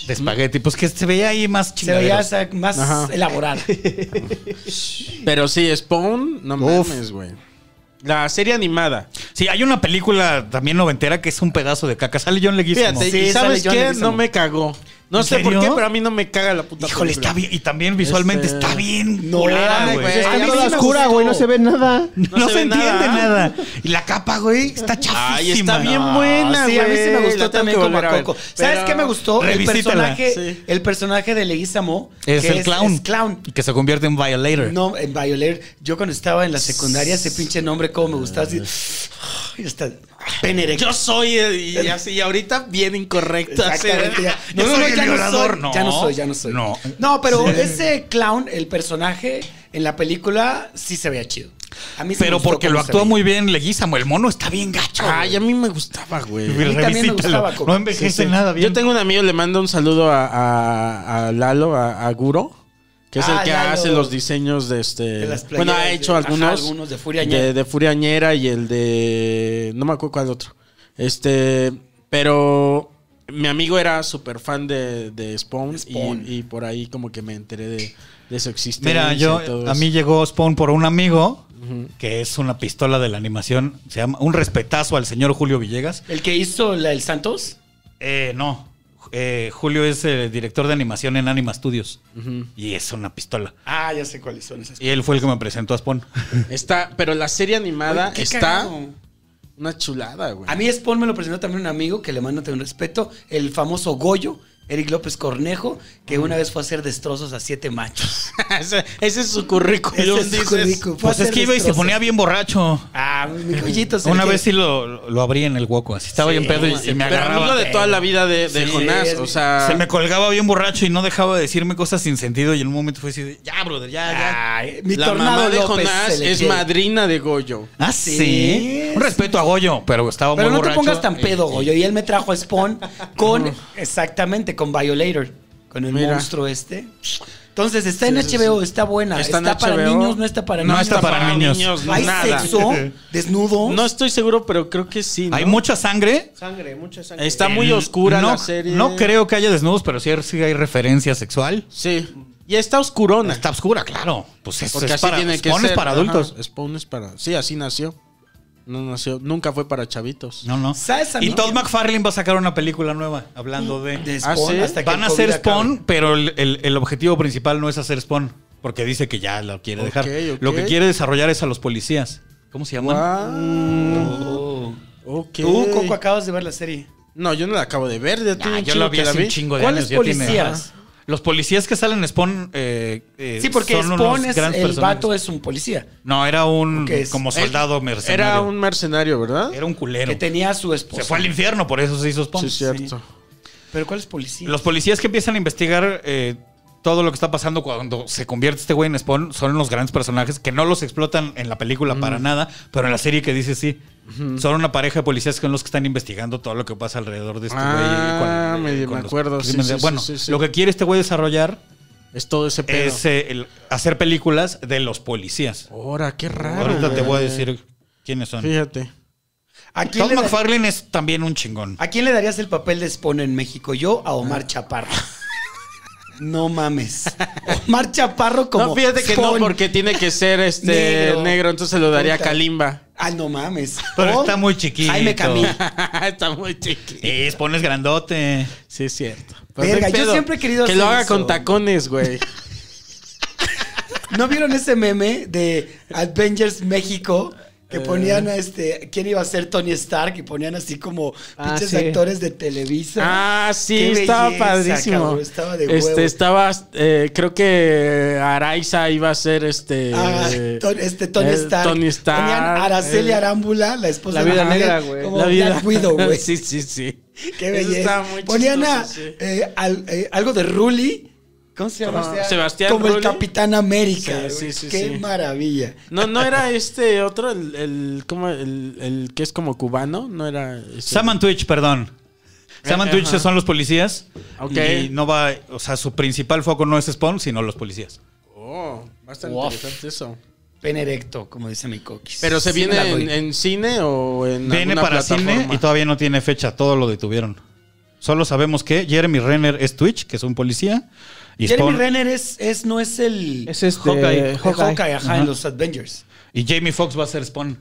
Speaker 4: De espagueti. Pues que se veía ahí más
Speaker 5: Se veía
Speaker 4: chingada.
Speaker 5: esa- más
Speaker 3: Ajá.
Speaker 5: elaborada.
Speaker 3: Pero sí, Spawn, no
Speaker 4: Uf.
Speaker 3: mames, güey. La serie animada.
Speaker 4: Sí, hay una película también noventera que es un pedazo de caca. Sale John Leguizamo.
Speaker 3: Fíjate,
Speaker 5: Sí,
Speaker 3: ¿y
Speaker 5: sale
Speaker 3: sabes
Speaker 5: John
Speaker 3: qué? No
Speaker 5: Leguizamo.
Speaker 3: me cagó. No
Speaker 4: ¿En
Speaker 3: sé por
Speaker 4: serio?
Speaker 3: qué, pero a mí no me caga la puta
Speaker 4: Híjole,
Speaker 3: película.
Speaker 4: está bien. Y también visualmente
Speaker 3: Este-
Speaker 4: está bien.
Speaker 5: No,
Speaker 4: culera, Ah, güey.
Speaker 5: pues,
Speaker 2: Está
Speaker 5: Ay, a mí
Speaker 2: toda
Speaker 5: sí me
Speaker 2: oscura,
Speaker 5: gustó.
Speaker 2: güey. No se ve nada.
Speaker 4: No,
Speaker 3: No
Speaker 4: se,
Speaker 3: se ve
Speaker 4: entiende nada.
Speaker 3: nada.
Speaker 4: Y la capa, güey, está chafísima.
Speaker 3: Ay, está bien buena,
Speaker 5: Ah, Sí, a mí sí me
Speaker 3: güey. La
Speaker 5: gustó
Speaker 3: tengo
Speaker 5: también
Speaker 3: que
Speaker 5: como
Speaker 3: volver
Speaker 5: a
Speaker 3: a ver.
Speaker 5: Coco. ¿Sabes
Speaker 3: Pero-
Speaker 5: qué me gustó? El
Speaker 4: Revisítala.
Speaker 5: personaje,
Speaker 3: Sí.
Speaker 5: el personaje de Leguizamo.
Speaker 4: Es
Speaker 5: que
Speaker 4: el clown.
Speaker 5: Es clown.
Speaker 4: Y que se convierte en Violator.
Speaker 5: No, en Violer, yo cuando estaba en la secundaria, ese pinche nombre, cómo me gustaba así. Ay, Está penerex.
Speaker 3: Yo soy, eh, y así, y ahorita bien incorrecto.
Speaker 5: Exactamente. ya.
Speaker 3: así.
Speaker 5: No,
Speaker 4: Yo
Speaker 5: no, no,
Speaker 4: soy el
Speaker 5: ya no
Speaker 4: violador,
Speaker 5: soy.
Speaker 4: no.
Speaker 5: Ya no soy, ya no soy.
Speaker 4: No.
Speaker 5: No, pero ese clown, el personaje en la película, sí se veía chido. A mí sí me
Speaker 4: Pero
Speaker 5: gustó
Speaker 4: porque
Speaker 5: cómo
Speaker 4: lo
Speaker 5: se
Speaker 4: actúa
Speaker 5: veía.
Speaker 4: muy bien Leguizamo. El mono está bien gacho.
Speaker 3: Ay,
Speaker 4: güey.
Speaker 3: a mí me gustaba, güey.
Speaker 5: mí también me gustaba,
Speaker 4: Revisítalo.
Speaker 5: Coco.
Speaker 4: No envejece
Speaker 5: Sí, sí.
Speaker 4: nada bien.
Speaker 3: Yo tengo un amigo, le mando un saludo a, a- a Lalo, a, a Guro, que es
Speaker 5: Ah,
Speaker 3: el que
Speaker 5: Lalo.
Speaker 3: hace los diseños de este.
Speaker 5: De las playeras
Speaker 3: bueno, ha
Speaker 5: de-
Speaker 3: hecho
Speaker 5: ajá,
Speaker 3: algunos.
Speaker 5: algunos de Furiañera.
Speaker 3: De, de Furiañera y el de. No me acuerdo cuál otro. Este. Pero. Mi amigo era súper fan de, de Spawn,
Speaker 5: Spawn.
Speaker 3: Y, y por ahí como que me enteré de, de su
Speaker 5: este
Speaker 3: existencia.
Speaker 4: Mira,
Speaker 3: y todo
Speaker 4: yo, a
Speaker 3: eso.
Speaker 4: mí llegó Spawn por un amigo que es una pistola de la animación. Se llama Un respetazo al señor Julio Villegas.
Speaker 5: ¿El que hizo la, el Santos?
Speaker 4: Eh, no. Eh, Julio es eh, director de animación en Anima Studios. Y es una pistola.
Speaker 5: Ah, ya sé cuáles son esas.
Speaker 4: Y él fue el que me presentó a Spawn.
Speaker 3: Está, pero la serie animada
Speaker 5: Qué
Speaker 3: está
Speaker 5: cagado.
Speaker 3: una chulada, güey.
Speaker 5: A mí Spawn me lo presentó también un amigo que le mando también respeto, el famoso Goyo, Eric López Cornejo, que una vez fue a hacer destrozos a siete machos.
Speaker 3: ese, ese es su currículum.
Speaker 5: Ese es su
Speaker 3: dices.
Speaker 5: currículum. Fue a
Speaker 4: Pues es
Speaker 5: hacer
Speaker 4: que iba y se
Speaker 5: destrozos.
Speaker 4: ponía bien borracho.
Speaker 5: Ah, mi
Speaker 3: Pues
Speaker 5: joyito.
Speaker 4: Una vez sí lo, lo abrí en el hueco. Así estaba
Speaker 5: Sí,
Speaker 4: bien pedo y, y me
Speaker 3: Pero
Speaker 4: agarraba.
Speaker 3: amigo de toda la vida de, de
Speaker 5: Sí,
Speaker 3: Jonás, o sea...
Speaker 4: Se me colgaba bien borracho y no dejaba de decirme cosas sin sentido. Y en un momento fue así de, ya, brother, ya,
Speaker 3: Ah,
Speaker 4: ya.
Speaker 5: Ay, mi
Speaker 3: la
Speaker 5: tornado
Speaker 3: mamá de
Speaker 5: López
Speaker 3: Jonás
Speaker 5: se le
Speaker 3: es
Speaker 5: quiere.
Speaker 3: madrina de Goyo.
Speaker 4: Ah, sí. Un respeto a Goyo, pero estaba
Speaker 5: Pero
Speaker 4: muy
Speaker 5: no te
Speaker 4: borracho.
Speaker 5: pongas tan
Speaker 4: Y-
Speaker 5: pedo, Goyo. Y él me trajo a Spawn con, exactamente, con Violator. con el
Speaker 3: Mira.
Speaker 5: monstruo este. Entonces, está en HBO, está buena. Está,
Speaker 3: Está en
Speaker 5: para
Speaker 3: HBO.
Speaker 5: niños, no está para
Speaker 4: No
Speaker 5: niños.
Speaker 4: está para niños.
Speaker 5: Hay
Speaker 3: Ah, nada.
Speaker 5: sexo, desnudo.
Speaker 3: No estoy seguro, pero creo que sí. ¿no?
Speaker 4: Hay mucha sangre.
Speaker 2: Sangre, mucha sangre.
Speaker 3: Está muy oscura
Speaker 4: no,
Speaker 3: la serie.
Speaker 4: No creo que haya desnudos, pero sí, hay- sí hay referencia sexual.
Speaker 3: Sí. Y está oscurona.
Speaker 4: Está oscura, claro. Pues eso
Speaker 3: porque
Speaker 4: es
Speaker 3: así
Speaker 4: para,
Speaker 3: tiene que
Speaker 4: Spawn es
Speaker 3: ser.
Speaker 4: para adultos.
Speaker 3: Ajá, Spawn es para. Sí, así nació. No nació. Nunca fue para chavitos.
Speaker 4: No, no.
Speaker 5: ¿Sabes a
Speaker 4: Y
Speaker 5: mí
Speaker 4: Todd
Speaker 5: qué?
Speaker 4: McFarlane va a sacar una película nueva hablando de.
Speaker 5: De
Speaker 3: Ah,
Speaker 5: Spawn
Speaker 3: ¿sí?
Speaker 5: hasta que
Speaker 4: Van
Speaker 5: el
Speaker 4: a
Speaker 5: COVID
Speaker 4: hacer
Speaker 5: acabe.
Speaker 4: Spawn, pero el, el- el objetivo principal no es hacer Spawn, porque dice que ya lo quiere
Speaker 3: Ok,
Speaker 4: dejar.
Speaker 3: ok.
Speaker 4: Lo que quiere desarrollar es a los policías. ¿Cómo se llaman?
Speaker 3: Guau.
Speaker 5: Oh.
Speaker 3: Ok.
Speaker 5: Tú, Coco, acabas de ver la serie.
Speaker 3: No, yo no la acabo de ver. Ya tiene
Speaker 4: Ah,
Speaker 3: un
Speaker 4: yo
Speaker 3: chingo
Speaker 4: lo vi
Speaker 3: que la
Speaker 4: hace un chingo de
Speaker 5: ¿Cuáles
Speaker 4: años. ya tiene-
Speaker 5: policías?
Speaker 4: Ajá. Los policías que salen en Spawn. eh, eh,
Speaker 5: Sí, porque
Speaker 4: son
Speaker 5: Spawn
Speaker 4: unos
Speaker 5: es el
Speaker 4: grandes personajes.
Speaker 5: vato es un policía
Speaker 4: No, era un
Speaker 5: ¿Qué es?
Speaker 4: como soldado mercenario.
Speaker 3: Era un mercenario, ¿verdad?
Speaker 4: Era un culero.
Speaker 5: que tenía a su esposa.
Speaker 4: Se fue al infierno, por eso se hizo
Speaker 3: Sí,
Speaker 4: Spawn.
Speaker 3: cierto.
Speaker 5: Pero ¿cuál es policía?
Speaker 4: Los policías que empiezan a investigar eh, todo lo que está pasando cuando se convierte este güey en Spawn son los grandes personajes que no los explotan en la película
Speaker 3: Mm.
Speaker 4: para nada, pero en la serie que dice sí. Son una pareja de policías que son los que están investigando todo lo que pasa alrededor de este güey.
Speaker 3: Ah,
Speaker 4: y
Speaker 3: me-
Speaker 4: eh,
Speaker 3: me
Speaker 4: los
Speaker 3: acuerdo, sí,
Speaker 4: crímenes de-
Speaker 3: sí,
Speaker 4: bueno,
Speaker 3: sí, sí, sí.
Speaker 4: lo que quiere este güey desarrollar
Speaker 3: Es todo ese pedo.
Speaker 4: es eh, el- hacer películas de los policías.
Speaker 3: Ahora, qué raro.
Speaker 4: Ahorita te
Speaker 3: güey.
Speaker 4: voy a decir quiénes son.
Speaker 3: Fíjate.
Speaker 5: ¿A quién,
Speaker 4: Todd
Speaker 5: le da-
Speaker 4: McFarlane es también un chingón.
Speaker 5: ¿A quién le darías el papel de Spawn en México? Yo a
Speaker 3: Ah.
Speaker 5: Omar Chaparro. No mames. Omar Chaparro como.
Speaker 3: no, fíjate que
Speaker 5: Spawn.
Speaker 3: no, porque tiene que ser este
Speaker 5: Negro.
Speaker 3: negro, entonces se lo daría
Speaker 5: Puta.
Speaker 3: a Kalimba.
Speaker 5: Ah, no mames.
Speaker 4: Pero
Speaker 5: O
Speaker 4: está muy chiquito.
Speaker 5: Jaime Camil.
Speaker 3: Está muy chiquito.
Speaker 4: Eh, Spawn es grandote.
Speaker 3: Sí, es cierto.
Speaker 5: Verga,
Speaker 3: no hay
Speaker 5: yo
Speaker 3: pedo.
Speaker 5: siempre he querido
Speaker 3: Que
Speaker 5: hacer
Speaker 3: lo haga
Speaker 5: eso.
Speaker 3: con tacones, güey.
Speaker 5: ¿No vieron ese meme de Avengers México?
Speaker 3: Eh.
Speaker 5: Que ponían a este. ¿Quién iba a ser Tony Stark? Y ponían así como
Speaker 2: Ah,
Speaker 5: pinches
Speaker 2: sí.
Speaker 5: actores de Televisa.
Speaker 3: ah, sí,
Speaker 5: Qué
Speaker 3: estaba
Speaker 5: belleza,
Speaker 3: padrísimo.
Speaker 5: cabrón, estaba de huevo.
Speaker 3: Este, estaba, eh, creo que Araiza iba a ser este.
Speaker 5: Ah,
Speaker 3: eh,
Speaker 5: Ton- este Tony
Speaker 3: eh,
Speaker 5: Stark.
Speaker 3: Tony Stark.
Speaker 5: Ponían a Araceli
Speaker 3: eh,
Speaker 5: Arámbula, la esposa
Speaker 2: La
Speaker 5: de
Speaker 2: vida
Speaker 5: Araceli,
Speaker 2: negra, güey.
Speaker 5: Como
Speaker 3: La vida.
Speaker 5: Black Widow, güey.
Speaker 3: sí, sí, sí.
Speaker 5: Qué
Speaker 3: Eso
Speaker 5: belleza.
Speaker 3: estaba muy
Speaker 5: Ponían
Speaker 3: chistoso,
Speaker 5: a,
Speaker 3: sí.
Speaker 5: eh, al- eh, algo de Ruli. ¿Cómo se llama?
Speaker 3: Ah, Sebastián
Speaker 5: Como el
Speaker 3: Rulli.
Speaker 5: Capitán América.
Speaker 3: Sí, sí,
Speaker 5: güey.
Speaker 3: sí,
Speaker 5: Qué
Speaker 3: sí.
Speaker 5: maravilla.
Speaker 3: No, no era este otro, el, el, ¿cómo? el, el que es como cubano, no era. ese?
Speaker 4: Sam and Twitch, perdón. Sam and
Speaker 3: Ajá.
Speaker 4: Twitch son los policías.
Speaker 3: Ok.
Speaker 4: Y no va, o sea, su principal foco no es Spawn, sino los policías.
Speaker 3: Oh, va a estar
Speaker 5: Wow.
Speaker 3: interesante eso.
Speaker 5: Pene erecto, como dice mi coquis.
Speaker 3: ¿Pero se
Speaker 5: Sí me
Speaker 3: viene
Speaker 5: la doy.
Speaker 3: en, en cine o en
Speaker 4: Viene
Speaker 3: alguna
Speaker 4: para
Speaker 3: plataforma?
Speaker 4: cine y todavía no tiene fecha, todo lo detuvieron. Solo sabemos que Jeremy Renner es Twitch, que es un policía. Y,
Speaker 5: Jeremy
Speaker 4: Spawn-
Speaker 5: Renner es, es- no es el.
Speaker 2: Es este,
Speaker 5: Hawkeye.
Speaker 2: Hawkeye.
Speaker 5: Hawkeye, ajá,
Speaker 4: Ajá.
Speaker 5: en los Avengers.
Speaker 4: y Jamie Foxx va a ser Spawn.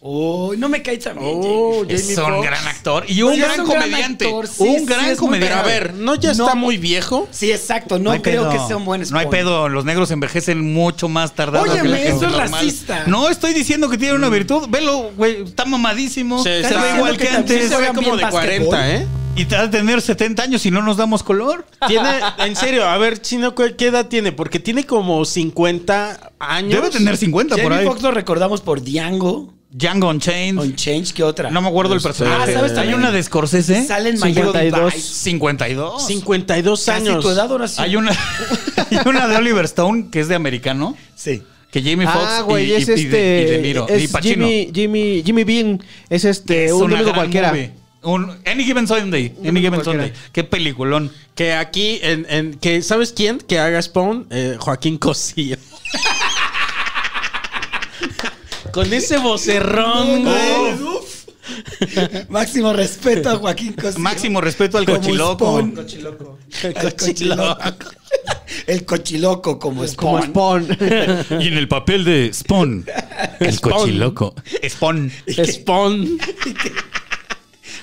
Speaker 5: Oh, no me cae también.
Speaker 3: Oh,
Speaker 5: Jamie.
Speaker 3: Jamie
Speaker 4: es un
Speaker 3: Fox.
Speaker 4: gran actor y un
Speaker 5: Pues es
Speaker 4: gran
Speaker 5: un gran
Speaker 4: comediante.
Speaker 5: actor, sí,
Speaker 4: un
Speaker 5: sí,
Speaker 4: gran
Speaker 5: es muy
Speaker 4: comediante.
Speaker 3: Pero a ver, ¿no ya está muy viejo?
Speaker 5: Sí, exacto. No,
Speaker 4: hay
Speaker 5: creo
Speaker 4: pedo.
Speaker 5: que sea un buen
Speaker 4: No hay
Speaker 5: Spawn.
Speaker 4: pedo, los negros envejecen mucho más tardado. que la
Speaker 5: Óyeme,
Speaker 4: gente
Speaker 5: eso es
Speaker 4: normal.
Speaker 5: racista.
Speaker 4: No estoy diciendo que tiene una virtud. Velo, güey, está mamadísimo.
Speaker 3: Se
Speaker 4: Se,
Speaker 3: está-
Speaker 4: ve igual
Speaker 5: diciendo
Speaker 4: que,
Speaker 5: que también
Speaker 3: Sí,
Speaker 4: antes.
Speaker 3: se ve
Speaker 5: juegan
Speaker 3: como
Speaker 5: bien
Speaker 3: de 40, ¿eh?
Speaker 4: Y te va a tener 70 años y no nos damos color.
Speaker 3: Tiene, en serio, a ver, Chino, ¿cu- ¿qué edad tiene? Porque tiene como 50 años.
Speaker 4: Debe tener 50 por
Speaker 5: Jamie
Speaker 4: ahí.
Speaker 5: Foxx lo recordamos por Django,
Speaker 4: Django Unchained.
Speaker 5: On Change, ¿qué otra?
Speaker 4: No me acuerdo ¿eh? el personaje.
Speaker 5: Ah, ¿sabes
Speaker 4: Hay
Speaker 5: también?
Speaker 4: una de Scorsese.
Speaker 5: Sale en Miami
Speaker 2: 52.
Speaker 5: Vice.
Speaker 4: 52.
Speaker 3: 52
Speaker 5: Casi
Speaker 3: años.
Speaker 5: tu edad, Horacio.
Speaker 4: Hay una, hay una de Oliver Stone que es de americano.
Speaker 5: Sí.
Speaker 4: Que Jamie Foxx
Speaker 2: Ah, güey,
Speaker 4: y,
Speaker 2: es
Speaker 4: y-
Speaker 2: este.
Speaker 4: y de, y De Niro, y
Speaker 2: Es
Speaker 4: Pacino.
Speaker 2: Jimmy, Jimmy, Jimmy Bean. Es este.
Speaker 4: Es
Speaker 2: un
Speaker 4: una
Speaker 2: domingo
Speaker 4: gran
Speaker 2: cualquiera.
Speaker 4: movie. Un Any Given Sunday. Any Given Sunday. Qué peliculón.
Speaker 3: Que aquí, en, en- que, ¿sabes quién? Que haga Spawn, Eh, Joaquín Cosío. Con ese vocerrón, güey.
Speaker 5: Uf. Máximo respeto a Joaquín Cosío.
Speaker 4: Máximo respeto al
Speaker 5: Como
Speaker 4: cochiloco.
Speaker 5: Spawn. El cochiloco. El cochiloco como
Speaker 2: Como
Speaker 5: Spawn.
Speaker 2: Spawn.
Speaker 4: Y en el papel de Spawn. El cochiloco. Spawn.
Speaker 3: Spawn.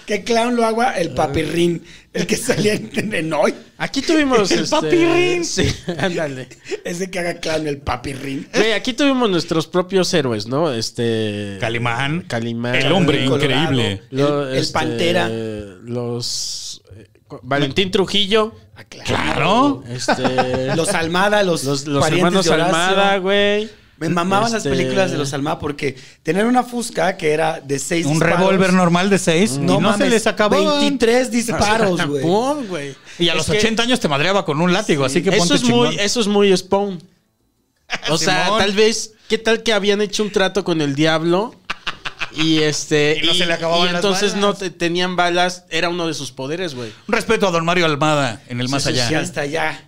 Speaker 5: Que clown lo haga el papirrín. El que salía en, en hoy.
Speaker 3: Aquí tuvimos. este,
Speaker 5: El papirrín.
Speaker 3: Sí, ándale.
Speaker 5: Ese que haga clown el papirrín.
Speaker 3: Güey, aquí tuvimos nuestros propios héroes, ¿no? Este.
Speaker 4: Calimán.
Speaker 3: Calimán.
Speaker 4: El hombre
Speaker 5: Colorado.
Speaker 4: increíble.
Speaker 3: Lo- este,
Speaker 5: El- el Pantera.
Speaker 3: Los. eh, cu- Valentín Trujillo.
Speaker 5: Ah,
Speaker 4: Claro.
Speaker 3: Este.
Speaker 5: Los Almada, los,
Speaker 3: los, los
Speaker 5: parientes
Speaker 3: hermanos
Speaker 5: de Horacio.
Speaker 3: Almada, güey.
Speaker 5: Me mamaban las
Speaker 3: Este,
Speaker 5: películas de los Almada porque tener una fusca que era de seis
Speaker 4: Un
Speaker 5: disparos,
Speaker 4: revólver normal de 6. No,
Speaker 5: No,
Speaker 4: y no se
Speaker 5: mames,
Speaker 4: les acabó.
Speaker 5: 23 disparos, güey.
Speaker 3: Pum, güey.
Speaker 4: Y a los
Speaker 3: Es que
Speaker 4: 80 años te madreaba con un látigo. Así que
Speaker 3: Eso
Speaker 4: ponte
Speaker 3: es,
Speaker 4: chingón.
Speaker 3: muy, eso es muy Spawn. O sea,
Speaker 4: Simón.
Speaker 3: tal vez. ¿Qué tal que habían hecho un trato con el diablo? Y este.
Speaker 4: Y no se le acababan
Speaker 3: y
Speaker 4: las
Speaker 3: entonces
Speaker 4: balas.
Speaker 3: no te- tenían balas. Era uno de sus poderes, güey.
Speaker 4: Un respeto a don Mario Almada en el más
Speaker 5: Sí, sí,
Speaker 4: allá.
Speaker 5: sí, hasta allá.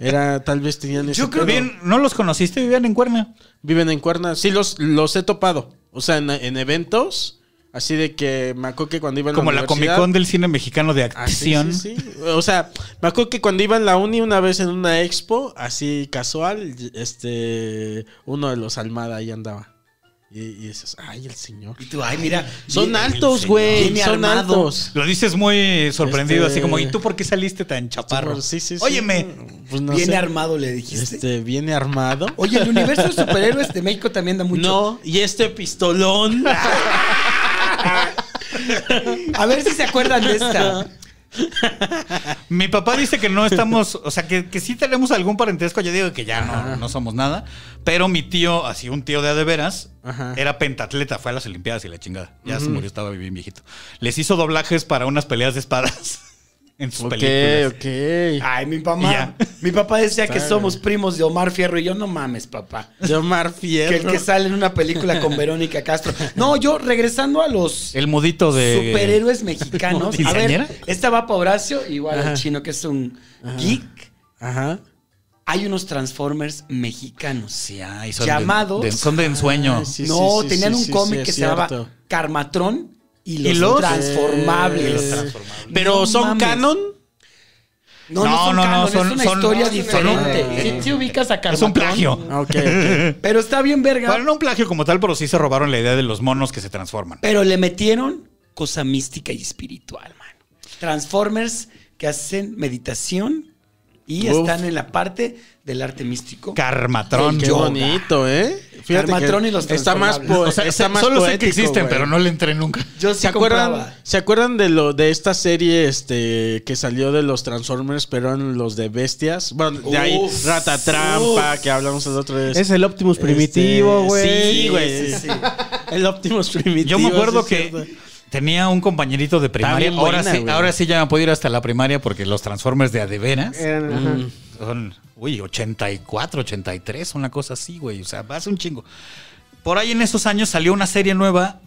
Speaker 3: Era, tal vez tenían ese
Speaker 4: Yo creo
Speaker 3: pedo.
Speaker 4: que no los conociste, vivían en Cuerna.
Speaker 3: Viven en Cuerna. Sí, los, los he topado. O sea, en, en eventos. Así de que me acuerdo que cuando iba a
Speaker 4: Como la Comic
Speaker 3: universidad-
Speaker 4: Con del cine mexicano de
Speaker 3: Ah, sí,
Speaker 4: acción.
Speaker 3: sí, sí. O sea, me acuerdo que cuando iba en la uni una vez en una expo, así casual, este, uno de los Almada ahí andaba. Y, y dices, ay, el señor.
Speaker 5: Y tú, ay, mira.
Speaker 3: Son
Speaker 5: viene-
Speaker 3: altos,
Speaker 5: señor.
Speaker 3: güey.
Speaker 5: Viene
Speaker 3: Son
Speaker 5: armado.
Speaker 3: altos.
Speaker 4: Lo dices muy sorprendido,
Speaker 3: Este- pues,
Speaker 4: así como, ¿y tú por qué saliste tan chaparro?
Speaker 3: Sí, sí, sí.
Speaker 4: Óyeme.
Speaker 3: Pues no
Speaker 5: Viene
Speaker 3: sé.
Speaker 5: armado, le dijiste.
Speaker 3: Este, viene armado.
Speaker 5: Oye, el universo de superhéroes de México también da mucho.
Speaker 3: No, y este pistolón.
Speaker 5: A ver si se acuerdan de esta.
Speaker 4: Mi papá dice que no estamos, o sea, que, que sí tenemos algún parentesco. Yo digo que ya no, no somos nada. Pero mi tío, así un tío de a de veras,
Speaker 3: Ajá.
Speaker 4: era pentatleta, fue a las Olimpiadas y la chingada. Ya se murió, estaba bien viejito. Les hizo doblajes para unas peleas de espadas en sus
Speaker 3: ok,
Speaker 4: películas.
Speaker 3: ok.
Speaker 5: Ay, mi papá.
Speaker 4: Ya.
Speaker 5: Mi papá decía que somos primos de Omar Fierro y yo no mames, papá.
Speaker 3: De Omar
Speaker 5: Que el
Speaker 3: Fierro.
Speaker 5: que sale en una película con Verónica Castro. No, yo regresando a los
Speaker 3: Eh,
Speaker 4: El mudito de.
Speaker 5: superhéroes mexicanos. A
Speaker 4: ¿Quinceañera?
Speaker 5: ver, esta va para Horacio, igual al chino que es un geek.
Speaker 3: Ajá.
Speaker 5: Hay unos Transformers mexicanos.
Speaker 4: Sí, ay, son
Speaker 5: Llamados.
Speaker 4: De, de- son de ensueño.
Speaker 3: Ah, sí,
Speaker 5: no,
Speaker 3: sí, sí,
Speaker 5: tenían
Speaker 3: sí,
Speaker 5: un
Speaker 3: sí,
Speaker 5: cómic
Speaker 3: sí,
Speaker 5: que
Speaker 3: es
Speaker 5: se llamaba
Speaker 3: cierto.
Speaker 5: Carmatrón y los,
Speaker 4: Y los-
Speaker 5: transformables.
Speaker 4: Y los
Speaker 3: Pero
Speaker 5: No
Speaker 3: son
Speaker 5: mames.
Speaker 3: canon.
Speaker 5: No, no, son, canon, es una historia
Speaker 4: no,
Speaker 5: diferente.
Speaker 4: son
Speaker 5: Si
Speaker 4: un-
Speaker 5: te ubicas a
Speaker 4: Es un
Speaker 5: Carmatrón.
Speaker 4: plagio.
Speaker 3: Ah, Ok, ok.
Speaker 5: Pero está bien verga.
Speaker 4: Bueno, no un plagio como tal, pero sí se robaron la idea de los monos que se transforman.
Speaker 5: Pero le metieron cosa mística y espiritual, mano. Transformers que hacen meditación y
Speaker 3: Uf.
Speaker 5: están en la parte del arte místico.
Speaker 4: Carmatrón.
Speaker 5: El
Speaker 3: Qué
Speaker 5: yoga.
Speaker 3: bonito, ¿eh?
Speaker 5: Armatrón y los
Speaker 3: que está más po-
Speaker 5: transformables.
Speaker 4: O sea,
Speaker 3: está más
Speaker 4: solo sé que
Speaker 3: poético,
Speaker 4: existen,
Speaker 3: güey.
Speaker 4: pero no le entré nunca.
Speaker 5: Yo sí
Speaker 3: ¿Se acuerdan,
Speaker 5: compraba.
Speaker 3: ¿Se acuerdan de lo de esta serie este que salió de los Transformers, pero eran los de bestias? Bueno, de ahí
Speaker 5: Uf.
Speaker 3: Rata Trampa, que hablamos el otro día.
Speaker 2: Es el Optimus
Speaker 3: Este,
Speaker 2: primitivo, güey.
Speaker 3: Sí, güey.
Speaker 5: Sí, sí, sí.
Speaker 3: El Optimus primitivo.
Speaker 4: Yo me acuerdo
Speaker 3: sí,
Speaker 4: que
Speaker 3: cierto.
Speaker 4: tenía un compañerito de primaria.
Speaker 3: bien
Speaker 4: Ahora,
Speaker 3: buena,
Speaker 4: sí,
Speaker 3: güey.
Speaker 4: ahora sí ya me puedo ir hasta la primaria porque los Transformers de adeveras
Speaker 3: Eh.
Speaker 2: Eran, Eh, ajá.
Speaker 4: Mm. son, uy, 84, 83, una cosa así, güey. O sea, hace un chingo. Por ahí en esos años salió una serie nueva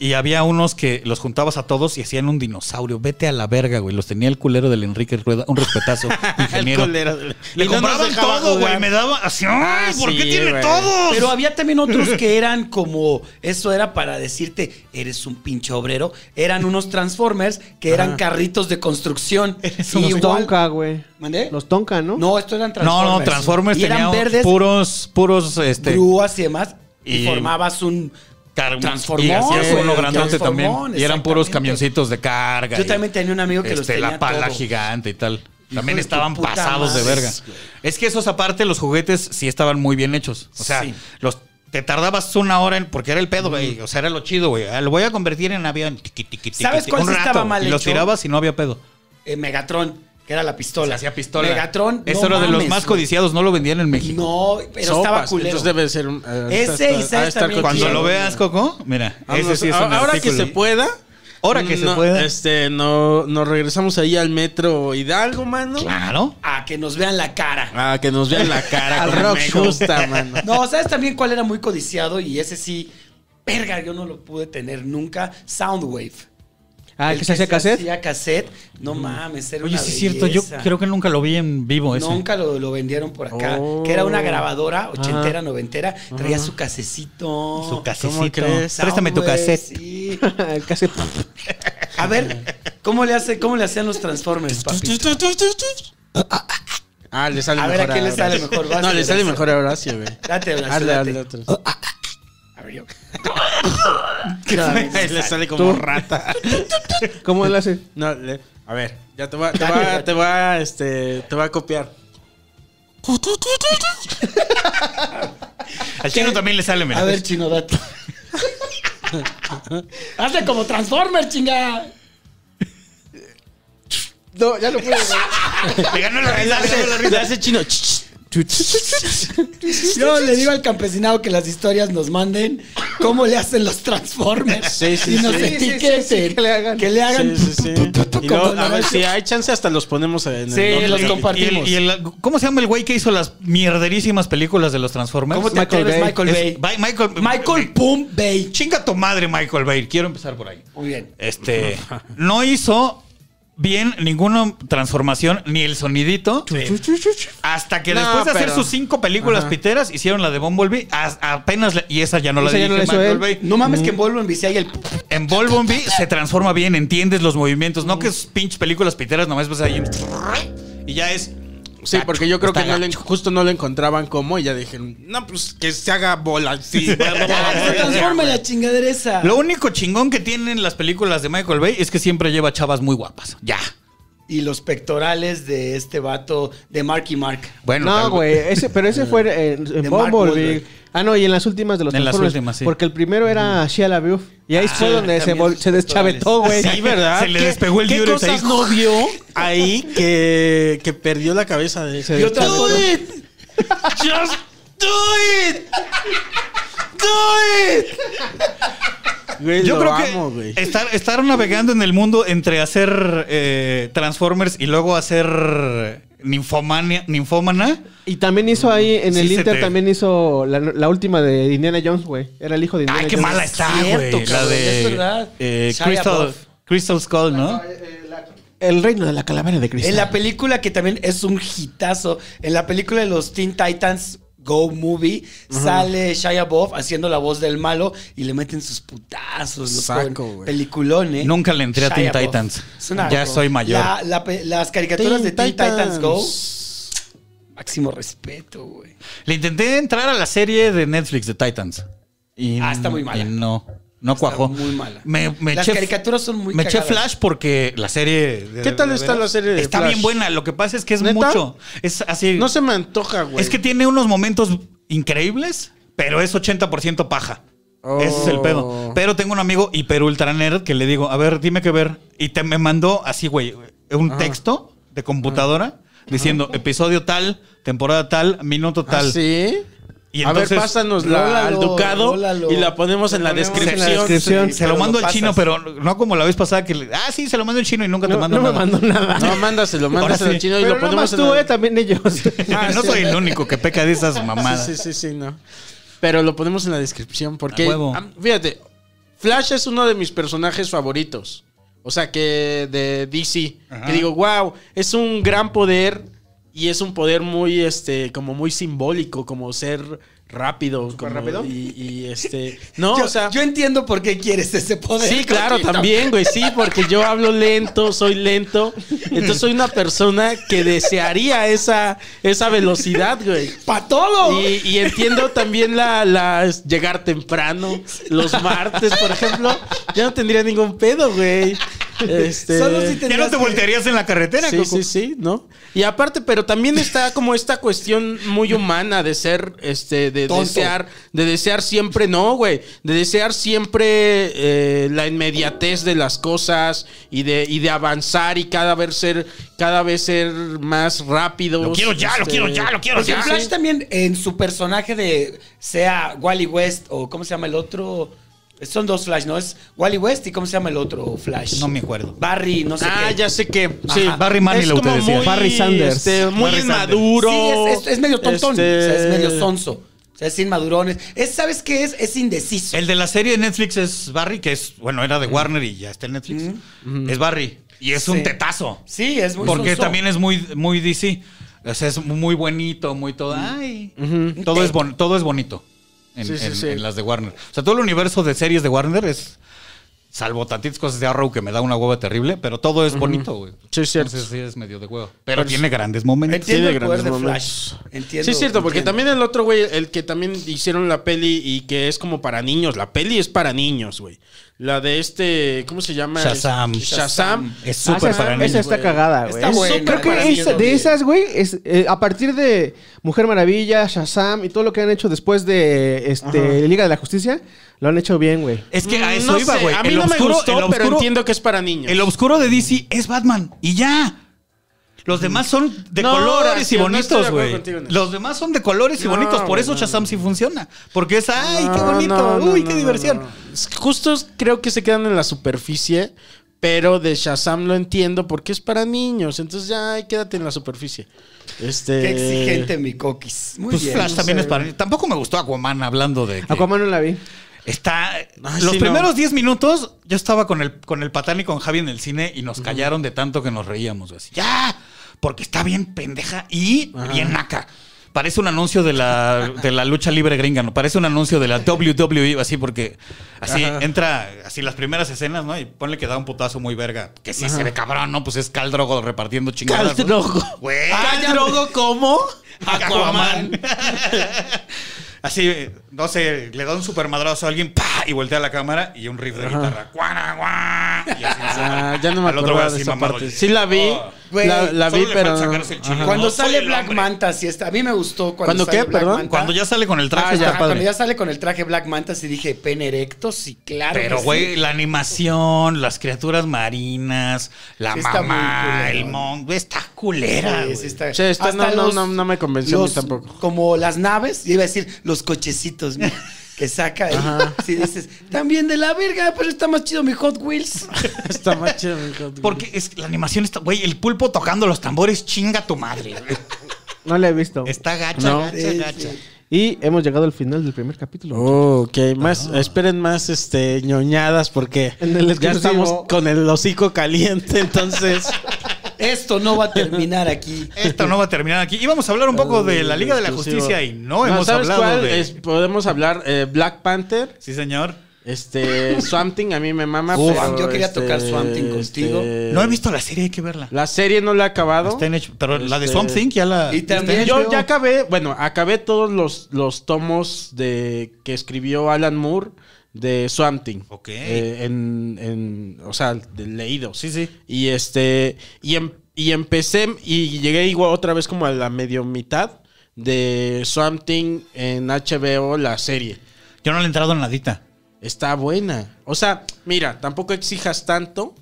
Speaker 4: y había unos que los juntabas a todos y hacían un dinosaurio. Vete a la verga, güey. Los tenía el culero del Enrique Rueda, un respetazo, ingeniero.
Speaker 3: El culero. Y
Speaker 4: Le
Speaker 3: no nos
Speaker 4: compraban
Speaker 3: dejaba
Speaker 4: todo,
Speaker 3: jugar.
Speaker 4: güey. Me daba así, ay, ¿por
Speaker 3: sí,
Speaker 4: qué tiene
Speaker 3: güey.
Speaker 4: todos?
Speaker 5: Pero había también otros que eran como, eso era para decirte, eres un pinche obrero. Eran unos Transformers que eran carritos de construcción.
Speaker 2: Los
Speaker 5: Igual-
Speaker 2: Tonka, güey.
Speaker 5: ¿Mandé?
Speaker 2: Los Tonka, ¿no?
Speaker 5: No, estos eran Transformers.
Speaker 4: no, no, Transformers
Speaker 5: Y eran
Speaker 4: tenía
Speaker 5: verdes,
Speaker 4: puros, puros, este,
Speaker 5: grúas y demás. Y,
Speaker 4: Y-
Speaker 5: formabas un...
Speaker 4: Car-
Speaker 5: Transformón,
Speaker 4: Y hacías
Speaker 5: güey,
Speaker 4: uno grandote
Speaker 5: transformón,
Speaker 4: también. Y eran puros
Speaker 5: exactamente.
Speaker 4: camioncitos de carga.
Speaker 5: Yo
Speaker 4: y,
Speaker 5: también tenía un amigo que los
Speaker 4: este,
Speaker 5: tenía
Speaker 4: La pala
Speaker 5: todo.
Speaker 4: gigante y tal.
Speaker 5: de
Speaker 4: También
Speaker 5: tu
Speaker 4: estaban
Speaker 5: puta
Speaker 4: pasados de
Speaker 5: madre,
Speaker 4: verga.
Speaker 5: güey.
Speaker 4: Es que esos aparte, los juguetes sí estaban muy bien hechos. O sea,
Speaker 5: Sí. Mm.
Speaker 4: los... Te tardabas una hora en, porque era el pedo, güey. O sea, era lo chido, güey. Ah, Lo voy a convertir en avión. Tiqui, tiqui, tiqui,
Speaker 5: ¿Sabes
Speaker 4: tiqui.
Speaker 5: cuál
Speaker 4: Un
Speaker 5: sí
Speaker 4: rato,
Speaker 5: estaba mal
Speaker 4: Y los
Speaker 5: hecho?
Speaker 4: tirabas y no había pedo.
Speaker 5: eh, Megatron, que era la pistola.
Speaker 4: Se hacía pistola.
Speaker 5: Megatron.
Speaker 4: Eso
Speaker 5: no
Speaker 4: era de los
Speaker 5: mames,
Speaker 4: más
Speaker 5: güey.
Speaker 4: codiciados. No lo vendían en México.
Speaker 5: No, pero
Speaker 3: Sopas,
Speaker 5: estaba culero.
Speaker 3: Entonces debe ser un. ah,
Speaker 5: Ese y
Speaker 3: ah,
Speaker 5: Seth también.
Speaker 3: cochino.
Speaker 4: Cuando
Speaker 5: Sí.
Speaker 4: lo veas, Coco, mira.
Speaker 5: Ah,
Speaker 3: Vámonos.
Speaker 4: ese sí es un
Speaker 3: ahora
Speaker 4: artículo.
Speaker 3: que se pueda.
Speaker 4: Ahora que se
Speaker 3: no,
Speaker 4: pueda.
Speaker 3: Este, no, nos regresamos ahí al metro Hidalgo, mano.
Speaker 4: Claro.
Speaker 5: A que nos vean la cara.
Speaker 3: Ah, que nos vean la cara.
Speaker 2: Al
Speaker 3: como
Speaker 2: rock
Speaker 3: me
Speaker 2: show.
Speaker 3: gusta, mano.
Speaker 5: No, ¿sabes también cuál era muy codiciado? Y ese sí, verga, yo no lo pude tener nunca. Soundwave.
Speaker 2: Ah,
Speaker 5: El
Speaker 2: que se hacía cassette.
Speaker 5: hacía cassette. No mames, era
Speaker 4: Oye,
Speaker 5: una
Speaker 4: sí es cierto, yo
Speaker 5: belleza.
Speaker 4: creo que nunca lo vi en vivo ese.
Speaker 5: Nunca lo, lo vendieron por acá.
Speaker 3: Oh.
Speaker 5: Que era una grabadora ochentera, noventera. Traía su casecito.
Speaker 4: Su
Speaker 3: ¿Cómo
Speaker 4: casecito.
Speaker 3: crees?
Speaker 4: Préstame tu
Speaker 5: Soundwave,
Speaker 4: cassette.
Speaker 5: sí.
Speaker 2: El cassette.
Speaker 5: A ver, ¿cómo le, hace, ¿cómo le hacían los Transformers, papi?
Speaker 3: Ah, le sale
Speaker 5: A ver,
Speaker 3: mejor.
Speaker 5: ¿a quién le sale
Speaker 3: Horacio.
Speaker 5: mejor? Vas,
Speaker 3: No, le
Speaker 5: Horacio.
Speaker 3: sale mejor a Horacio, güey.
Speaker 5: Date, Horacio,
Speaker 3: Hazle,
Speaker 5: date.
Speaker 3: hazle otro.
Speaker 5: A ver, yo.
Speaker 3: Ahí le sale como
Speaker 2: Tú.
Speaker 3: rata.
Speaker 2: ¿Cómo lo hace?
Speaker 3: No, le- a ver, ya te va, te
Speaker 5: Dale,
Speaker 3: va,
Speaker 5: dale.
Speaker 3: te va, este, te va a copiar.
Speaker 4: Al chino también le sale, mira.
Speaker 5: A ver, chino, date. Hazle como Transformers, chinga.
Speaker 2: No, ya lo puedo.
Speaker 4: le ganó la risa, le ganó la
Speaker 3: Le
Speaker 4: risa.
Speaker 3: hace chino.
Speaker 5: Yo le digo al campesinado que las historias nos manden cómo le hacen los Transformers.
Speaker 3: Sí, sí,
Speaker 5: y nos
Speaker 3: sí.
Speaker 5: etiqueten.
Speaker 2: Sí, sí, sí, que
Speaker 5: que
Speaker 2: le
Speaker 5: le
Speaker 2: hagan.
Speaker 5: hagan.
Speaker 3: Sí, sí, sí. Y
Speaker 5: como
Speaker 3: luego,
Speaker 5: la
Speaker 3: a ver,
Speaker 5: vez-
Speaker 3: si hay chance, hasta los ponemos en
Speaker 5: Sí,
Speaker 3: otro
Speaker 5: los
Speaker 3: capítulo.
Speaker 5: compa- compartimos.
Speaker 4: Y el- y el- ¿Cómo se llama el güey que hizo las mierderísimas películas de los Transformers?
Speaker 5: ¿Cómo te
Speaker 2: Michael
Speaker 5: atreves,
Speaker 2: Bay.
Speaker 5: Michael Bay?
Speaker 4: Es- Bay- Michael,
Speaker 5: Michael Pum Bay.
Speaker 4: Chinga tu madre, Michael Bay. Quiero empezar por ahí.
Speaker 5: Muy bien.
Speaker 4: Este. No hizo bien ninguna transformación ni el sonidito. Hasta que
Speaker 3: No,
Speaker 4: después de hacer
Speaker 3: pero-
Speaker 4: sus cinco películas
Speaker 3: Ajá.
Speaker 4: piteras, hicieron la de Bumblebee. as- apenas. la- y esa ya no la
Speaker 2: Esa ya
Speaker 4: dirige
Speaker 2: no la hizo
Speaker 4: Michael
Speaker 2: él.
Speaker 4: Bay.
Speaker 5: No mames
Speaker 3: Mm.
Speaker 5: que envuelvo en bici y el...
Speaker 4: En Bumblebee se transforma bien, entiendes los movimientos. No que es pinches películas piteras, nomás ves ahí. Y ya es.
Speaker 3: Sí, porque yo creo que
Speaker 4: Está
Speaker 3: no le-
Speaker 4: gacho.
Speaker 3: justo no lo encontraban como y ya dijeron, no, pues que se haga bola. Sí,
Speaker 5: Ah, que se transforma en la chingadera esa.
Speaker 4: Lo único chingón que tienen las películas de Michael Bay es que siempre lleva chavas muy guapas. Ya.
Speaker 5: Y los pectorales de este vato de Marky Mark.
Speaker 4: Bueno,
Speaker 2: No,
Speaker 4: tal-
Speaker 2: güey, ese, pero ese fue en, en
Speaker 5: De Mark
Speaker 2: Bumblebee.
Speaker 5: Wahlberg.
Speaker 2: Ah, no, y en las últimas de los
Speaker 4: En las
Speaker 2: Transformers,
Speaker 4: últimas, sí. Ah,
Speaker 2: Porque el primero era Shia LaBeouf. Y ahí fue donde se,
Speaker 5: también
Speaker 2: vol-
Speaker 5: los
Speaker 2: se deschavetó, güey.
Speaker 4: Sí, ¿verdad? Se le despegó el
Speaker 3: ¿Qué
Speaker 4: diurex
Speaker 3: cosas
Speaker 4: ahí?
Speaker 3: no vio ahí que, que perdió la cabeza de
Speaker 2: Se
Speaker 5: Y otra
Speaker 2: deschavetó.
Speaker 5: cosa-
Speaker 3: Just do it. Güey,
Speaker 4: Yo
Speaker 3: lo
Speaker 4: creo
Speaker 3: amo,
Speaker 4: que
Speaker 3: güey.
Speaker 4: estar, estar navegando en el mundo entre hacer eh, Transformers y luego hacer ninfomania, ninfómana.
Speaker 2: Y también hizo ahí, en
Speaker 4: Sí,
Speaker 2: el
Speaker 4: se
Speaker 2: Inter,
Speaker 4: te-
Speaker 2: también hizo la, la última de Indiana Jones, güey. Era el hijo de Indiana
Speaker 4: Ay, qué
Speaker 2: Jones.
Speaker 4: mala está,
Speaker 5: Cierto,
Speaker 4: güey. La
Speaker 5: cabrón,
Speaker 4: de
Speaker 5: es verdad.
Speaker 4: eh,
Speaker 5: Shia
Speaker 4: Crystal,
Speaker 5: LaBeouf.
Speaker 4: Crystal Skull, ¿no?
Speaker 2: El reino de la calavera de Cristo.
Speaker 5: En la película que también es un hitazo, en la película de los Teen Titans Go Movie, sale Shia Boff haciendo la voz del malo y le meten sus putazos. Los
Speaker 3: Saco,
Speaker 5: jóvenes.
Speaker 3: güey.
Speaker 5: Peliculón, ¿eh?
Speaker 4: Nunca le entré a Teen
Speaker 5: Boff.
Speaker 4: Titans.
Speaker 5: Es una-
Speaker 4: Ya soy mayor.
Speaker 5: La- la pe- las caricaturas de Teen Titans. Go, máximo respeto, güey.
Speaker 4: Le intenté entrar a la serie de Netflix de Titans. Y
Speaker 5: Ah, está muy mala.
Speaker 4: y no, no
Speaker 5: Está
Speaker 4: cuajó.
Speaker 5: muy mala.
Speaker 4: Me, me
Speaker 5: Las
Speaker 4: eché-
Speaker 5: caricaturas son muy
Speaker 4: Me eché
Speaker 5: cagadas.
Speaker 4: Flash porque la serie. de-
Speaker 3: ¿Qué tal
Speaker 4: de
Speaker 3: está
Speaker 4: veras-
Speaker 3: la serie de
Speaker 4: Está
Speaker 3: Flash?
Speaker 4: bien buena. Lo que pasa es que es
Speaker 3: ¿Neta?
Speaker 4: mucho. Es así.
Speaker 3: No se me antoja, güey.
Speaker 4: es que tiene unos momentos increíbles, pero es 80% paja. Ese es el
Speaker 3: Oh.
Speaker 4: pedo. Pero tengo un amigo hiper ultra nerd que le digo, a ver, dime qué ver. Y te me mandó así, güey, un texto de computadora diciendo episodio tal, temporada tal, minuto tal.
Speaker 3: Ah, ¿Sí?
Speaker 4: Y
Speaker 3: a ver,
Speaker 4: entonces-
Speaker 3: pásanos la,
Speaker 5: Rólalo,
Speaker 3: al ducado
Speaker 5: rólalo.
Speaker 3: y la ponemos en la
Speaker 5: Lo ponemos
Speaker 3: descripción.
Speaker 2: en la descripción.
Speaker 4: Se lo
Speaker 5: Pero
Speaker 4: mando
Speaker 5: lo
Speaker 4: al chino,
Speaker 5: pasas.
Speaker 4: pero no como la vez pasada que le, ah, sí, se lo mando al chino y nunca
Speaker 2: no,
Speaker 4: te mando
Speaker 2: no me
Speaker 4: nada. pues,
Speaker 2: mandó nada.
Speaker 3: No, mándaselo, mándaselo
Speaker 4: Ahora sí.
Speaker 3: chino y
Speaker 2: Pero
Speaker 3: lo
Speaker 2: no
Speaker 3: ponemos
Speaker 2: más
Speaker 3: en
Speaker 2: tú,
Speaker 3: la...
Speaker 2: eh, también ellos.
Speaker 3: Ah,
Speaker 4: no
Speaker 3: sí.
Speaker 4: soy el único que peca de esas mamadas.
Speaker 3: Sí, sí, sí, sí, no. Pero lo ponemos en la descripción porque,
Speaker 4: A huevo.
Speaker 3: am- fíjate, Flash es uno de mis personajes favoritos. O sea, que de DC. Que digo, wow, es un gran poder y es un poder muy, este, como muy simbólico, como ser rápido. como-
Speaker 2: rápido?
Speaker 3: Y, y, este, no,
Speaker 5: yo,
Speaker 3: o sea...
Speaker 5: yo entiendo por qué quieres ese poder.
Speaker 3: Sí, claro, también, güey, sí, porque yo hablo lento, soy lento. Entonces soy una persona que desearía esa, esa velocidad, güey.
Speaker 5: ¡Para todo!
Speaker 3: Y, y entiendo también la, la- es llegar temprano, los martes, por ejemplo. Ya no tendría ningún pedo, güey. Este,
Speaker 5: Solo si te-
Speaker 4: Ya no te voltearías en la carretera,
Speaker 3: Sí,
Speaker 4: Coco.
Speaker 3: sí, sí, ¿no? Y aparte, pero también está como esta cuestión muy humana de ser, este, de
Speaker 5: Tonto.
Speaker 3: desear, de desear siempre, no, güey, de desear siempre eh, la inmediatez de las cosas y de, y de avanzar y cada vez ser, cada vez ser más este, rápido.
Speaker 4: Lo quiero ya, lo quiero ya, lo quiero
Speaker 5: Porque
Speaker 4: ya.
Speaker 5: Flash también en su personaje de sea Wally West o cómo se llama el otro. Son dos Flash, ¿no? Es Wally West y cómo se llama el otro Flash.
Speaker 4: No me acuerdo.
Speaker 5: Barry, no sé
Speaker 3: Ah,
Speaker 5: qué.
Speaker 3: ya sé que. Sí.
Speaker 4: Barry Manilow
Speaker 3: Es como
Speaker 4: te decía.
Speaker 3: muy,
Speaker 2: Barry Sanders.
Speaker 3: este, muy
Speaker 4: Barry Sanders.
Speaker 3: inmaduro.
Speaker 5: Sí, es, es- es medio tontón.
Speaker 3: Este,
Speaker 5: O sea, es medio sonso. O sea, es inmadurón. Es- Es, ¿Sabes qué es? Es indeciso.
Speaker 4: El de la serie de Netflix es Barry, que es, bueno, era de Warner y ya está en Netflix. Es Barry. Y es un
Speaker 5: Sí.
Speaker 4: tetazo.
Speaker 5: sí, es muy
Speaker 4: Porque
Speaker 5: sonso.
Speaker 4: también es muy, muy DC. O sea, es muy bonito, muy todo. Ay. todo, es bon- todo es bonito. En,
Speaker 3: Sí, sí,
Speaker 4: en-
Speaker 3: sí.
Speaker 4: en las de Warner. O sea, todo el universo de series de Warner es. Salvo tantitas cosas de Arrow que me da una hueva terrible, pero todo es bonito, güey.
Speaker 3: Sí, es cierto. Pues,
Speaker 4: Entonces sí es medio de huevo. Pero tiene grandes momentos.
Speaker 5: Entiendo
Speaker 3: Tiene
Speaker 5: el poder
Speaker 3: grandes
Speaker 5: de
Speaker 3: momentos.
Speaker 5: Flash. Entiendo.
Speaker 3: Sí, es cierto, porque
Speaker 5: entiendo.
Speaker 3: también el otro güey, el que también hicieron la peli y que es como para niños. La peli es para niños, güey. La de este, ¿cómo se llama? Este,
Speaker 4: Shazam.
Speaker 3: Shazam.
Speaker 4: Es
Speaker 2: Ah,
Speaker 4: súper
Speaker 2: esa-
Speaker 4: para niños.
Speaker 2: Esa está
Speaker 3: güey.
Speaker 2: cagada, güey.
Speaker 5: Está
Speaker 2: Es-
Speaker 5: buena,
Speaker 2: Creo
Speaker 5: para
Speaker 2: que
Speaker 5: niños,
Speaker 2: esa- de
Speaker 5: güey.
Speaker 2: esas, güey, es, eh, a partir de Mujer Maravilla, Shazam y todo lo que han hecho después de este, Liga de la Justicia, lo han hecho bien, güey.
Speaker 4: Es que a eso
Speaker 3: Mm, No
Speaker 4: iba,
Speaker 3: sé,
Speaker 4: güey.
Speaker 3: A mí
Speaker 4: El
Speaker 3: no me
Speaker 4: oscuro-
Speaker 3: gustó,
Speaker 4: el
Speaker 3: pero
Speaker 4: oscuro-
Speaker 3: entiendo que es para niños.
Speaker 4: El oscuro de DC es Batman. Y ya. Los demás son de
Speaker 3: No,
Speaker 4: colores y
Speaker 3: tío, no estoy de
Speaker 4: bonitos,
Speaker 3: acuerdo
Speaker 4: güey.
Speaker 3: contigo, Nes.
Speaker 4: Los demás son de colores y
Speaker 3: No,
Speaker 4: bonitos. Por
Speaker 3: güey,
Speaker 4: eso
Speaker 3: no,
Speaker 4: Shazam sí funciona. Porque es, ay, qué
Speaker 3: No,
Speaker 4: bonito,
Speaker 3: no,
Speaker 4: uy,
Speaker 3: no,
Speaker 4: qué
Speaker 3: no,
Speaker 4: diversión.
Speaker 3: no, no. Es que Justo creo que se quedan en la superficie, pero de Shazam lo entiendo porque es para niños. Entonces ya, ay, quédate en la superficie. Este...
Speaker 5: Qué exigente, mi coquis. Muy
Speaker 4: Pues
Speaker 5: bien.
Speaker 4: Flash
Speaker 5: no
Speaker 4: también
Speaker 5: sé.
Speaker 4: es para Tampoco me gustó Aquaman hablando de. que-
Speaker 2: Aquaman no la vi.
Speaker 4: Está.
Speaker 3: Ay,
Speaker 4: los
Speaker 3: Ah, sí,
Speaker 4: primeros
Speaker 3: no.
Speaker 4: 10 minutos, yo estaba con el, con el patán y con Javi en el cine y nos callaron de tanto que nos reíamos. Así, ¡Ya! Porque está bien pendeja y bien naca. Parece un anuncio de la, de la lucha libre gringa, ¿no? Parece un anuncio de la WWE, así porque así entra, así las primeras escenas, ¿no? Y ponle que da un putazo muy verga. Que sí se ve cabrón, ¿no? Pues es Cal Drogo repartiendo chingadas. ¿no? Güey.
Speaker 3: Ah, Drogo cómo?
Speaker 4: Aquaman. Así, no sé, le da un supermadrazo a alguien, ¡pa! Y voltea la cámara y un riff de guitarra. ¡Guana, guá! Y así se va.
Speaker 3: Ah, ya no me
Speaker 4: Al otro
Speaker 3: acordaba
Speaker 4: güey
Speaker 3: de
Speaker 4: así
Speaker 3: esa
Speaker 4: mamado.
Speaker 3: parte. Sí la vi,
Speaker 4: Oh.
Speaker 5: Güey,
Speaker 3: la, la
Speaker 4: Solo
Speaker 3: vi,
Speaker 4: le
Speaker 3: pero...
Speaker 4: falta sacarse el chile.
Speaker 5: Cuando
Speaker 4: No soy
Speaker 5: sale
Speaker 4: el
Speaker 5: Black
Speaker 4: hombre.
Speaker 5: Manta, sí está. A mí me gustó cuando,
Speaker 3: ¿Cuándo
Speaker 5: sale
Speaker 3: qué?
Speaker 5: Black
Speaker 3: Perdón.
Speaker 5: Manta.
Speaker 4: Cuando ya sale con el traje,
Speaker 3: Ah,
Speaker 4: está
Speaker 5: Ajá, cuando
Speaker 4: padre.
Speaker 5: ya sale con el traje Black Manta, sí dije, pen erecto, sí,
Speaker 3: Ah,
Speaker 5: claro.
Speaker 4: Pero,
Speaker 5: que
Speaker 4: güey,
Speaker 5: sí.
Speaker 4: la animación, las criaturas marinas, la
Speaker 5: Sí está muy
Speaker 4: mamá,
Speaker 5: culero.
Speaker 4: el mongo, está culera,
Speaker 5: Sí,
Speaker 4: güey.
Speaker 5: sí está.
Speaker 3: Sí, está-
Speaker 5: Hasta
Speaker 3: no, no, no, no me convenció a mí
Speaker 5: los-
Speaker 3: tampoco.
Speaker 5: Como las naves, iba a decir, los cochecitos mi, que saca ahí. Si dices, también de la verga, pero está más chido mi Hot Wheels.
Speaker 3: Está más chido, mi hijo.
Speaker 4: Porque es, la animación está, güey, el pulpo tocando los tambores chinga tu madre. güey.
Speaker 2: No la he visto.
Speaker 4: Está gacha,
Speaker 3: No.
Speaker 4: gacha,
Speaker 5: Sí,
Speaker 4: gacha.
Speaker 5: sí.
Speaker 2: Y hemos llegado al final del primer capítulo.
Speaker 3: Oh, ok, más,
Speaker 4: Ah.
Speaker 3: esperen más este ñoñadas porque
Speaker 2: En el
Speaker 3: ya
Speaker 2: exclusivo.
Speaker 3: estamos con el hocico caliente, entonces
Speaker 5: Esto no va a terminar aquí.
Speaker 4: Esto no va a terminar aquí. Íbamos a hablar un poco de la Liga de la Justicia y no hemos
Speaker 3: ¿sabes
Speaker 4: hablado
Speaker 3: cuál?
Speaker 4: de...
Speaker 3: Es- podemos hablar eh, Black Panther,
Speaker 4: Sí, señor.
Speaker 3: este Swamp Thing, a mí me mama,
Speaker 5: Uf,
Speaker 3: pero,
Speaker 5: yo quería
Speaker 3: este,
Speaker 5: tocar Swamp Thing contigo.
Speaker 3: este,
Speaker 4: No he visto la serie, hay que verla.
Speaker 3: La serie no la he acabado.
Speaker 4: Está en H- pero la de
Speaker 3: Este-
Speaker 4: Swamp Thing ya la...
Speaker 5: Y también
Speaker 3: Yo
Speaker 5: veo-
Speaker 3: ya acabé, bueno, acabé todos los, los tomos de que escribió Alan Moore de Swamp Thing.
Speaker 4: Ok.
Speaker 3: Eh, en, en- o sea, de- leído.
Speaker 4: Sí, sí.
Speaker 3: Y este. Y, em- y empecé. Y llegué igual otra vez como a la medio mitad de Swamp Thing en HBO, la serie.
Speaker 4: Yo no le he entrado en nadita.
Speaker 3: Está buena. O sea, mira, tampoco exijas tanto.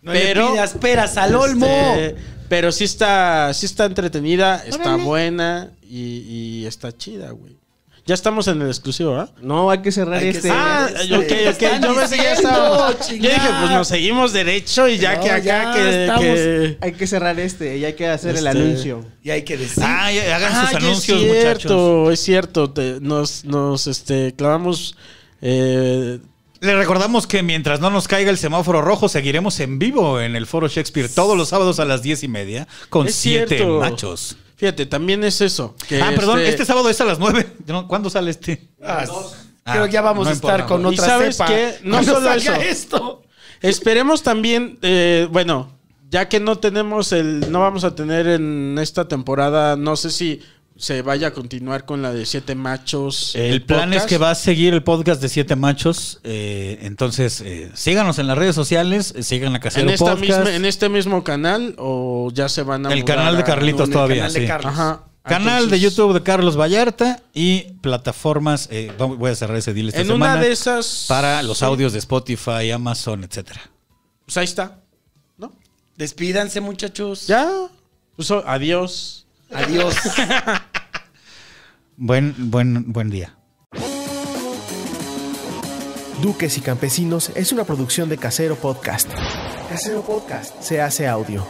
Speaker 5: No
Speaker 3: Pero-
Speaker 5: le pidas peras al olmo.
Speaker 3: Este, pero sí está, sí está entretenida, está buena y, y está chida, güey. Ya estamos en el exclusivo, ¿ah?
Speaker 2: No, hay que cerrar
Speaker 5: Hay que
Speaker 2: este.
Speaker 5: cerrar.
Speaker 3: Ah,
Speaker 5: Este,
Speaker 3: ok, ok.
Speaker 5: ¿qué están
Speaker 3: Yo pensé que ya
Speaker 5: diciendo,
Speaker 3: estaba. Yo
Speaker 5: chingada?
Speaker 3: dije, pues nos seguimos derecho y ya
Speaker 5: No,
Speaker 3: que acá
Speaker 5: ya
Speaker 3: que,
Speaker 5: estamos-
Speaker 3: que-
Speaker 2: Hay eh, que cerrar este y hay que hacer el
Speaker 3: Este-
Speaker 2: anuncio.
Speaker 5: Y hay que decir.
Speaker 4: Ah, ya- hagan
Speaker 3: Ah,
Speaker 4: sus
Speaker 3: ya
Speaker 4: anuncios,
Speaker 3: es cierto,
Speaker 4: muchachos.
Speaker 3: es cierto. te- nos nos este, clavamos. eh,
Speaker 4: Le recordamos que mientras no nos caiga el semáforo rojo, seguiremos en vivo en el Foro Shakespeare todos los sábados a las diez y media con
Speaker 3: Es
Speaker 4: siete
Speaker 3: cierto.
Speaker 4: machos.
Speaker 3: fíjate, también es eso. que
Speaker 4: ah, perdón, este sábado es a las nueve. No, ¿Cuándo sale este?
Speaker 5: Ah,
Speaker 4: Ah,
Speaker 5: creo que ya vamos
Speaker 4: no
Speaker 5: a estar
Speaker 4: importa.
Speaker 5: con
Speaker 3: ¿Y
Speaker 5: otra
Speaker 3: sabes
Speaker 5: cepa
Speaker 3: qué? No
Speaker 5: cuando
Speaker 3: solo
Speaker 5: salga
Speaker 3: eso.
Speaker 5: esto.
Speaker 3: Esperemos también, eh, bueno, ya que no tenemos el, no vamos a tener en esta temporada, no sé si se vaya a continuar con la de siete machos.
Speaker 4: El plan es que va a seguir el podcast de Siete Machos. eh, entonces, eh, síganos en las redes sociales, eh, sigan a Casero
Speaker 3: en esta
Speaker 4: Podcast.
Speaker 3: misma, en este mismo canal o ya se van a
Speaker 4: el
Speaker 3: mudar
Speaker 4: canal de
Speaker 3: a-
Speaker 4: Carlitos
Speaker 5: el
Speaker 4: todavía.
Speaker 5: canal de
Speaker 4: sí.
Speaker 5: Carlos.
Speaker 3: Ajá.
Speaker 4: Canal de
Speaker 3: Entonces,
Speaker 4: YouTube de Carlos Vallarta y plataformas. eh, vamos- voy a cerrar ese deal esta
Speaker 3: En
Speaker 4: semana.
Speaker 3: una de esas
Speaker 4: Para los
Speaker 3: sí,
Speaker 4: audios de Spotify, Amazon, etcétera.
Speaker 3: Pues ahí está. ¿No?
Speaker 5: Despídanse, muchachos.
Speaker 3: Ya. Pues oh, adiós.
Speaker 5: Adiós.
Speaker 4: Buen, buen, buen día.
Speaker 7: Duques y Campesinos es una producción de Casero Podcast. Casero Podcast se hace audio.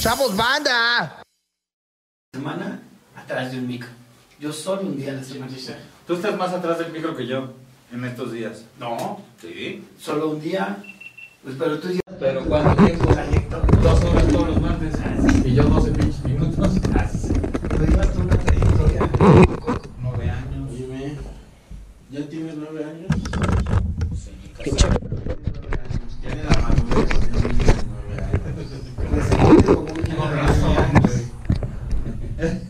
Speaker 7: ¡Chavos, banda!
Speaker 5: semana atrás de un micro. Yo solo un día a la semana.
Speaker 8: Tú estás más atrás del micro que yo en estos días. No. Sí.
Speaker 5: Solo un día. Pues, pero tú ya. Pero ¿cuánto tiempo? Dos horas todos los martes.
Speaker 8: Y yo 12 pinches minutos.
Speaker 5: Pero llevas tú una trayectoria.
Speaker 8: Nueve años.
Speaker 3: ¿Ya tienes nueve años?
Speaker 5: Me sentiste como un niño.
Speaker 8: Con razón, güey.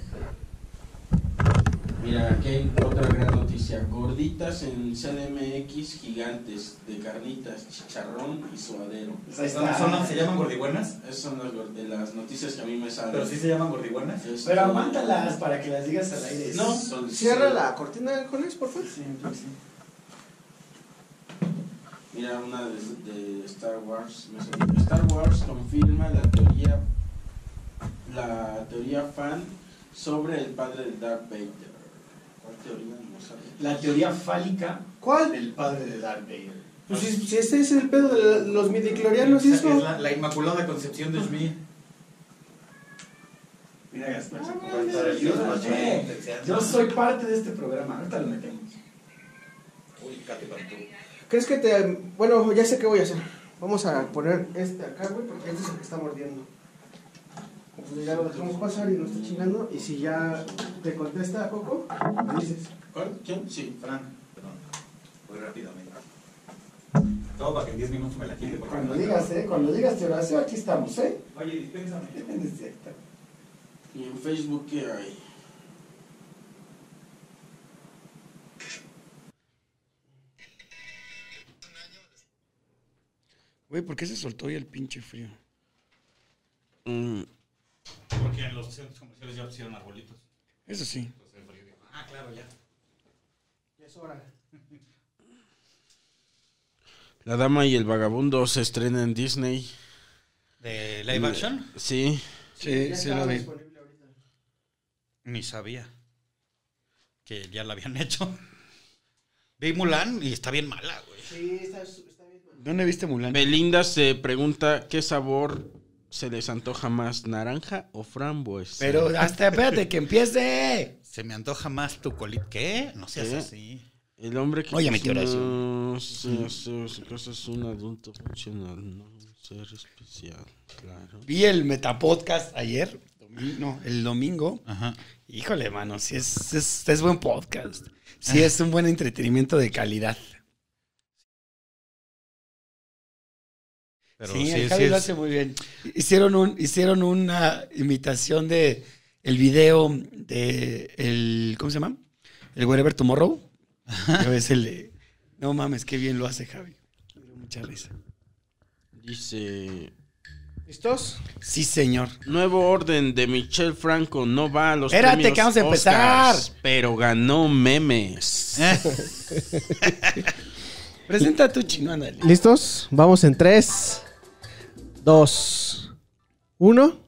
Speaker 3: Mira, aquí hay otra gran noticia. Gorditas en CDMX gigantes de carnitas, chicharrón y suadero.
Speaker 5: Ahí
Speaker 8: Son-
Speaker 5: está.
Speaker 8: son- ¿Se llaman gordibuenas?
Speaker 3: Esas son las, gor- de las noticias que a mí me salen.
Speaker 8: Pero sí se llaman gordibuenas.
Speaker 3: Este,
Speaker 5: Pero aguántalas para que las digas al aire.
Speaker 3: No, son-
Speaker 2: Cierra la cortina, Jones, por favor.
Speaker 8: Sí, creo que sí.
Speaker 3: Mira, una de, de Star Wars. me salió. Star Wars confirma la teoría, la teoría fan sobre el padre de Darth Vader. ¿Cuál teoría? No sabía.
Speaker 5: La teoría fálica
Speaker 2: ¿Cuál?
Speaker 5: del padre de Darth Vader.
Speaker 2: Pues si, si este es el pedo de la- los midiclorianos,
Speaker 8: Esa es
Speaker 2: eso.
Speaker 8: la, la Inmaculada Concepción de Shmi.
Speaker 5: Mira, Gaspar, se
Speaker 8: Ah,
Speaker 5: comparte
Speaker 8: vale,
Speaker 5: el libro,
Speaker 8: yo
Speaker 5: no
Speaker 8: no sé.
Speaker 5: sé. Yo soy parte de este programa. Ahorita lo metemos.
Speaker 8: Uy, Cate Cantú.
Speaker 2: ¿Crees que te.? Bueno, ya sé qué voy a hacer. Vamos a poner este acá, güey, porque este es el que está mordiendo. Entonces ya lo dejamos pasar y no está chingando. Y si ya te contesta Coco, me dices.
Speaker 3: ¿Cuál? ¿Quién? Sí.
Speaker 8: Fran, perdón. Voy rápidamente. Todo para que en 10 minutos me la quite. por
Speaker 5: Cuando
Speaker 8: favor.
Speaker 5: digas, ¿eh? Cuando digas tu oración, aquí estamos, ¿eh?
Speaker 8: Oye, dispénsame.
Speaker 5: Es cierto.
Speaker 3: ¿Y en Facebook qué hay?
Speaker 5: Güey, ¿por qué se soltó hoy el pinche frío?
Speaker 3: Mm.
Speaker 4: Porque en los centros comerciales ya pusieron arbolitos.
Speaker 5: Eso sí.
Speaker 4: Ah, claro, ya.
Speaker 2: Es hora.
Speaker 3: La Dama y el Vagabundo se estrena en Disney.
Speaker 4: ¿De live action?
Speaker 3: Sí.
Speaker 5: Sí,
Speaker 2: Ya
Speaker 5: sí
Speaker 2: está
Speaker 5: lo vi.
Speaker 2: disponible ahorita.
Speaker 4: Ni sabía que ya la habían hecho. Vi Mulan y está bien mala, güey.
Speaker 2: Sí, está, está bien. man.
Speaker 5: ¿Dónde viste Mulan?
Speaker 3: Belinda se pregunta qué sabor se les antoja más, naranja o frambuesa.
Speaker 5: Pero hasta espérate que empiece.
Speaker 4: Se me antoja más tu colita. ¿Qué? No seas
Speaker 3: ¿Qué?
Speaker 4: así.
Speaker 3: El hombre que
Speaker 5: Oye, mi tío
Speaker 3: no se hace su casa es un adulto funcional, no un ser especial, claro.
Speaker 5: Vi el Metapodcast ayer. domi- No, el domingo.
Speaker 4: Ajá.
Speaker 5: Híjole, mano, sí es, es, es buen podcast. Sí es un buen entretenimiento de calidad.
Speaker 4: Pero
Speaker 5: sí,
Speaker 4: sí,
Speaker 5: el
Speaker 4: sí,
Speaker 5: Javi lo
Speaker 4: es-
Speaker 5: hace muy bien. Hicieron, un, hicieron una imitación de el video de el, ¿cómo se llama? El Wherever Tomorrow. Ya ves el de, no mames, qué bien lo hace Javi. Me dio Mucha risa.
Speaker 3: Dice,
Speaker 2: ¿Listos?
Speaker 5: Sí, señor.
Speaker 3: nuevo orden de Michelle Franco no va a los
Speaker 5: Espérate,
Speaker 3: premios
Speaker 5: que vamos a
Speaker 3: Oscars,
Speaker 5: empezar.
Speaker 3: pero ganó memes.
Speaker 5: Presenta tu chino, ándale.
Speaker 2: ¿Listos? Vamos en 3, 2, 1.